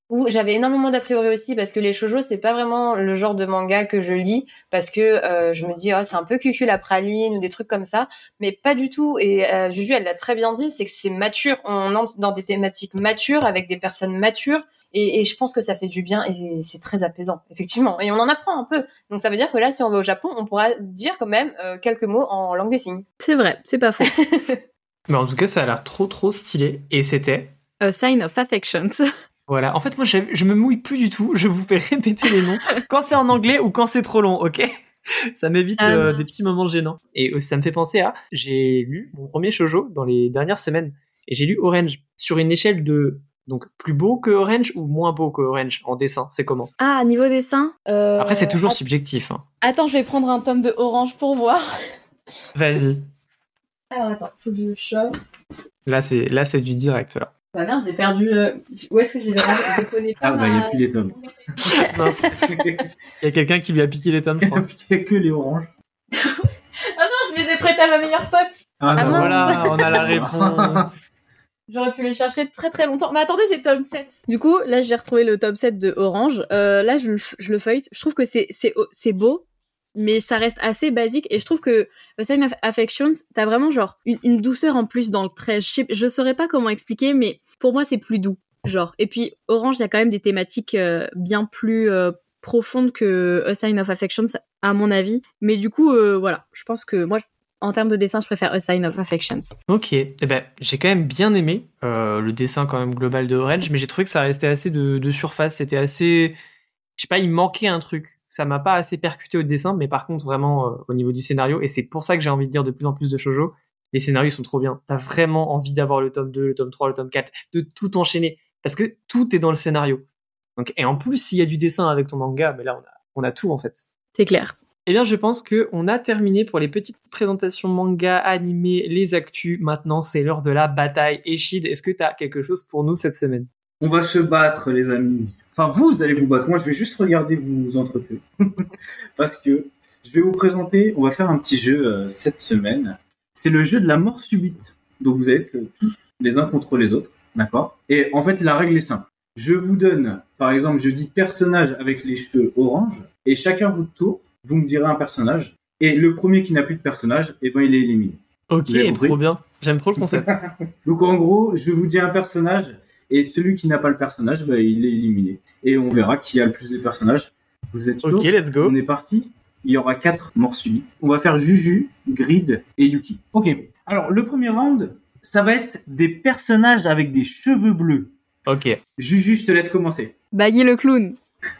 Speaker 3: où j'avais énormément d'a priori aussi parce que les shoujo, c'est pas vraiment le genre de manga que je lis parce que euh, je me dis oh, c'est un peu cucul la praline ou des trucs comme ça, mais pas du tout. Et euh, Juju, elle l'a très bien dit, c'est que c'est mature. On entre dans des thématiques matures avec des personnes matures. Et, et je pense que ça fait du bien et c'est- c'est très apaisant, effectivement. Et on en apprend un peu. Donc ça veut dire que là, si on va au Japon, on pourra dire quand même euh, quelques mots en langue des signes.
Speaker 4: C'est vrai, c'est pas faux.
Speaker 1: Mais Bah, en tout cas, ça a l'air trop trop stylé. Et c'était.
Speaker 4: A Euh, sign of affection.
Speaker 1: Voilà. En fait, moi, j'ai- je me mouille plus du tout. Je vous fais répéter les noms quand c'est en anglais ou quand c'est trop long, ok Ça m'évite
Speaker 4: Ah
Speaker 1: euh,
Speaker 4: non.
Speaker 1: des petits moments gênants. Et aussi, ça me fait penser à. J'ai lu mon premier shoujo dans les dernières semaines. Et j'ai lu Orange sur une échelle de. Donc, plus beau que Orange ou moins beau que Orange en dessin C'est comment
Speaker 4: Ah, niveau dessin. euh,
Speaker 1: Après, c'est toujours
Speaker 4: att-
Speaker 1: subjectif. hein.
Speaker 4: Attends, je vais prendre un tome de orange pour voir.
Speaker 1: Vas-y.
Speaker 4: Alors attends, faut que je chope.
Speaker 1: Là, c'est là, c'est du direct. Là.
Speaker 4: Bah merde, j'ai perdu. euh, Où est-ce que je les ai rangés Je connais pas.
Speaker 2: Ah bah, il n'y
Speaker 4: ma-
Speaker 2: a plus les tomes.
Speaker 1: Mince. Il y a quelqu'un qui lui a piqué les tomes, je crois.
Speaker 2: Il n'y a que les oranges.
Speaker 4: Ah non, je les ai prêtés à ma meilleure pote.
Speaker 2: Ah,
Speaker 3: mince.
Speaker 1: Voilà, on a la réponse.
Speaker 4: J'aurais pu les chercher très très longtemps. Mais attendez, j'ai le tome 7. Du coup, là, j'ai retrouvé le tome 7 de Orange. Euh, là, je le, f- je le feuillete. Je trouve que c'est c'est au- c'est beau, mais ça reste assez basique. Et je trouve que A Sign of Affections, t'as vraiment genre une, une douceur en plus dans le trait. Je, sais- je saurais pas comment expliquer, mais pour moi, c'est plus doux. Genre. Et puis, Orange, il y a quand même des thématiques euh, bien plus euh, profondes que A Sign of Affections, à mon avis. Mais du coup, euh, voilà. Je pense que moi, je- en termes de dessin, je préfère A Sign of Affections.
Speaker 1: Ok, eh ben, j'ai quand même bien aimé euh, le dessin quand même global de Orange, mais j'ai trouvé que ça restait assez de, de surface. C'était assez, je sais pas, il manquait un truc. Ça m'a pas assez percuté au dessin, mais par contre vraiment euh, au niveau du scénario, et c'est pour ça que j'ai envie de lire de plus en plus de shojo. Les scénarios sont trop bien. T'as vraiment envie d'avoir le tome 2, le tome 3, le tome 4, de tout enchaîner parce que tout est dans le scénario. Donc, et en plus, s'il y a du dessin avec ton manga, mais là on a, on a tout en fait.
Speaker 4: C'est clair.
Speaker 1: Eh bien, je pense que on a terminé pour les petites présentations manga, animés, les actus. Maintenant, c'est l'heure de la bataille. Eshid, est-ce que tu as quelque chose pour nous cette semaine
Speaker 2: On va se battre, les amis. Enfin, vous allez vous battre. Moi, je vais juste regarder vous entretuer. Parce que je vais vous présenter, on va faire un petit jeu euh, cette semaine. C'est le jeu de la mort subite. Donc, vous êtes euh, tous les uns contre les autres. D'accord Et en fait, la règle est simple. Je vous donne, par exemple, je dis personnage avec les cheveux orange. Et chacun votre tour, vous me direz un personnage. Et le premier qui n'a plus de personnage, eh ben, il est éliminé.
Speaker 1: Ok,
Speaker 2: J'ai compris.
Speaker 1: trop bien. J'aime trop le concept.
Speaker 2: Donc en gros, je vous dis un personnage et celui qui n'a pas le personnage, bah, il est éliminé. Et on verra qui a le plus de personnages. Vous êtes
Speaker 1: Ok,
Speaker 2: chaud
Speaker 1: let's go.
Speaker 2: On est parti. Il y aura quatre morts subis. On va faire Juju, Grid et Yuki. Ok. Alors, le premier round, ça va être des personnages avec des cheveux bleus.
Speaker 1: Ok.
Speaker 2: Juju, je te laisse commencer.
Speaker 4: Baggy le clown.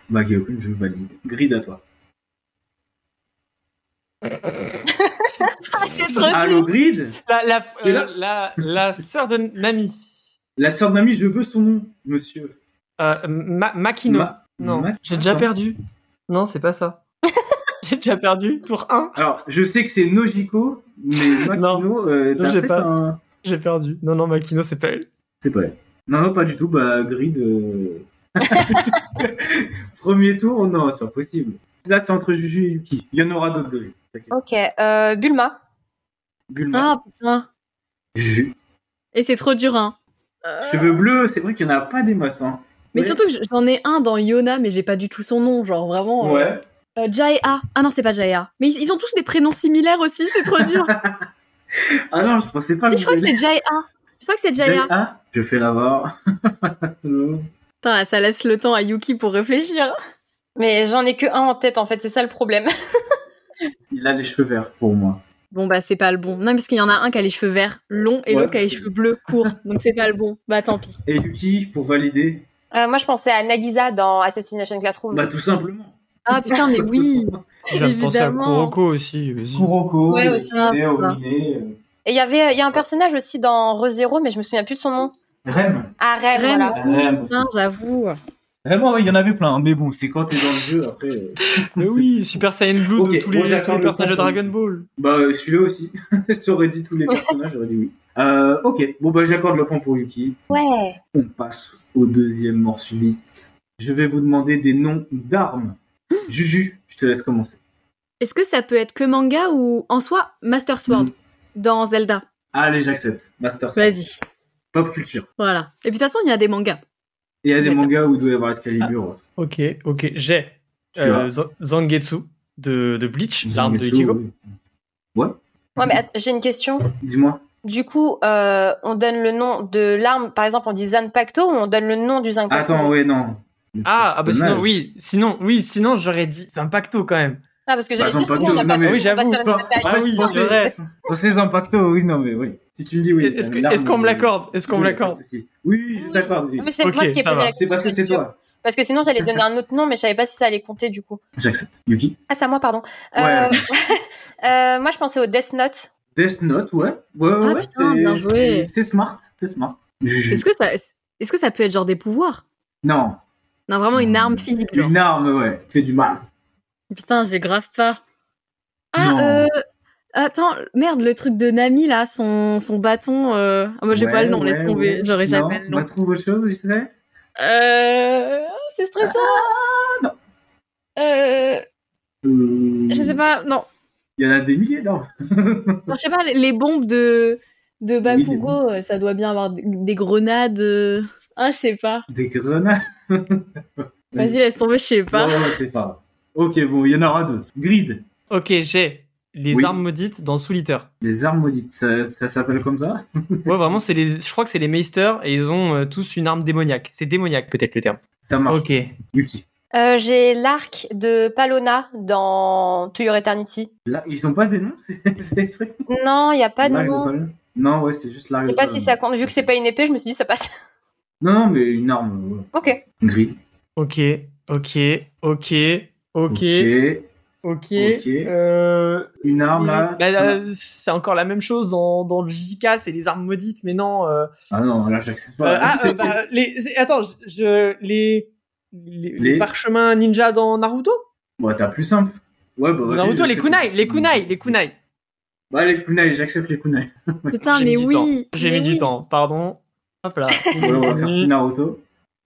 Speaker 2: Bah, Guillaume, je valide. Grid à toi.
Speaker 4: C'est trop
Speaker 2: Allô, Grid
Speaker 1: La, la,
Speaker 2: Et là-
Speaker 1: euh, la, la sœur de Nami.
Speaker 2: La sœur de Nami, je veux son nom, monsieur.
Speaker 1: Euh, Ma- Makino.
Speaker 2: Ma-
Speaker 1: non,
Speaker 2: Ma-
Speaker 1: j'ai déjà
Speaker 2: Attends.
Speaker 1: perdu. Non, c'est pas ça. j'ai déjà perdu. Tour 1,
Speaker 2: Alors, je sais que c'est Nojiko, mais Makino, euh,
Speaker 1: Non,
Speaker 2: t'as
Speaker 1: j'ai
Speaker 2: peut-être
Speaker 1: pas.
Speaker 2: un...
Speaker 1: j'ai perdu. Non, non, Makino, c'est pas elle.
Speaker 2: C'est pas elle. Non, non, pas du tout. Bah, Grid. euh, Premier tour, oh non, c'est impossible. Là, c'est entre Juju et Yuki. Il y en aura d'autres, Grid. T'inquiète.
Speaker 3: Ok, euh, Bulma.
Speaker 2: Bulma.
Speaker 4: Oh. Ah putain.
Speaker 2: Juju.
Speaker 4: Et c'est trop dur, hein.
Speaker 2: Cheveux bleus, c'est vrai qu'il n'y en a pas des masses. Hein.
Speaker 4: Mais
Speaker 2: Ouais.
Speaker 4: surtout que j'en ai un dans Yona, mais j'ai pas du tout son nom, genre vraiment. euh,
Speaker 2: Ouais.
Speaker 4: euh, Jaya. Ah non, c'est pas Jaya. Mais ils, ils ont tous des prénoms similaires aussi, c'est trop dur.
Speaker 2: Ah non, je pensais pas.
Speaker 4: si, je crois que
Speaker 2: vous
Speaker 4: c'est Jaya. Je crois que c'est
Speaker 2: alliez-
Speaker 4: Jaya.
Speaker 2: Ah, je fais l'avoir. Non.
Speaker 4: Putain, ça laisse le temps à Yuki pour réfléchir.
Speaker 3: Mais j'en ai que un en tête en fait, c'est ça le problème.
Speaker 2: Il a les cheveux verts pour moi.
Speaker 4: Bon, bah, c'est pas le bon. Non, parce qu'il y en a un qui a les cheveux verts longs et
Speaker 2: Ouais.
Speaker 4: l'autre qui a les cheveux bleus courts. Donc, c'est pas le bon. Bah, tant pis.
Speaker 2: Et Yuki, pour valider
Speaker 3: Euh, moi je pensais à Nagisa dans Assassination Classroom.
Speaker 2: Bah, tout simplement.
Speaker 4: Ah, putain, mais oui.
Speaker 1: J'ai pensé à
Speaker 4: Évidemment.
Speaker 1: Kuroko aussi. vas-y.
Speaker 2: Kuroko,
Speaker 5: Ouais,
Speaker 2: le
Speaker 5: aussi,
Speaker 2: lycée,
Speaker 4: ça.
Speaker 2: Ominé, euh,
Speaker 3: Et il y avait il y a un personnage aussi dans ReZero mais je me souviens plus de son nom.
Speaker 2: Rem.
Speaker 3: Ah Ren,
Speaker 4: Ren.
Speaker 3: voilà.
Speaker 2: Rem aussi.
Speaker 4: Putain, j'avoue.
Speaker 2: Vraiment, ouais, il y en avait plein, hein. mais bon, c'est quand t'es dans le jeu après. euh,
Speaker 1: Mais oui, Super Saiyan Blue
Speaker 2: Ok,
Speaker 1: de tous
Speaker 2: bon,
Speaker 1: les, tous
Speaker 2: j'attends
Speaker 1: les
Speaker 2: le
Speaker 1: personnages de
Speaker 2: temps.
Speaker 1: Dragon Ball.
Speaker 2: Bah, euh, celui-là aussi. Si t'aurais dit tous les personnages, j'aurais dit oui. Euh, ok, bon, bah, j'accorde le point pour Yuki.
Speaker 3: Ouais.
Speaker 2: On passe au deuxième mort subite. Je vais vous demander des noms d'armes. Juju, je te laisse commencer.
Speaker 4: Est-ce que ça peut être que manga ou en soi Master Sword
Speaker 2: Mm.
Speaker 4: dans Zelda
Speaker 2: Allez, j'accepte. Master Sword.
Speaker 4: Vas-y.
Speaker 2: Pop culture.
Speaker 4: Voilà. Et puis, de toute façon, il y a des mangas.
Speaker 2: Et il y a des
Speaker 4: J'adore.
Speaker 2: mangas où il doit y avoir Excalibur.
Speaker 1: Ok, ok, j'ai
Speaker 2: Tu
Speaker 1: euh, Zan- Zangetsu de, de Bleach, Ah, l'arme de
Speaker 2: Zangetsu,
Speaker 1: Ikigo.
Speaker 2: oui.
Speaker 3: Ouais mais att- j'ai une question.
Speaker 2: Dis-moi.
Speaker 3: Du coup, euh, on donne le nom de l'arme, par exemple, on dit Zanpacto ou on donne le nom du Zanpacto
Speaker 2: Attends, ouais, non. Le
Speaker 1: Ah, ah bah sinon,
Speaker 2: personnage.
Speaker 1: oui, sinon, oui, sinon j'aurais dit Zanpacto quand même.
Speaker 3: Ah, parce que j'allais
Speaker 2: Bah,
Speaker 3: dire sinon
Speaker 2: Zanpacto,
Speaker 3: on n'a
Speaker 2: non,
Speaker 3: pas
Speaker 2: mais-
Speaker 3: on
Speaker 1: Oui,
Speaker 3: va
Speaker 1: j'avoue,
Speaker 3: se faire une
Speaker 2: pas-
Speaker 3: bataille.
Speaker 2: Ah oui,
Speaker 1: c'est vrai.
Speaker 2: Pensez Impacto, Oh, oui, non, mais oui. Si tu me dis oui.
Speaker 1: Est-ce que-
Speaker 2: l'arme,
Speaker 1: est-ce qu'on me
Speaker 2: oui.
Speaker 1: l'accorde Est-ce qu'on me
Speaker 2: Oui,
Speaker 1: l'accorde
Speaker 2: pas de souci. Oui, je
Speaker 3: Oui.
Speaker 2: t'accorde. oui.
Speaker 3: Ah, Mais c'est
Speaker 1: Ok,
Speaker 3: moi ce qui ai
Speaker 1: ça
Speaker 3: posé
Speaker 1: va.
Speaker 3: la question.
Speaker 2: C'est parce que c'est toi.
Speaker 3: Parce que sinon j'allais donner un autre nom, mais je savais pas si ça allait compter du coup.
Speaker 2: J'accepte. Yuki.
Speaker 3: Ah, c'est à moi, pardon.
Speaker 2: Ouais.
Speaker 3: Euh, euh, moi je pensais au Death Note.
Speaker 2: Death Note, ouais. Ouais, ouais,
Speaker 4: Ah,
Speaker 2: ouais,
Speaker 4: putain,
Speaker 2: c'est-
Speaker 4: bien joué.
Speaker 2: c'est- C'est smart. C'est smart.
Speaker 4: Est-ce que ça, est-ce que ça peut être genre des pouvoirs
Speaker 2: Non.
Speaker 4: Non, vraiment une arme physique. Genre.
Speaker 2: Une arme, ouais. Fait du mal.
Speaker 4: Putain, je vais grave pas. Ah,
Speaker 2: Non.
Speaker 4: euh. Attends, merde, le truc de Nami là, son, son bâton. euh, Ah, moi j'ai
Speaker 2: Ouais,
Speaker 4: pas le nom,
Speaker 2: ouais,
Speaker 4: laisse tomber,
Speaker 2: ouais.
Speaker 4: j'aurais jamais
Speaker 2: Non,
Speaker 4: le nom.
Speaker 2: On va trouver autre chose, je sais.
Speaker 4: Euh. C'est stressant Euh. Je sais pas, non.
Speaker 2: Euh, Il y en a des milliers d'armes.
Speaker 4: Non, je sais pas, les- les bombes de, de Bakugo, euh, ça doit bien avoir des- des grenades. euh, Ah, je sais pas.
Speaker 2: Des grenades.
Speaker 4: Vas-y, laisse tomber, je sais pas.
Speaker 2: Ouais, ouais, c'est pas grave. Ok, bon, il y en aura d'autres. Grid.
Speaker 1: Ok, j'ai les
Speaker 2: Oui.
Speaker 1: armes maudites dans Soul Eater.
Speaker 2: Les armes maudites, ça, ça s'appelle comme ça
Speaker 1: Ouais, vraiment, c'est les, je crois que c'est les Meisters et ils ont euh, tous une arme démoniaque. C'est démoniaque peut-être le terme.
Speaker 2: Ça marche.
Speaker 1: Ok.
Speaker 2: Yuki.
Speaker 3: Euh, J'ai l'arc de Palona dans To Your Eternity.
Speaker 2: Là, ils ont pas des noms, c'est c'est des trucs.
Speaker 3: Non, il y a pas de
Speaker 2: Larry
Speaker 3: nom.
Speaker 2: Gopal. Non, ouais, c'est juste la
Speaker 3: Je sais pas si ça compte. Vu que c'est pas une épée, je me suis dit ça passe.
Speaker 2: Non, non, mais une arme. ouais.
Speaker 3: Ok.
Speaker 2: Grid.
Speaker 1: Ok, ok, ok, ok, ok.
Speaker 2: Ok.
Speaker 1: Euh,
Speaker 2: Une arme là.
Speaker 1: bah, euh, c'est encore la même chose dans, dans le JK, c'est les armes maudites, mais non. euh,
Speaker 2: Ah non, là, j'accepte pas.
Speaker 1: euh, ah, euh, bah, les, c'est- attends, je, je- les, les, les
Speaker 2: Les-
Speaker 1: parchemins ninja dans Naruto
Speaker 2: Bon, bah, t'as plus simple. Ouais, bah. vas-y,
Speaker 1: euh. Naruto, les
Speaker 2: j'accepte.
Speaker 1: kunai, les kunai, les kunai.
Speaker 2: Bah, les kunai, j'accepte les kunai.
Speaker 4: Putain,
Speaker 1: J'ai
Speaker 4: mais
Speaker 1: mis du temps.
Speaker 4: oui.
Speaker 1: J'ai
Speaker 4: mais
Speaker 1: mis du
Speaker 4: oui.
Speaker 1: temps, pardon. Hop là.
Speaker 2: Ouais, on va faire plus Naruto.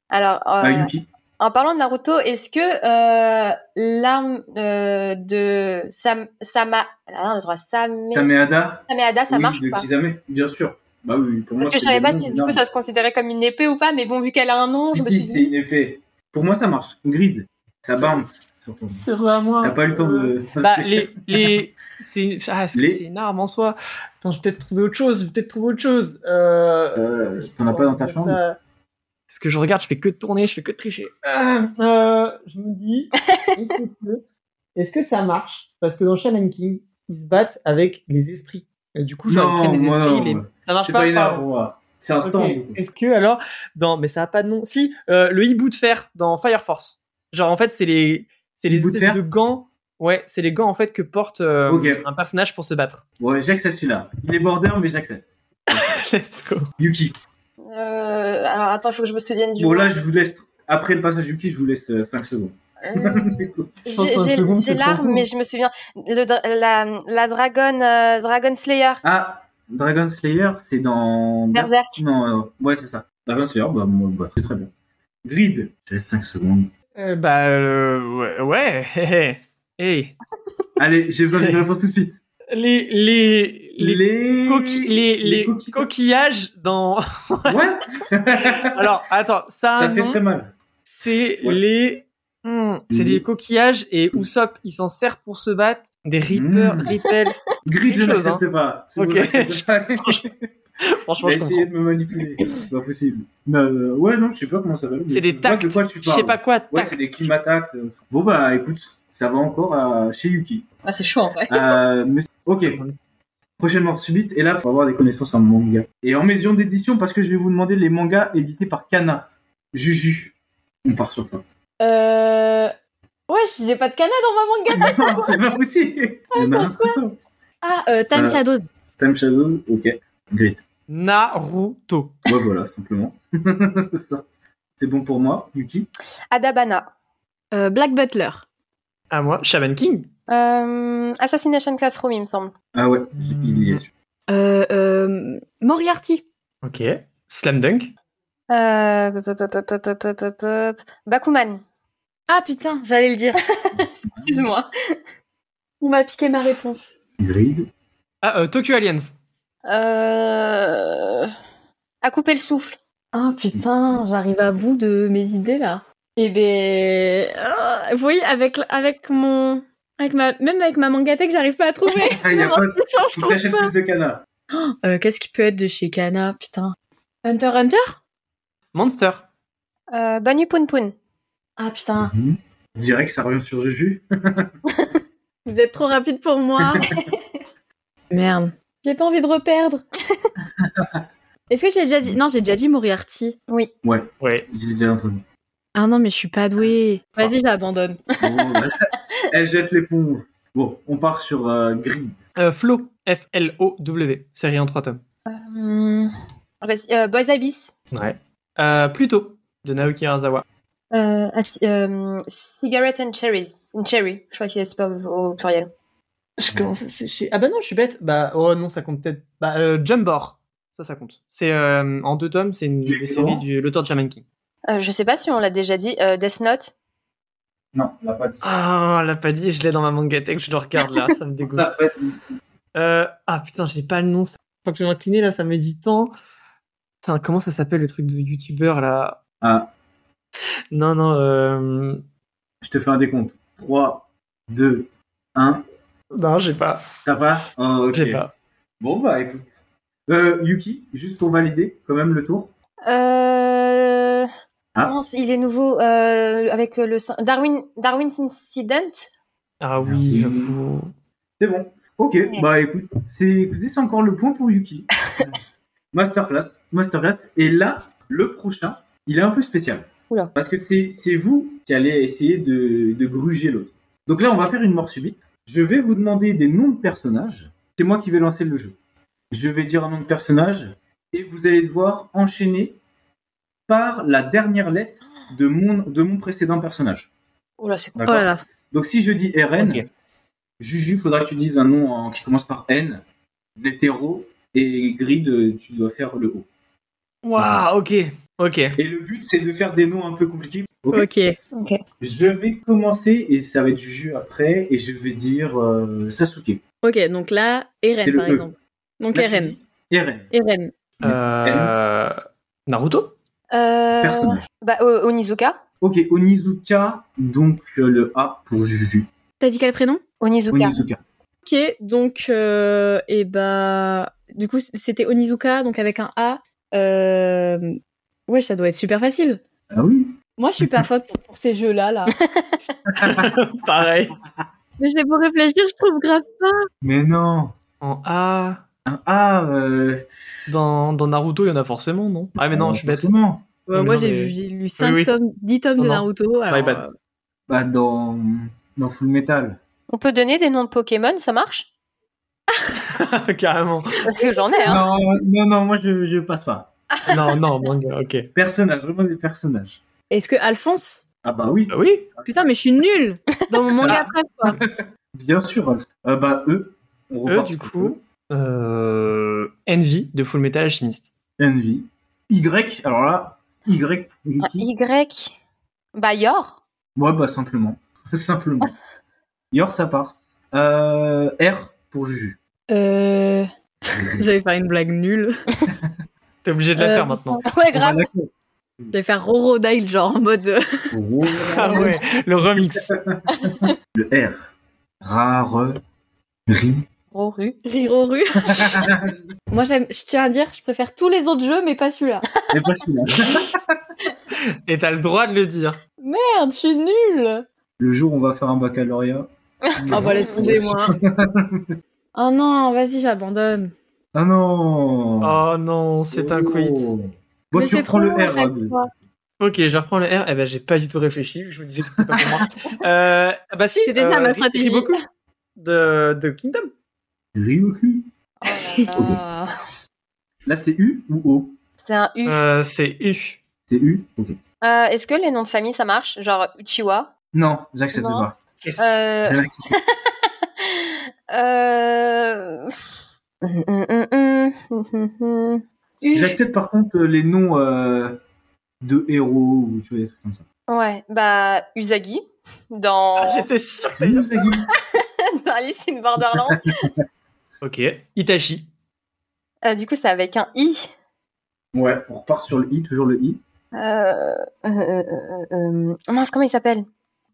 Speaker 3: Alors, euh,
Speaker 2: Ah, Yuki.
Speaker 3: en parlant de Naruto, est-ce que euh, l'arme euh, de Sam, Sama, ah, non, je crois Same-
Speaker 2: Tameada.
Speaker 3: Sameada, ça
Speaker 2: oui,
Speaker 3: marche
Speaker 2: de
Speaker 3: ou pas
Speaker 2: Kisame, bien sûr. Bah oui, pour moi.
Speaker 3: Parce que je
Speaker 2: c'est
Speaker 3: savais
Speaker 2: des
Speaker 3: pas
Speaker 2: noms,
Speaker 3: si
Speaker 2: des
Speaker 3: du coup
Speaker 2: armes.
Speaker 3: ça se considérait comme une épée ou pas, mais bon, vu qu'elle a un nom, je me suis
Speaker 2: Si, c'est
Speaker 3: dit.
Speaker 2: une épée. Pour moi, ça marche. Grid. Ça bounce. surtout.
Speaker 1: C'est vraiment.
Speaker 2: T'as pas eu le temps de.
Speaker 1: Bah, les. les... C'est ah, est-ce que
Speaker 2: Les-
Speaker 1: c'est une arme en soi Attends, je vais peut-être trouver autre chose, je vais peut-être trouver autre chose. Euh...
Speaker 2: Euh, T'en as pas dans ta
Speaker 1: Ça-
Speaker 2: chambre
Speaker 1: Est-ce Parce que je regarde, je fais que tourner, je fais que tricher. Ah, euh, je me dis, est-ce que- est-ce que ça marche Parce que dans Shaman King, ils se battent avec les esprits. Et du coup, j'aurais
Speaker 2: Non,
Speaker 1: pris les
Speaker 2: moi,
Speaker 1: esprits.
Speaker 2: non,
Speaker 1: les-
Speaker 2: ouais.
Speaker 1: Ça marche
Speaker 2: C'est
Speaker 1: pas.
Speaker 2: pas
Speaker 1: pardon.
Speaker 2: énorme. C'est un
Speaker 1: Ok.
Speaker 2: stand.
Speaker 1: Est-ce que alors dans mais ça a pas de nom. Si euh, le hibou de fer dans Fire Force. Genre en fait c'est les c'est les
Speaker 2: Hibou de
Speaker 1: espèces
Speaker 2: fer
Speaker 1: de gants. Ouais, c'est les gants en fait que porte euh,
Speaker 2: Ok.
Speaker 1: un personnage pour se battre.
Speaker 2: Ouais, j'accepte celui-là. Il est border, mais j'accepte.
Speaker 1: Let's go.
Speaker 2: Yuki.
Speaker 3: Euh, alors attends, il faut que je me souvienne du.
Speaker 2: Bon,
Speaker 3: nom.
Speaker 2: là, je vous laisse. Après le passage Yuki, je vous laisse 5 secondes.
Speaker 3: Euh,
Speaker 1: pense
Speaker 3: J'ai
Speaker 1: en
Speaker 3: j'ai-
Speaker 1: seconde,
Speaker 3: j'ai
Speaker 1: c'est trop
Speaker 3: l'arme,
Speaker 1: court.
Speaker 3: mais je me souviens. Le dra- la, la Dragon, euh, Dragon Slayer,
Speaker 2: ah, Dragon Slayer, c'est dans.
Speaker 3: Berserk.
Speaker 2: Non, euh, ouais, c'est ça. Dragon Slayer, bah, moi, bah, très très bien. Grid. Je laisse 5 secondes.
Speaker 1: Euh, bah euh, ouais. ouais. hé, hé. Hey.
Speaker 2: Allez, j'ai besoin d'une réponse tout de suite.
Speaker 1: Les les les
Speaker 2: les...
Speaker 1: coqui- les, les
Speaker 2: coquilles-
Speaker 1: coquillages dans
Speaker 2: Ouais
Speaker 1: alors attends ça a
Speaker 2: Ça
Speaker 1: un
Speaker 2: fait
Speaker 1: nom.
Speaker 2: très mal.
Speaker 1: c'est
Speaker 2: Ouais.
Speaker 1: les Hmm, c'est
Speaker 2: Mm.
Speaker 1: des coquillages et Usopp il s'en sert pour se battre des Reapers,
Speaker 2: Mm.
Speaker 1: Ripples
Speaker 2: Grid, je
Speaker 1: Quelque chose, hein.
Speaker 2: n'accepte pas. C'est
Speaker 1: Ok.
Speaker 2: bon, j'accepte pas.
Speaker 1: franchement je
Speaker 2: Il a
Speaker 1: comprends
Speaker 2: essayé de me manipuler. C'est pas possible. Non, euh, ouais, non, je sais pas comment ça va. mais
Speaker 1: C'est des
Speaker 2: je vois
Speaker 1: tacts.
Speaker 2: De quoi tu
Speaker 1: Je sais
Speaker 2: parles.
Speaker 1: pas quoi,
Speaker 2: Ouais,
Speaker 1: tact.
Speaker 2: c'est des climatacts. Bon, bah, écoute, ça va encore à- chez Yuki.
Speaker 5: Ah, c'est chaud en vrai.
Speaker 2: Euh, mais- Ok. Prochaine mort subite. Et là, faut avoir des connaissances en manga. Et en maison d'édition, parce que je vais vous demander les mangas édités par Kana. Juju. On part sur toi.
Speaker 4: Euh... Ouais, j'ai pas de cana dans ma manga.
Speaker 2: Non, c'est pas possible. Il y en a un très simple.
Speaker 4: Ah, euh, Time
Speaker 2: Euh.
Speaker 4: Shadows.
Speaker 2: Time Shadows, ok. Great.
Speaker 1: Naruto.
Speaker 2: Ouais, voilà, simplement. C'est ça. C'est bon pour moi, Yuki.
Speaker 3: Adabana,
Speaker 4: Euh, Black Butler.
Speaker 1: À moi, Shaman King.
Speaker 3: euh, Assassination Classroom, il me semble.
Speaker 2: Ah ouais, j- il y est.
Speaker 4: Euh, euh, Moriarty.
Speaker 1: Ok. Slam Dunk.
Speaker 3: Euh, pop, pop, pop, pop, pop, pop, pop. Bakuman.
Speaker 4: Ah putain, j'allais le dire.
Speaker 3: Excuse-moi.
Speaker 4: On m'a piqué ma réponse.
Speaker 2: Grid.
Speaker 1: Ah, euh, Tokyo Aliens.
Speaker 3: Euh, À couper le souffle.
Speaker 4: Ah putain, j'arrive à bout de mes idées là. Eh ben, ah, vous voyez, avec avec mon, avec ma, même avec ma mangatech, j'arrive pas à trouver.
Speaker 2: Ah, il y a
Speaker 4: Même en
Speaker 2: pas.
Speaker 4: touchant,
Speaker 2: Faut que
Speaker 4: je trouve
Speaker 2: t'achètes
Speaker 4: pas.
Speaker 2: plus de Kana.
Speaker 4: Euh, Qu'est-ce qui peut être de chez Kana, putain. Hunter x Hunter.
Speaker 1: Monster.
Speaker 3: Euh, Banu Pounpoun.
Speaker 4: Ah putain,
Speaker 2: Mhm. On dirait que ça revient sur Juju.
Speaker 4: vous êtes trop rapide pour moi. Merde. J'ai pas envie de reperdre. Est-ce que j'ai déjà dit Non, j'ai déjà dit Moriarty.
Speaker 1: Ouais.
Speaker 2: J'ai déjà entendu.
Speaker 4: Ah non, mais je suis pas douée. Vas-y, j'abandonne.
Speaker 2: Bon, ouais. Elle jette l'éponge. Bon, on part sur euh, Grid.
Speaker 1: Euh, Flo. F-L-O-W. Série en 3 tomes.
Speaker 3: Hum, vas-y, euh, Boys Abyss.
Speaker 1: Ouais. Euh, Pluto. De Naoki Urasawa.
Speaker 3: Euh, ah, si- euh, Cigarette and Cherries. And Cherry. Je crois que c'est pas au au pluriel.
Speaker 1: Je commence à sécher. Ah bah non, je suis bête. Bah, oh non, ça compte peut-être. Bah, euh, Jumbor. Ça, ça compte. C'est euh, en deux tomes, c'est une
Speaker 2: Tu
Speaker 1: des
Speaker 2: es
Speaker 1: séries
Speaker 2: comment
Speaker 1: de l'auteur de Shaman King.
Speaker 3: Euh, je sais pas si on l'a déjà dit. euh, Death Note.
Speaker 2: Non, on l'a pas dit.
Speaker 1: Ah, on l'a pas dit, je l'ai dans ma mangatech, je le regarde là, ça me
Speaker 2: On
Speaker 1: dégoûte.
Speaker 2: l'a pas dit.
Speaker 1: Euh, ah putain, j'ai pas le nom. ça. Faut que je m'incline là, ça met du temps. Putain, comment ça s'appelle le truc de youtubeur là
Speaker 2: Ah.
Speaker 1: Non, non, euh...
Speaker 2: Je te fais un décompte. 3, 2, 1.
Speaker 1: Non, j'ai pas.
Speaker 2: T'as pas Oh, ok.
Speaker 1: J'ai pas.
Speaker 2: Bon, bah écoute. Euh, Yuki, juste pour valider quand même le tour.
Speaker 3: Euh...
Speaker 2: Ah.
Speaker 3: non, c'est- il est nouveau euh, avec le syn- Darwin Darwin's Incident.
Speaker 1: Ah oui,
Speaker 2: Merci.
Speaker 1: j'avoue.
Speaker 2: C'est bon. Ok, bah écoute, c'est écoutez, c'est encore le point pour Yuki. masterclass, masterclass. Et là, le prochain, il est un peu spécial.
Speaker 3: Oula.
Speaker 2: Parce que c'est c'est vous qui allez essayer de, de gruger l'autre. Donc là, on va faire une mort subite. Je vais vous demander des noms de personnages. C'est moi qui vais lancer le jeu. Je vais dire un nom de personnage et vous allez devoir enchaîner par la dernière lettre de mon, de mon précédent personnage.
Speaker 3: Oh là, c'est
Speaker 4: Oh
Speaker 2: D'accord
Speaker 4: là là.
Speaker 2: donc si je dis RN,
Speaker 1: Ok.
Speaker 2: Juju, faudra que tu dises un nom en- qui commence par N, l'hétéro, et Grid, euh, tu dois faire le O.
Speaker 1: Waouh, ok, ok.
Speaker 2: Et le but, c'est de faire des noms un peu compliqués. Ok.
Speaker 4: Ok.
Speaker 2: Je vais commencer, et ça va être Juju après, et je vais dire euh, Sasuke.
Speaker 4: Ok, donc là,
Speaker 2: C'est
Speaker 4: Eren
Speaker 2: le
Speaker 4: par
Speaker 2: E.
Speaker 4: exemple. Donc
Speaker 2: Là, tu
Speaker 4: Eren.
Speaker 2: dis Eren,
Speaker 4: Eren.
Speaker 1: Euh... Naruto
Speaker 3: Euh,
Speaker 2: personnage.
Speaker 3: bah, O- Onizuka.
Speaker 2: Ok, Onizuka, donc euh, le A pour Juju.
Speaker 4: T'as dit quel prénom
Speaker 3: Onizuka.
Speaker 2: Onizuka.
Speaker 4: Ok, donc, euh, et bah. Du coup, c'était Onizuka, donc avec un A. Euh, Ouais, ça doit être super facile.
Speaker 2: Ah oui.
Speaker 4: Moi, je suis pas faute pour, pour ces jeux-là, là.
Speaker 1: Pareil.
Speaker 4: Mais j'ai beau réfléchir, je trouve grave pas.
Speaker 2: Mais non.
Speaker 1: En A,
Speaker 2: Un A. euh,
Speaker 1: dans, dans Naruto, il y en a forcément, non Ah, mais non,
Speaker 2: euh,
Speaker 1: je suis bête.
Speaker 2: forcément.
Speaker 4: Ouais,
Speaker 1: Mais
Speaker 4: moi,
Speaker 1: non,
Speaker 4: j'ai
Speaker 1: mais-
Speaker 4: j'ai lu 5
Speaker 1: oui.
Speaker 4: tomes, 10 tomes
Speaker 1: Non,
Speaker 4: de
Speaker 1: non.
Speaker 4: Naruto. Alors,
Speaker 1: bad.
Speaker 4: euh,
Speaker 2: Bah dans dans Full Metal.
Speaker 3: On peut donner des noms de Pokémon, ça marche
Speaker 1: Carrément.
Speaker 3: Parce que j'en ai, hein.
Speaker 2: Non, non, non, moi je, je passe pas.
Speaker 1: Non, non, manga, ok.
Speaker 2: Personnage, vraiment des personnages.
Speaker 4: Est-ce que Alphonse
Speaker 2: Ah bah oui,
Speaker 1: Bah oui,
Speaker 4: Putain, mais je suis nulle dans mon manga après, quoi.
Speaker 2: bien sûr. Alf. Euh, bah eux, on
Speaker 1: eux,
Speaker 2: repart
Speaker 1: du
Speaker 2: sur E.
Speaker 1: coup. Euh, Envy de Full Metal Alchemist.
Speaker 2: eux. Envy. Y, alors là, Y. pour
Speaker 1: Ah.
Speaker 3: Un
Speaker 4: Ah,
Speaker 2: Yuki.
Speaker 3: Y. Bah, Yor.
Speaker 2: Ouais, bah simplement. simplement. Yor, ça part. Euh, R pour Juju.
Speaker 4: Euh... J'allais faire une blague nulle.
Speaker 1: T'es obligé de la
Speaker 4: Euh,
Speaker 1: faire maintenant.
Speaker 3: Ouais,
Speaker 2: On va
Speaker 3: grave.
Speaker 2: la-
Speaker 4: J'allais faire Rorodail, genre en mode... euh,
Speaker 2: Oh.
Speaker 1: Ah ouais, le remix.
Speaker 2: Le R. Rare. Ri.
Speaker 3: Roru.
Speaker 4: Riroru. Moi, j'aime- je tiens à dire, je préfère tous les autres jeux, mais pas celui-là.
Speaker 2: C'est pas celui-là.
Speaker 1: Et t'as le droit de le dire.
Speaker 4: Merde, je suis nulle
Speaker 2: Le jour où on va faire un baccalauréat.
Speaker 4: Oh bah laisse tomber, moi. Oh non, vas-y, j'abandonne.
Speaker 2: Ah non.
Speaker 1: Oh non, c'est un quiz.
Speaker 2: Oh. Bon,
Speaker 4: mais
Speaker 2: tu
Speaker 4: c'est trop
Speaker 2: reprends le
Speaker 4: long à
Speaker 2: R.
Speaker 4: chaque
Speaker 2: hein,
Speaker 4: fois.
Speaker 1: Ok, je reprends le R. Eh ben, j'ai pas du tout réfléchi. Je vous disais que c'était pas pour moi. Euh, ah bah si.
Speaker 4: C'était ça, ma
Speaker 1: Ri-
Speaker 4: stratégie.
Speaker 1: Riboku de, de Kingdom.
Speaker 2: mais- Ryoku.
Speaker 3: Oh là là.
Speaker 2: Là, c'est U ou O
Speaker 3: C'est un U.
Speaker 1: Euh, c'est U.
Speaker 2: C'est U Ok.
Speaker 3: Euh, Est-ce que les noms de famille, ça marche Genre Uchiwa
Speaker 2: Non, j'accepte
Speaker 3: Non.
Speaker 2: pas.
Speaker 3: euh,
Speaker 2: J'accepte pas.
Speaker 3: euh... hum, hum, hum, hum, hum, hum. U.
Speaker 2: J'accepte par contre euh, les noms euh, de héros ou tu vois des trucs comme ça.
Speaker 3: Ouais, bah Usagi dans,
Speaker 1: Ah, J'étais sûr. que t'allais dire ça.
Speaker 2: Usagi.
Speaker 3: dans Alice in Borderland.
Speaker 1: Ok. Itachi.
Speaker 3: Euh, du coup, c'est avec un I.
Speaker 2: Ouais, on repart sur le I, toujours le I.
Speaker 3: Euh, euh, euh, euh, euh, mince, comment il s'appelle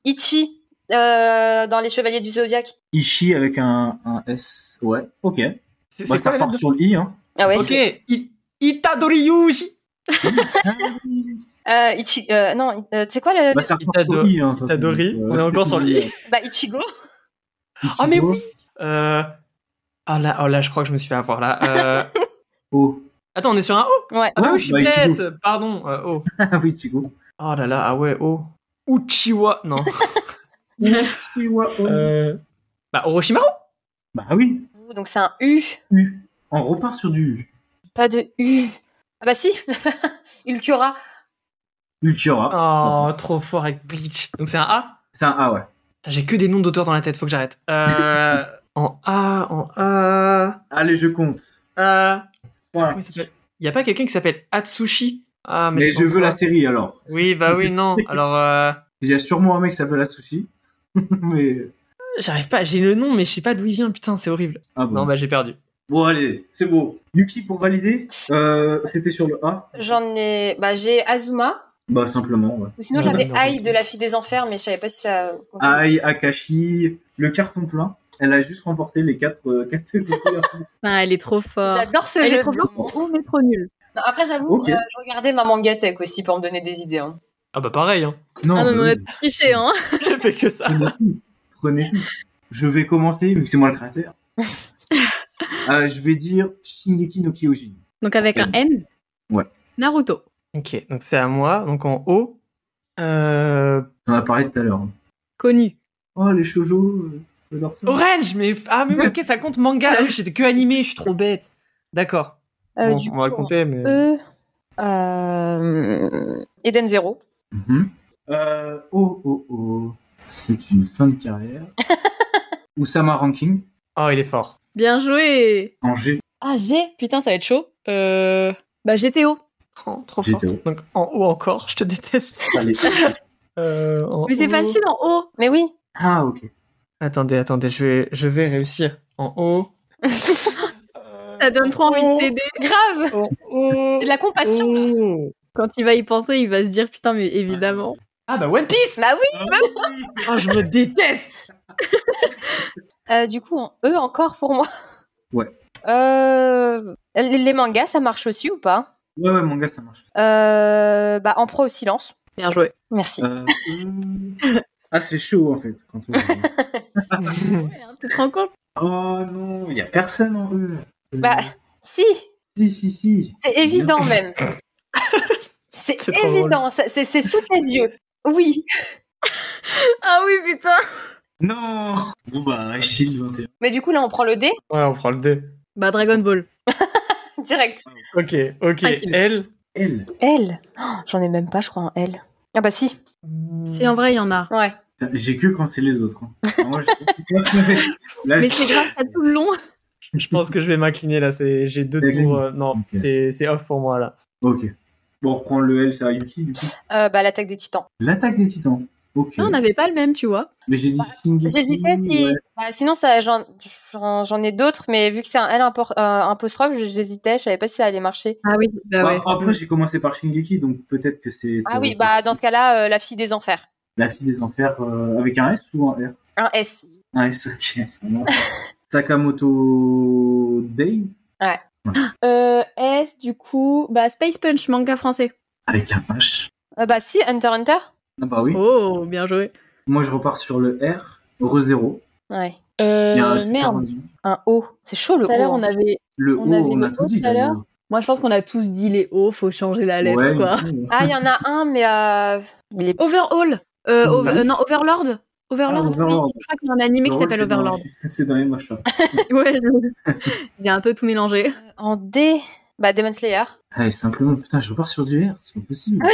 Speaker 3: Ichi euh, dans Les Chevaliers du Zodiaque.
Speaker 2: Ishi avec un, un S. Ouais, ok.
Speaker 1: C'est
Speaker 2: Bah,
Speaker 1: c'est
Speaker 2: ça
Speaker 1: quoi la
Speaker 2: repart
Speaker 1: lettre
Speaker 2: sur le I, hein.
Speaker 3: Ah ouais.
Speaker 1: de-
Speaker 3: c'est-
Speaker 1: Ok. I- Itadoriyuji.
Speaker 3: Euh, Ichi. euh, non, euh, tu sais quoi le
Speaker 2: bah, ça repart sur
Speaker 1: Itado-
Speaker 2: le I, hein. ça,
Speaker 1: Itadori,
Speaker 2: c'est-
Speaker 1: on est encore sur le I.
Speaker 3: Bah Ichigo.
Speaker 1: Ah, mais oui. Euh... Oh là, oh là, je crois que je me suis fait avoir là. Euh...
Speaker 2: Oh.
Speaker 1: Attends, on est sur un O.
Speaker 3: Ouais.
Speaker 1: Ah bah
Speaker 2: Ouais,
Speaker 1: oui, je suis
Speaker 2: bah,
Speaker 1: bête.
Speaker 2: Ichigo.
Speaker 1: Pardon. Euh, oh.
Speaker 2: Ah oui, Chico.
Speaker 1: Oh là là. Ah ouais. Oh. Uchiwa. Non. Euh, Bah Orochimaru.
Speaker 2: Bah oui,
Speaker 3: Donc c'est un U.
Speaker 2: U. On repart sur du
Speaker 3: Pas de U. Ah bah si. Ulcura.
Speaker 2: Ultura.
Speaker 1: Oh, trop fort avec Bleach. Donc c'est un A.
Speaker 2: C'est un A, ouais.
Speaker 1: Putain, J'ai que des noms d'auteurs dans la tête, faut que j'arrête. Euh, en A, en A,
Speaker 2: Allez, je compte.
Speaker 1: A.
Speaker 2: Voilà.
Speaker 1: Comment il s'appelle Y a pas quelqu'un qui s'appelle Atsushi Ah,
Speaker 2: Mais
Speaker 1: c'est
Speaker 2: je
Speaker 1: encore
Speaker 2: veux la
Speaker 1: là.
Speaker 2: série alors.
Speaker 1: Oui, bah oui, non. Alors, euh,
Speaker 2: Il y a sûrement un mec qui s'appelle Atsushi. mais.
Speaker 1: j'arrive pas, j'ai le nom, mais je sais pas d'où il vient, putain, c'est horrible.
Speaker 2: Ah bon.
Speaker 1: Non, bah j'ai perdu.
Speaker 2: Bon, allez, c'est bon. Yuki, pour valider, euh, c'était sur le A
Speaker 3: J'en ai. Bah j'ai Azuma.
Speaker 2: Bah, simplement, ouais.
Speaker 3: Ou Sinon
Speaker 1: Ouais,
Speaker 3: j'avais
Speaker 1: non,
Speaker 3: Ai
Speaker 1: non. Ah.
Speaker 3: de la fille des enfers, mais je savais pas si ça. comptait.
Speaker 2: Ai, Akashi, le carton plein. Elle a juste remporté les 4 euh, catégories.
Speaker 4: Putain, elle est trop forte.
Speaker 3: J'adore ce
Speaker 4: Elle
Speaker 3: jeu.
Speaker 4: est trop
Speaker 3: de
Speaker 4: forte,
Speaker 3: mots.
Speaker 4: ou mais trop nulle.
Speaker 3: Non, après j'avoue,
Speaker 2: Ok.
Speaker 3: euh, je regardais ma manga tech aussi pour me donner des idées. hein.
Speaker 1: Ah, bah pareil, hein.
Speaker 4: Ah non, mais on
Speaker 2: mais
Speaker 4: a tous triché, hein
Speaker 1: j'ai fait que ça.
Speaker 2: prenez tout. Prenez tout. Je vais commencer, vu que c'est moi le créateur. Euh, je vais dire Shingeki no Kyojin.
Speaker 4: Donc avec un N
Speaker 2: Ouais.
Speaker 4: Naruto.
Speaker 1: Ok, donc c'est à moi, donc en O. Euh...
Speaker 2: On en a parlé tout à l'heure. hein.
Speaker 4: Connu.
Speaker 2: Oh, les shoujo, euh, j'adore ça.
Speaker 1: Orange, mais. Ah, mais oui, ok, ça compte manga. Ah oui, j'étais que animé, je suis trop bête. D'accord.
Speaker 3: Euh,
Speaker 1: Bon,
Speaker 3: du
Speaker 1: on va le
Speaker 3: coup,
Speaker 1: compter, mais.
Speaker 3: E. Euh, Eden Zero.
Speaker 2: Mhm. Euh, oh, oh, oh. C'est une fin de carrière. Oussama Ranking,
Speaker 1: Oh, il est fort.
Speaker 4: Bien joué
Speaker 2: en G.
Speaker 4: Ah, G Putain, ça va être chaud. Euh... Bah, GTO.
Speaker 1: Oh, trop fort.
Speaker 2: J'étais haut.
Speaker 1: Donc en haut encore, je te déteste.
Speaker 2: Allez.
Speaker 1: Euh, en
Speaker 4: Mais c'est
Speaker 1: haut.
Speaker 4: facile en O
Speaker 3: Mais oui.
Speaker 2: Ah, ok.
Speaker 1: Attendez, attendez, je vais, je vais réussir. En haut. Euh,
Speaker 4: Ça donne trop envie de t'aider.
Speaker 3: Grave.
Speaker 4: Oh.
Speaker 1: En haut.
Speaker 3: De la compassion.
Speaker 1: Oh.
Speaker 4: Quand il va y penser, il va se dire putain, mais évidemment.
Speaker 1: Ah bah One
Speaker 4: Oh.
Speaker 1: Piece
Speaker 3: Bah oui.
Speaker 1: Ah je me déteste
Speaker 3: Euh, du coup, en E encore pour moi.
Speaker 2: Ouais.
Speaker 3: Euh, les les mangas, ça marche aussi ou pas
Speaker 2: Ouais, ouais, manga, ça marche.
Speaker 3: Euh, bah, en pro au silence.
Speaker 4: Bien joué.
Speaker 3: Merci.
Speaker 2: Euh, euh, ah, c'est chaud, en fait. Quand on...
Speaker 4: hein, Tu te rends compte
Speaker 2: oh non, il y a personne en eux.
Speaker 3: Bah, si,
Speaker 2: Si, si, si.
Speaker 3: c'est évident même. c'est
Speaker 1: C'est trop
Speaker 3: évident, ça- c'est c'est sous tes yeux. Oui,
Speaker 4: Ah oui, putain
Speaker 2: Non Bon, bah, Shield 21.
Speaker 3: mais du coup là on prend le dé
Speaker 1: Ouais, on prend le dé.
Speaker 4: Bah, Dragon Ball.
Speaker 3: direct.
Speaker 1: Ok, ok.
Speaker 4: Facile.
Speaker 1: Elle
Speaker 2: Elle.
Speaker 3: L. Oh, J'en ai même pas, je crois, en L. Ah bah si.
Speaker 4: Si, en vrai, il y en a.
Speaker 3: Ouais.
Speaker 2: Putain, J'ai que quand c'est les autres. hein. Moi, je- Là,
Speaker 4: Mais
Speaker 2: je-
Speaker 4: c'est grave, ça tout le long.
Speaker 1: Je pense que je vais m'incliner là. c'est- J'ai deux
Speaker 2: T'es
Speaker 1: tours. euh, non,
Speaker 2: Ok.
Speaker 1: c'est- c'est off pour moi là.
Speaker 2: Ok. Bon, on reprend le L, c'est à Yuki, du coup.
Speaker 3: Euh, bah l'attaque des titans.
Speaker 2: L'attaque des titans. Ok.
Speaker 4: Non, on n'avait pas le même, tu vois.
Speaker 2: Mais j'ai dit Shingeki,
Speaker 3: Bah, J'hésitais si.
Speaker 2: ouais.
Speaker 3: bah, sinon, ça, j'en, j'en, j'en ai d'autres, mais vu que c'est un L impor- euh, apostrophe, j'hésitais, je savais pas si ça allait marcher.
Speaker 4: Ah oui, bah
Speaker 2: Bah,
Speaker 4: ouais.
Speaker 2: Après, j'ai commencé par Shingeki, donc peut-être que c'est.
Speaker 3: Ah
Speaker 2: ça-
Speaker 3: oui, bah dans ce cas-là, euh, la fille des enfers.
Speaker 2: La fille des enfers euh, avec un S ou un R
Speaker 3: Un S.
Speaker 2: Un S, ok. ça marche. Sakamoto Days
Speaker 3: Euh, S, du coup. Bah, Space.
Speaker 4: Space Punch, manga français.
Speaker 2: avec un H.
Speaker 3: Euh, bah si, Hunter x Hunter.
Speaker 2: Ah bah oui.
Speaker 4: Oh, bien joué.
Speaker 2: Moi, je repars sur le R, Re-Zéro.
Speaker 3: Ouais.
Speaker 2: Il y a un super
Speaker 4: Euh, merde.
Speaker 2: rendu.
Speaker 3: Un O. C'est chaud le
Speaker 4: Tout à l'heure,
Speaker 3: O. hein.
Speaker 4: on avait.
Speaker 2: Le
Speaker 4: On
Speaker 2: O,
Speaker 4: avait
Speaker 2: on a
Speaker 4: le
Speaker 2: tout
Speaker 4: O
Speaker 2: dit.
Speaker 4: tout à l'heure. Moi, je pense qu'on a tous dit les hauts, faut changer la lettre,
Speaker 2: Ouais,
Speaker 4: quoi.
Speaker 2: mais-
Speaker 3: Ah, il y en a un, mais. euh, il est-
Speaker 4: Overhaul euh, over-
Speaker 2: Yes.
Speaker 4: euh, Non, Overlord Overlord,
Speaker 2: Ah, Overlord.
Speaker 4: oui. Je crois qu'il y a un animé qui
Speaker 2: Overall,
Speaker 4: s'appelle
Speaker 2: c'est dans-
Speaker 4: Overlord.
Speaker 2: C'est dans les hein. machins.
Speaker 4: ouais, je- j'ai un peu tout mélangé.
Speaker 3: En D. Bah, Demon Slayer.
Speaker 2: Allez, Ah, simplement, putain, je repars sur du R, c'est pas possible.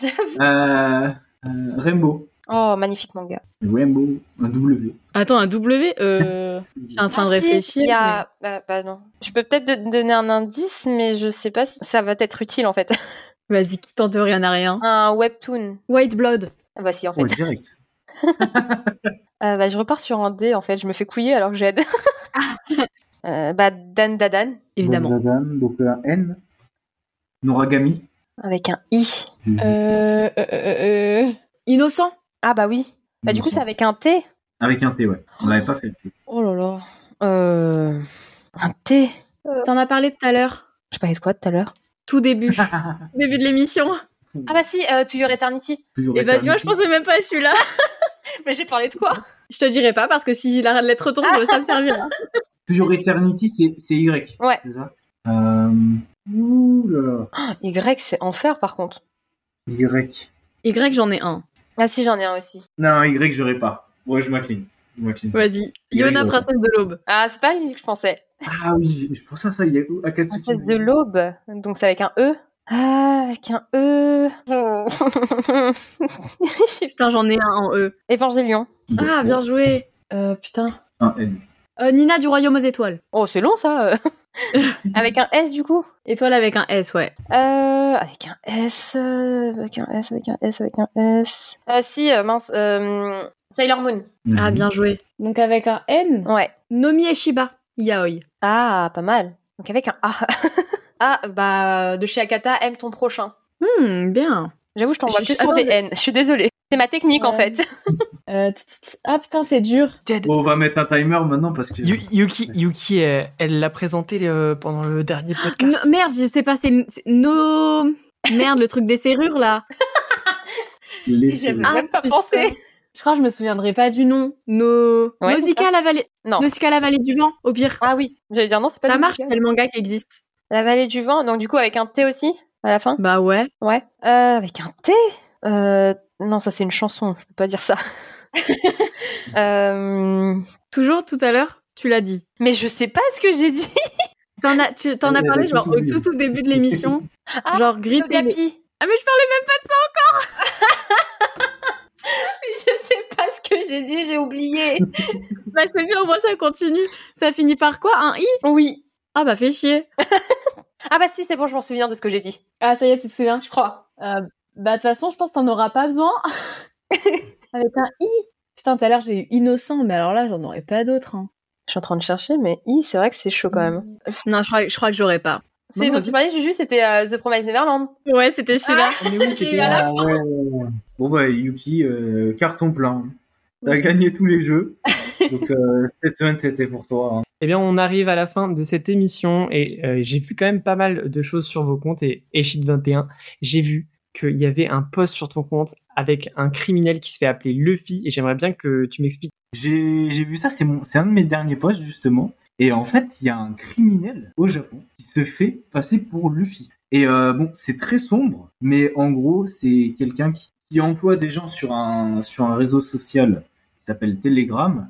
Speaker 3: J'avoue.
Speaker 2: Euh, euh, Rainbow.
Speaker 3: oh, magnifique manga.
Speaker 2: Rainbow, un W.
Speaker 4: Attends, un W euh... Je suis en train de
Speaker 3: Ah, si,
Speaker 4: réfléchir.
Speaker 3: Il y a... bah, bah, non. Je peux peut-être de- donner un indice, mais je sais pas si ça va être utile en fait.
Speaker 4: mais- Vas-y, qui tente rien à rien.
Speaker 3: Un webtoon.
Speaker 4: White Blood.
Speaker 3: Ah bah si en fait.
Speaker 2: Ouais, Oh, direct.
Speaker 3: Euh, bah, je repars sur un D en fait. Je me fais couiller alors que j'aide. euh, bah Dan Dadan
Speaker 4: Évidemment.
Speaker 2: Donc, Adam, donc euh, un N. Noragami.
Speaker 3: avec un I.
Speaker 4: Euh, euh, euh, euh, Innocent
Speaker 3: Ah bah oui. Bah du coup c'est avec un T.
Speaker 2: Avec un T, ouais. On l'avait pas fait le T.
Speaker 3: Oh là là. Euh... Un T.
Speaker 4: T'en as parlé tout à l'heure.
Speaker 3: Je parlais de quoi tout à l'heure
Speaker 4: Tout début. début de l'émission.
Speaker 3: Ah bah si, euh, To Your Eternity.
Speaker 2: Toujours
Speaker 4: Et bah, tu vois, je
Speaker 2: éternité.
Speaker 4: pensais même pas à celui-là.
Speaker 3: Mais j'ai parlé de quoi
Speaker 4: Je te dirai pas parce que si la lettre tombe, ça me servira.
Speaker 2: Toujours Eternity, c'est- c'est Y.
Speaker 3: Ouais.
Speaker 2: C'est ça euh... Ouh là là.
Speaker 3: Y c'est enfer par contre.
Speaker 2: Y.
Speaker 4: Y, j'en ai un.
Speaker 3: Ah si j'en ai un aussi.
Speaker 2: Non, Y, j'aurais pas. Ouais, je m'incline. Je m'incline.
Speaker 4: Vas-y.
Speaker 2: Y,
Speaker 4: Yona,
Speaker 2: ouais.
Speaker 4: princesse de l'aube.
Speaker 3: Ah c'est pas lui que je pensais.
Speaker 2: Ah oui, je pense à ça. Il y a Akatsuki.
Speaker 3: Princesse de l'aube. Donc c'est avec un E. Ah, avec un E.
Speaker 4: Putain, j'en ai un en E.
Speaker 3: Évangélion.
Speaker 4: Ah, bien joué. Euh, putain.
Speaker 2: Un N.
Speaker 4: Euh, Nina du Royaume aux Étoiles.
Speaker 3: Oh, c'est long ça. euh. avec un S du coup.
Speaker 4: Étoile avec un S, ouais.
Speaker 3: Euh, avec un S, euh, avec un S, avec un S, avec un S. Euh, si, euh, mince. euh, Sailor Moon.
Speaker 2: Mhm.
Speaker 4: Ah, bien joué. Donc avec un N,
Speaker 3: Ouais.
Speaker 4: Nomi Eshiba, yaoi.
Speaker 3: Ah, pas mal. Donc avec un A. ah, bah, de chez Akata, aime ton prochain.
Speaker 4: Hmm, bien.
Speaker 3: J'avoue, je t'envoie
Speaker 4: Je-
Speaker 3: que
Speaker 4: je-
Speaker 3: sur
Speaker 4: attends,
Speaker 3: des
Speaker 4: je-
Speaker 3: N. Je suis désolée. C'est ma technique en
Speaker 4: Ouais.
Speaker 3: fait.
Speaker 4: Euh, t- t- t- ah putain, c'est dur.
Speaker 2: Bon, on va mettre un timer maintenant parce que.
Speaker 1: Yu- Yuki, Yuki euh, elle l'a présenté euh, pendant le dernier
Speaker 4: No-
Speaker 1: podcast.
Speaker 4: merde, je sais pas, c'est une- c'est- no... Merde, le truc des serrures, là.
Speaker 2: Laissez-
Speaker 3: J'aime. même pas pensé.
Speaker 4: putain. Je crois que je me souviendrai pas du nom. No...
Speaker 3: Ouais,
Speaker 4: Nausicaa, la vallée...
Speaker 3: Non.
Speaker 4: Nausicaa, la vallée du vent, au pire.
Speaker 3: Ah oui, j'allais dire non, c'est pas
Speaker 4: Ça
Speaker 3: du
Speaker 4: marche,
Speaker 3: Zika.
Speaker 4: c'est le manga qui existe.
Speaker 3: La vallée du vent. Donc du coup, avec un T aussi à la fin.
Speaker 4: Bah ouais.
Speaker 3: Ouais. Euh, avec un T euh, Non, ça c'est une chanson, je peux pas dire ça. Euh,
Speaker 4: Toujours tout à l'heure, tu l'as dit.
Speaker 3: Mais je sais pas ce que j'ai dit.
Speaker 4: T'en as, tu, t'en
Speaker 2: Elle
Speaker 4: as
Speaker 2: avait
Speaker 4: parlé
Speaker 2: tout
Speaker 4: genre au
Speaker 2: oublié.
Speaker 4: tout tout début de l'émission.
Speaker 3: Ah,
Speaker 4: genre gris.
Speaker 3: Togapi.
Speaker 4: Ah mais je parlais même pas
Speaker 3: Je sais pas ce que j'ai dit, j'ai oublié.
Speaker 4: de... Bah c'est bien, au moins ça continue. Ça finit par quoi Un i
Speaker 3: Oui.
Speaker 4: Ah bah fais chier.
Speaker 3: Ah bah si, c'est bon, je m'en souviens de ce que j'ai dit.
Speaker 4: Ah ça y est, tu te souviens
Speaker 3: Je crois.
Speaker 4: Euh, Bah de toute façon, je pense que t'en auras pas besoin. Avec un i Putain, tout à l'heure j'ai eu innocent, mais alors là j'en aurais pas d'autres. hein.
Speaker 3: Je suis en train de chercher, mais i, c'est vrai que c'est chaud quand même.
Speaker 4: Non, je crois, je crois que j'aurais pas.
Speaker 3: C'est
Speaker 1: Non,
Speaker 3: dont tu parlais, Juju, c'était euh, The Promised Neverland.
Speaker 4: Ouais, c'était celui-là.
Speaker 1: Mais oui,
Speaker 3: j'ai
Speaker 1: c'était-
Speaker 3: eu la-
Speaker 2: Ah, ouais, ouais, ouais. Bon, bah, Yuki, euh, carton plein. T'as gagné tous les jeux. Donc, euh, cette semaine, c'était pour toi. hein.
Speaker 1: Eh bien, on arrive à la fin de cette émission et euh, j'ai vu quand même pas mal de choses sur vos comptes et Eshit21. J'ai vu qu'il y avait un post sur ton compte avec un criminel qui se fait appeler Luffy et j'aimerais bien que tu m'expliques.
Speaker 2: J'ai j'ai vu ça, c'est mon- c'est un de mes derniers posts justement. Et en fait, il y a un criminel au Japon qui se fait passer pour Luffy. Et euh, bon, c'est très sombre, mais en gros, c'est quelqu'un qui, qui emploie des gens sur un, sur un réseau social qui s'appelle Telegram.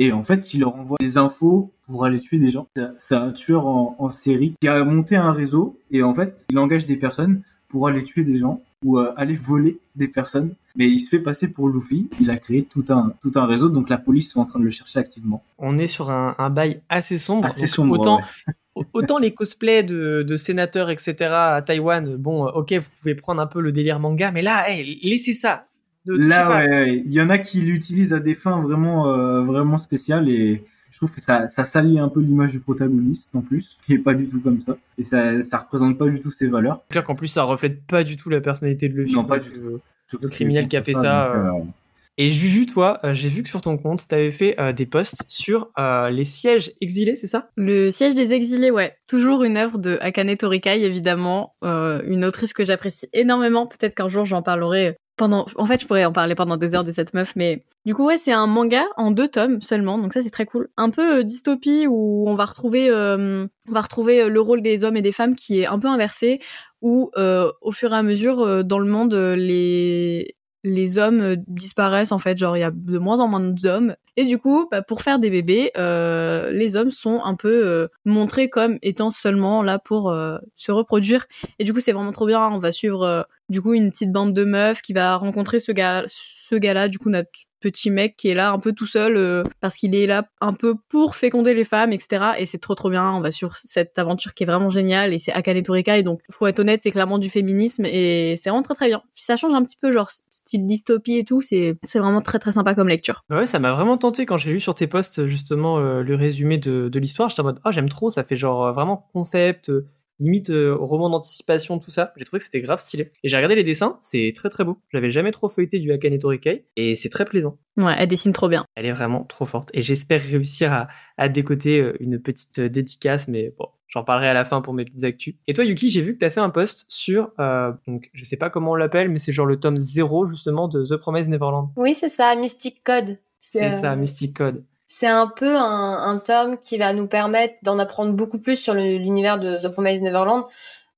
Speaker 2: Et en fait, il leur envoie des infos pour aller tuer des gens. C'est un- C'est un tueur en, en série qui a monté un réseau et en fait, il engage des personnes pour aller tuer des gens ou euh, aller voler des personnes. Mais il se fait passer pour Luffy. Il a créé tout un, tout un réseau, donc la police sont en train de le chercher activement.
Speaker 1: On est sur un, un bail assez sombre.
Speaker 2: Assez
Speaker 1: donc
Speaker 2: sombre.
Speaker 1: Autant,
Speaker 2: ouais.
Speaker 1: Au- Autant les cosplays de, de sénateurs, etc. à Taïwan, bon, euh, ok, vous pouvez prendre un peu le délire manga, mais là, hey, laissez ça. Ne touchez
Speaker 2: Là,
Speaker 1: pas.
Speaker 2: ouais, ouais, il y en a qui l'utilisent à des fins vraiment, euh, vraiment spéciales et je trouve que ça, ça salit un peu l'image du protagoniste en plus, qui est pas du tout comme ça et ça, ça représente pas du tout ses valeurs.
Speaker 1: C'est clair qu'en plus, ça reflète pas du tout la personnalité de Luffy.
Speaker 2: Non, pas
Speaker 1: donc,
Speaker 2: du
Speaker 1: euh,
Speaker 2: Surtout
Speaker 1: Le
Speaker 2: que
Speaker 1: criminel
Speaker 2: c'est
Speaker 1: qui a fait
Speaker 2: comme
Speaker 1: ça,
Speaker 2: donc, euh,
Speaker 1: Et Juju, toi, euh, j'ai vu que sur ton compte, t'avais fait euh, des posts sur euh, les sièges exilés, c'est ça
Speaker 4: Le siège des exilés, ouais. Toujours une œuvre de Akane Torikai, évidemment. Euh, une autrice que j'apprécie énormément. Peut-être qu'un jour j'en parlerai pendant. En fait, je pourrais en parler pendant des heures de cette meuf, mais du coup, ouais, c'est un manga en deux tomes seulement, donc ça c'est très cool. Un peu euh, dystopie où on va retrouver, euh, on va retrouver euh, le rôle des hommes et des femmes qui est un peu inversé, où euh, au fur et à mesure euh, dans le monde euh, les les hommes euh, disparaissent en fait, genre il y a de moins en moins d'hommes. Et du coup, bah, pour faire des bébés, euh, les hommes sont un peu euh, montrés comme étant seulement là pour euh, se reproduire. Et du coup, c'est vraiment trop bien. On va suivre euh, du coup une petite bande de meufs qui va rencontrer ce gars, ce gars-là, du coup notre petit mec qui est là un peu tout seul euh, parce qu'il est là un peu pour féconder les femmes, etc. Et c'est trop trop bien. hein. On va sur cette aventure qui est vraiment géniale et c'est Akane Torikai. Donc, faut être honnête, c'est clairement du féminisme et c'est vraiment très très bien. Ça change un petit peu genre style dystopie et tout. C'est c'est vraiment très très sympa comme lecture.
Speaker 1: Bah ouais, ça m'a vraiment tenté quand j'ai lu sur tes posts justement euh, le résumé de, de l'histoire. J'étais en mode, ah, j'aime trop, ça fait genre euh, vraiment concept, euh, limite euh, roman d'anticipation, tout ça. J'ai trouvé que c'était grave stylé. Et j'ai regardé les dessins, c'est très très beau. J'avais jamais trop feuilleté du Akane Torikai et c'est très plaisant.
Speaker 4: Ouais, elle dessine trop bien.
Speaker 1: Elle est vraiment trop forte et j'espère réussir à, à décoter euh, une petite euh, dédicace, mais bon. J'en parlerai à la fin pour mes petites actus. Et toi, Yuki, j'ai vu que t'as fait un post sur, euh, donc, je sais pas comment on l'appelle, mais c'est genre le tome 0, justement, de The Promise Neverland.
Speaker 3: Oui, c'est ça, Mystic Code.
Speaker 1: C'est
Speaker 3: euh,
Speaker 1: ça, Mystic Code.
Speaker 3: C'est un peu un, un tome qui va nous permettre d'en apprendre beaucoup plus sur le- l'univers de The Promised Neverland,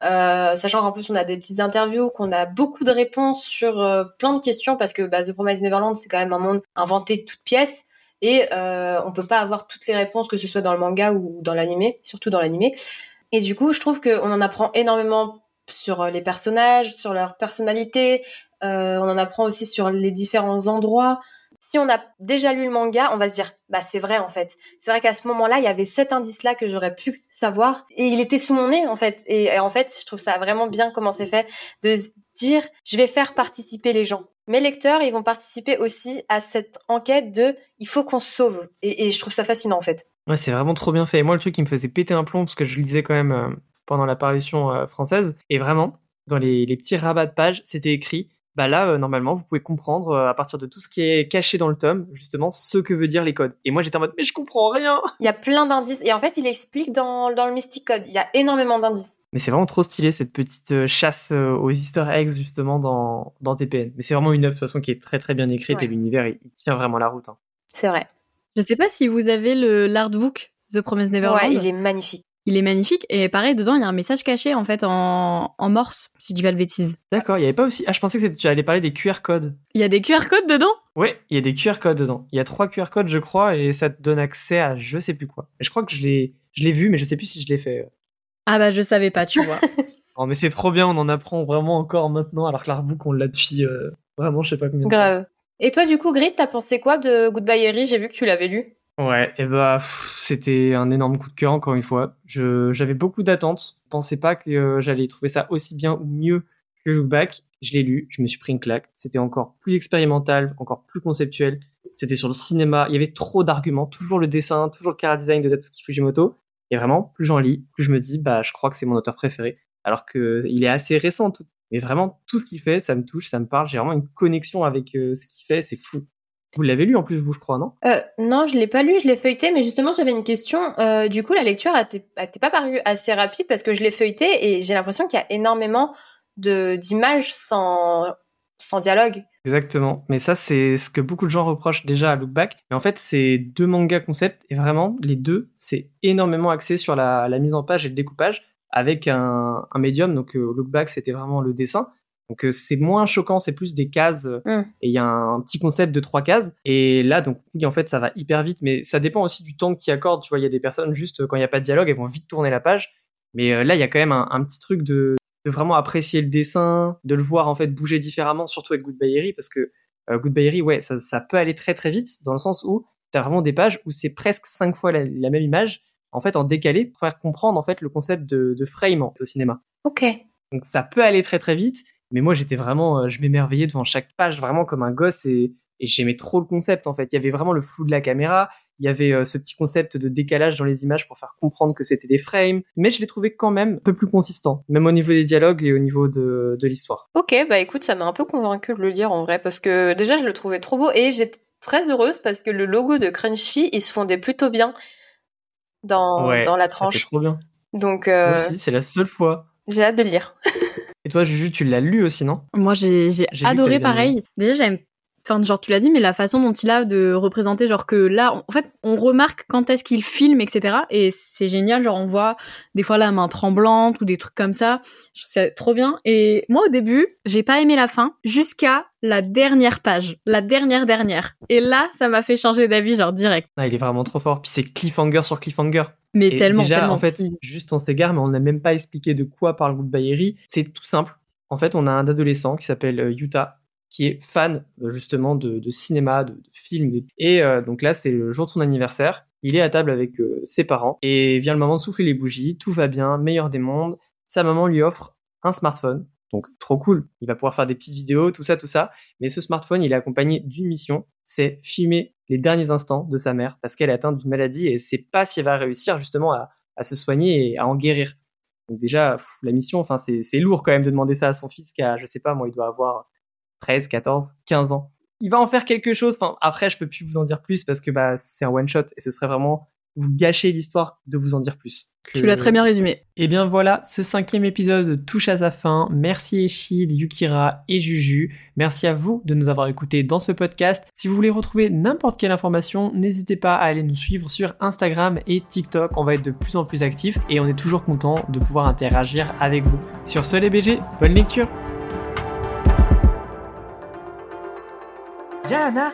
Speaker 3: euh, sachant qu'en plus on a des petites interviews, qu'on a beaucoup de réponses sur euh, plein de questions parce que bah, The Promised Neverland c'est quand même un monde inventé de toutes pièces et euh, on peut pas avoir toutes les réponses que ce soit dans le manga ou dans l'animé, surtout dans l'animé. Et du coup, je trouve qu'on en apprend énormément sur euh, les personnages, sur leur personnalité. euh, on en apprend aussi sur les différents endroits si on a déjà lu le manga, on va se dire, bah c'est vrai en fait. C'est vrai qu'à ce moment-là, il y avait cet indice-là que j'aurais pu savoir et il était sous mon nez en fait. Et, et en fait, je trouve ça vraiment bien comment c'est fait de se dire, je vais faire participer les gens. Mes lecteurs, ils vont participer aussi à cette enquête de, il faut qu'on se sauve. Et, et je trouve ça fascinant en fait.
Speaker 1: Ouais, c'est vraiment trop bien fait. Et moi, le truc qui me faisait péter un plomb, parce que je le lisais quand même euh, pendant la parution euh, française, et vraiment, dans les, les petits rabats de pages, c'était écrit bah là, euh, normalement, vous pouvez comprendre euh, à partir de tout ce qui est caché dans le tome, justement, ce que veut dire les codes. Et moi, j'étais en mode mais je comprends rien
Speaker 3: Il y a plein d'indices et en fait, il explique dans, dans le Mystic Code. Il y a énormément d'indices.
Speaker 1: Mais c'est vraiment trop stylé, cette petite euh, chasse euh, aux easter eggs, justement, dans, dans TPN. Mais c'est vraiment une œuvre, de toute façon, qui est très très bien écrite,
Speaker 3: Ouais.
Speaker 1: et l'univers, il, il tient vraiment la route. hein.
Speaker 3: C'est vrai.
Speaker 4: Je sais pas si vous avez le l'artbook The Promised Neverland.
Speaker 3: Ouais, il est magnifique.
Speaker 4: Il est magnifique et pareil dedans il y a un message caché en fait en, en morse si je dis pas de bêtises.
Speaker 1: D'accord, il y avait pas aussi. Ah, je pensais que c'était- tu allais parler des QR codes.
Speaker 4: Il y a des QR codes dedans
Speaker 1: Ouais, il y a des QR codes dedans. Il y a trois QR codes, je crois, et ça te donne accès à je sais plus quoi. Je crois que je l'ai, je l'ai vu, mais je sais plus si je l'ai fait. euh.
Speaker 4: Ah bah je savais pas tu vois.
Speaker 1: Non, mais c'est trop bien, on en apprend vraiment encore maintenant, alors que l'artbook, on l'a depuis euh, vraiment, je sais pas combien de
Speaker 3: Grave. Et toi, du coup, Grit, t'as pensé quoi de Goodbye Harry J'ai vu que tu l'avais lu.
Speaker 1: temps. Ouais, et bah, pff, c'était un énorme coup de cœur, encore une fois. Je, j'avais beaucoup d'attentes. Je pensais pas que euh, j'allais trouver ça aussi bien ou mieux que Look Back. Je l'ai lu, je me suis pris une claque. C'était encore plus expérimental, encore plus conceptuel. C'était sur le cinéma, il y avait trop d'arguments, toujours le dessin, toujours le character design de Datsuki Fujimoto. Et vraiment, plus j'en lis, plus je me dis, bah, je crois que c'est mon auteur préféré. Alors que il est assez récent, tout. Mais vraiment, tout ce qu'il fait, ça me touche, ça me parle. J'ai vraiment une connexion avec euh, ce qu'il fait, c'est fou. Vous l'avez lu en plus, vous, je crois, non
Speaker 3: Euh, non, je l'ai pas lu, je l'ai feuilleté, mais justement j'avais une question. Euh, du coup, la lecture a t'est a t'est pas parue assez rapide parce que je l'ai feuilleté et j'ai l'impression qu'il y a énormément de d'images sans sans dialogue.
Speaker 1: Exactement. Mais ça, c'est ce que beaucoup de gens reprochent déjà à Look Back. Mais en fait, c'est deux mangas concept et vraiment, les deux, c'est énormément axé sur la, la mise en page et le découpage avec un, un médium. Donc, euh, Look Back, c'était vraiment le dessin. Donc, euh, c'est moins choquant, c'est plus des cases. euh,
Speaker 3: Mm.
Speaker 1: Et il y a un petit concept de trois cases. Et là, donc, oui, en fait, ça va hyper vite. Mais ça dépend aussi du temps que tu y accordes. Tu vois, il y a des personnes, juste, euh, quand il n'y a pas de dialogue, elles vont vite tourner la page. Mais euh, là, il y a quand même un, un petit truc de, de vraiment apprécier le dessin, de le voir en fait bouger différemment, surtout avec Goodbye Harry, parce que euh, Goodbye Harry, ouais, ça, ça peut aller très très vite, dans le sens où t'as vraiment des pages où c'est presque cinq fois la, la même image, en fait en décalé, pour faire comprendre en fait le concept de, de frame en fait, au cinéma.
Speaker 3: Ok.
Speaker 1: Donc ça peut aller très très vite, mais moi j'étais vraiment, euh, je m'émerveillais devant chaque page, vraiment comme un gosse, et, et j'aimais trop le concept en fait. Il y avait vraiment le flou de la caméra, il y avait euh, ce petit concept de décalage dans les images pour faire comprendre que c'était des frames, mais je l'ai trouvé quand même un peu plus consistant, même au niveau des dialogues et au niveau de, de l'histoire.
Speaker 3: Ok, bah écoute, ça m'a un peu convaincu de le lire en vrai parce que déjà je le trouvais trop beau et j'étais très heureuse parce que le logo de Crunchy il se fondait plutôt bien dans,
Speaker 1: Ouais,
Speaker 3: dans la
Speaker 1: Ça fait
Speaker 3: tranche.
Speaker 1: trop bien.
Speaker 3: Donc euh,
Speaker 1: Moi aussi, c'est la seule fois.
Speaker 3: j'ai hâte de le lire.
Speaker 1: Et toi, Juju, tu l'as lu aussi, non
Speaker 4: Moi, j'ai
Speaker 1: J'ai
Speaker 4: j'ai
Speaker 1: vu que t'avais
Speaker 4: adoré
Speaker 1: bien
Speaker 4: pareil. Déjà, j'aime. Enfin, genre, tu l'as dit, mais la façon dont il a de représenter, genre que là, on- en fait, on remarque quand est-ce qu'il filme, etc. Et c'est génial, genre, on voit des fois la main tremblante ou des trucs comme ça. Je trouve ça trop bien. Et moi, au début, j'ai pas aimé la fin jusqu'à la dernière page, la dernière dernière. Et là, ça m'a fait changer d'avis, genre, direct.
Speaker 1: Ah, il est vraiment trop fort. Puis c'est cliffhanger sur cliffhanger.
Speaker 4: Mais
Speaker 1: Et
Speaker 4: tellement,
Speaker 1: déjà,
Speaker 4: tellement.
Speaker 1: en fait, juste on s'égare, mais on n'a même pas expliqué de quoi parle Goodbye Harry. C'est tout simple. En fait, on a un adolescent qui s'appelle euh, Yuta, qui est fan euh, justement de, de cinéma, de, de films. de- Et euh, donc là, c'est le jour de son anniversaire. Il est à table avec euh, ses parents et vient le moment de souffler les bougies. Tout va bien, meilleur des mondes. Sa maman lui offre un smartphone. Donc trop cool. Il va pouvoir faire des petites vidéos, tout ça, tout ça. Mais ce smartphone, il est accompagné d'une mission, c'est filmer les derniers instants de sa mère parce qu'elle est atteinte d'une maladie et c'est pas si elle va réussir justement à, à se soigner et à en guérir. Donc déjà, pff, la mission, enfin c'est c'est lourd quand même de demander ça à son fils qui a, je sais pas, moi il doit avoir 13, 14, 15 ans. Il va en faire quelque chose. Enfin après, je peux plus vous en dire plus parce que bah c'est un one shot et ce serait vraiment vous gâcher l'histoire de vous en dire plus.
Speaker 4: tu l'as très bien résumé.
Speaker 1: Et Eh bien voilà, ce cinquième épisode touche à sa fin. Merci Echid, Yukira et Juju. Merci à vous de nous avoir écoutés dans ce podcast. Si vous voulez retrouver n'importe quelle information, n'hésitez pas à aller nous suivre sur Instagram et TikTok. On va être de plus en plus actifs et on est toujours content de pouvoir interagir avec vous. Sur ce les BG, bonne lecture Yana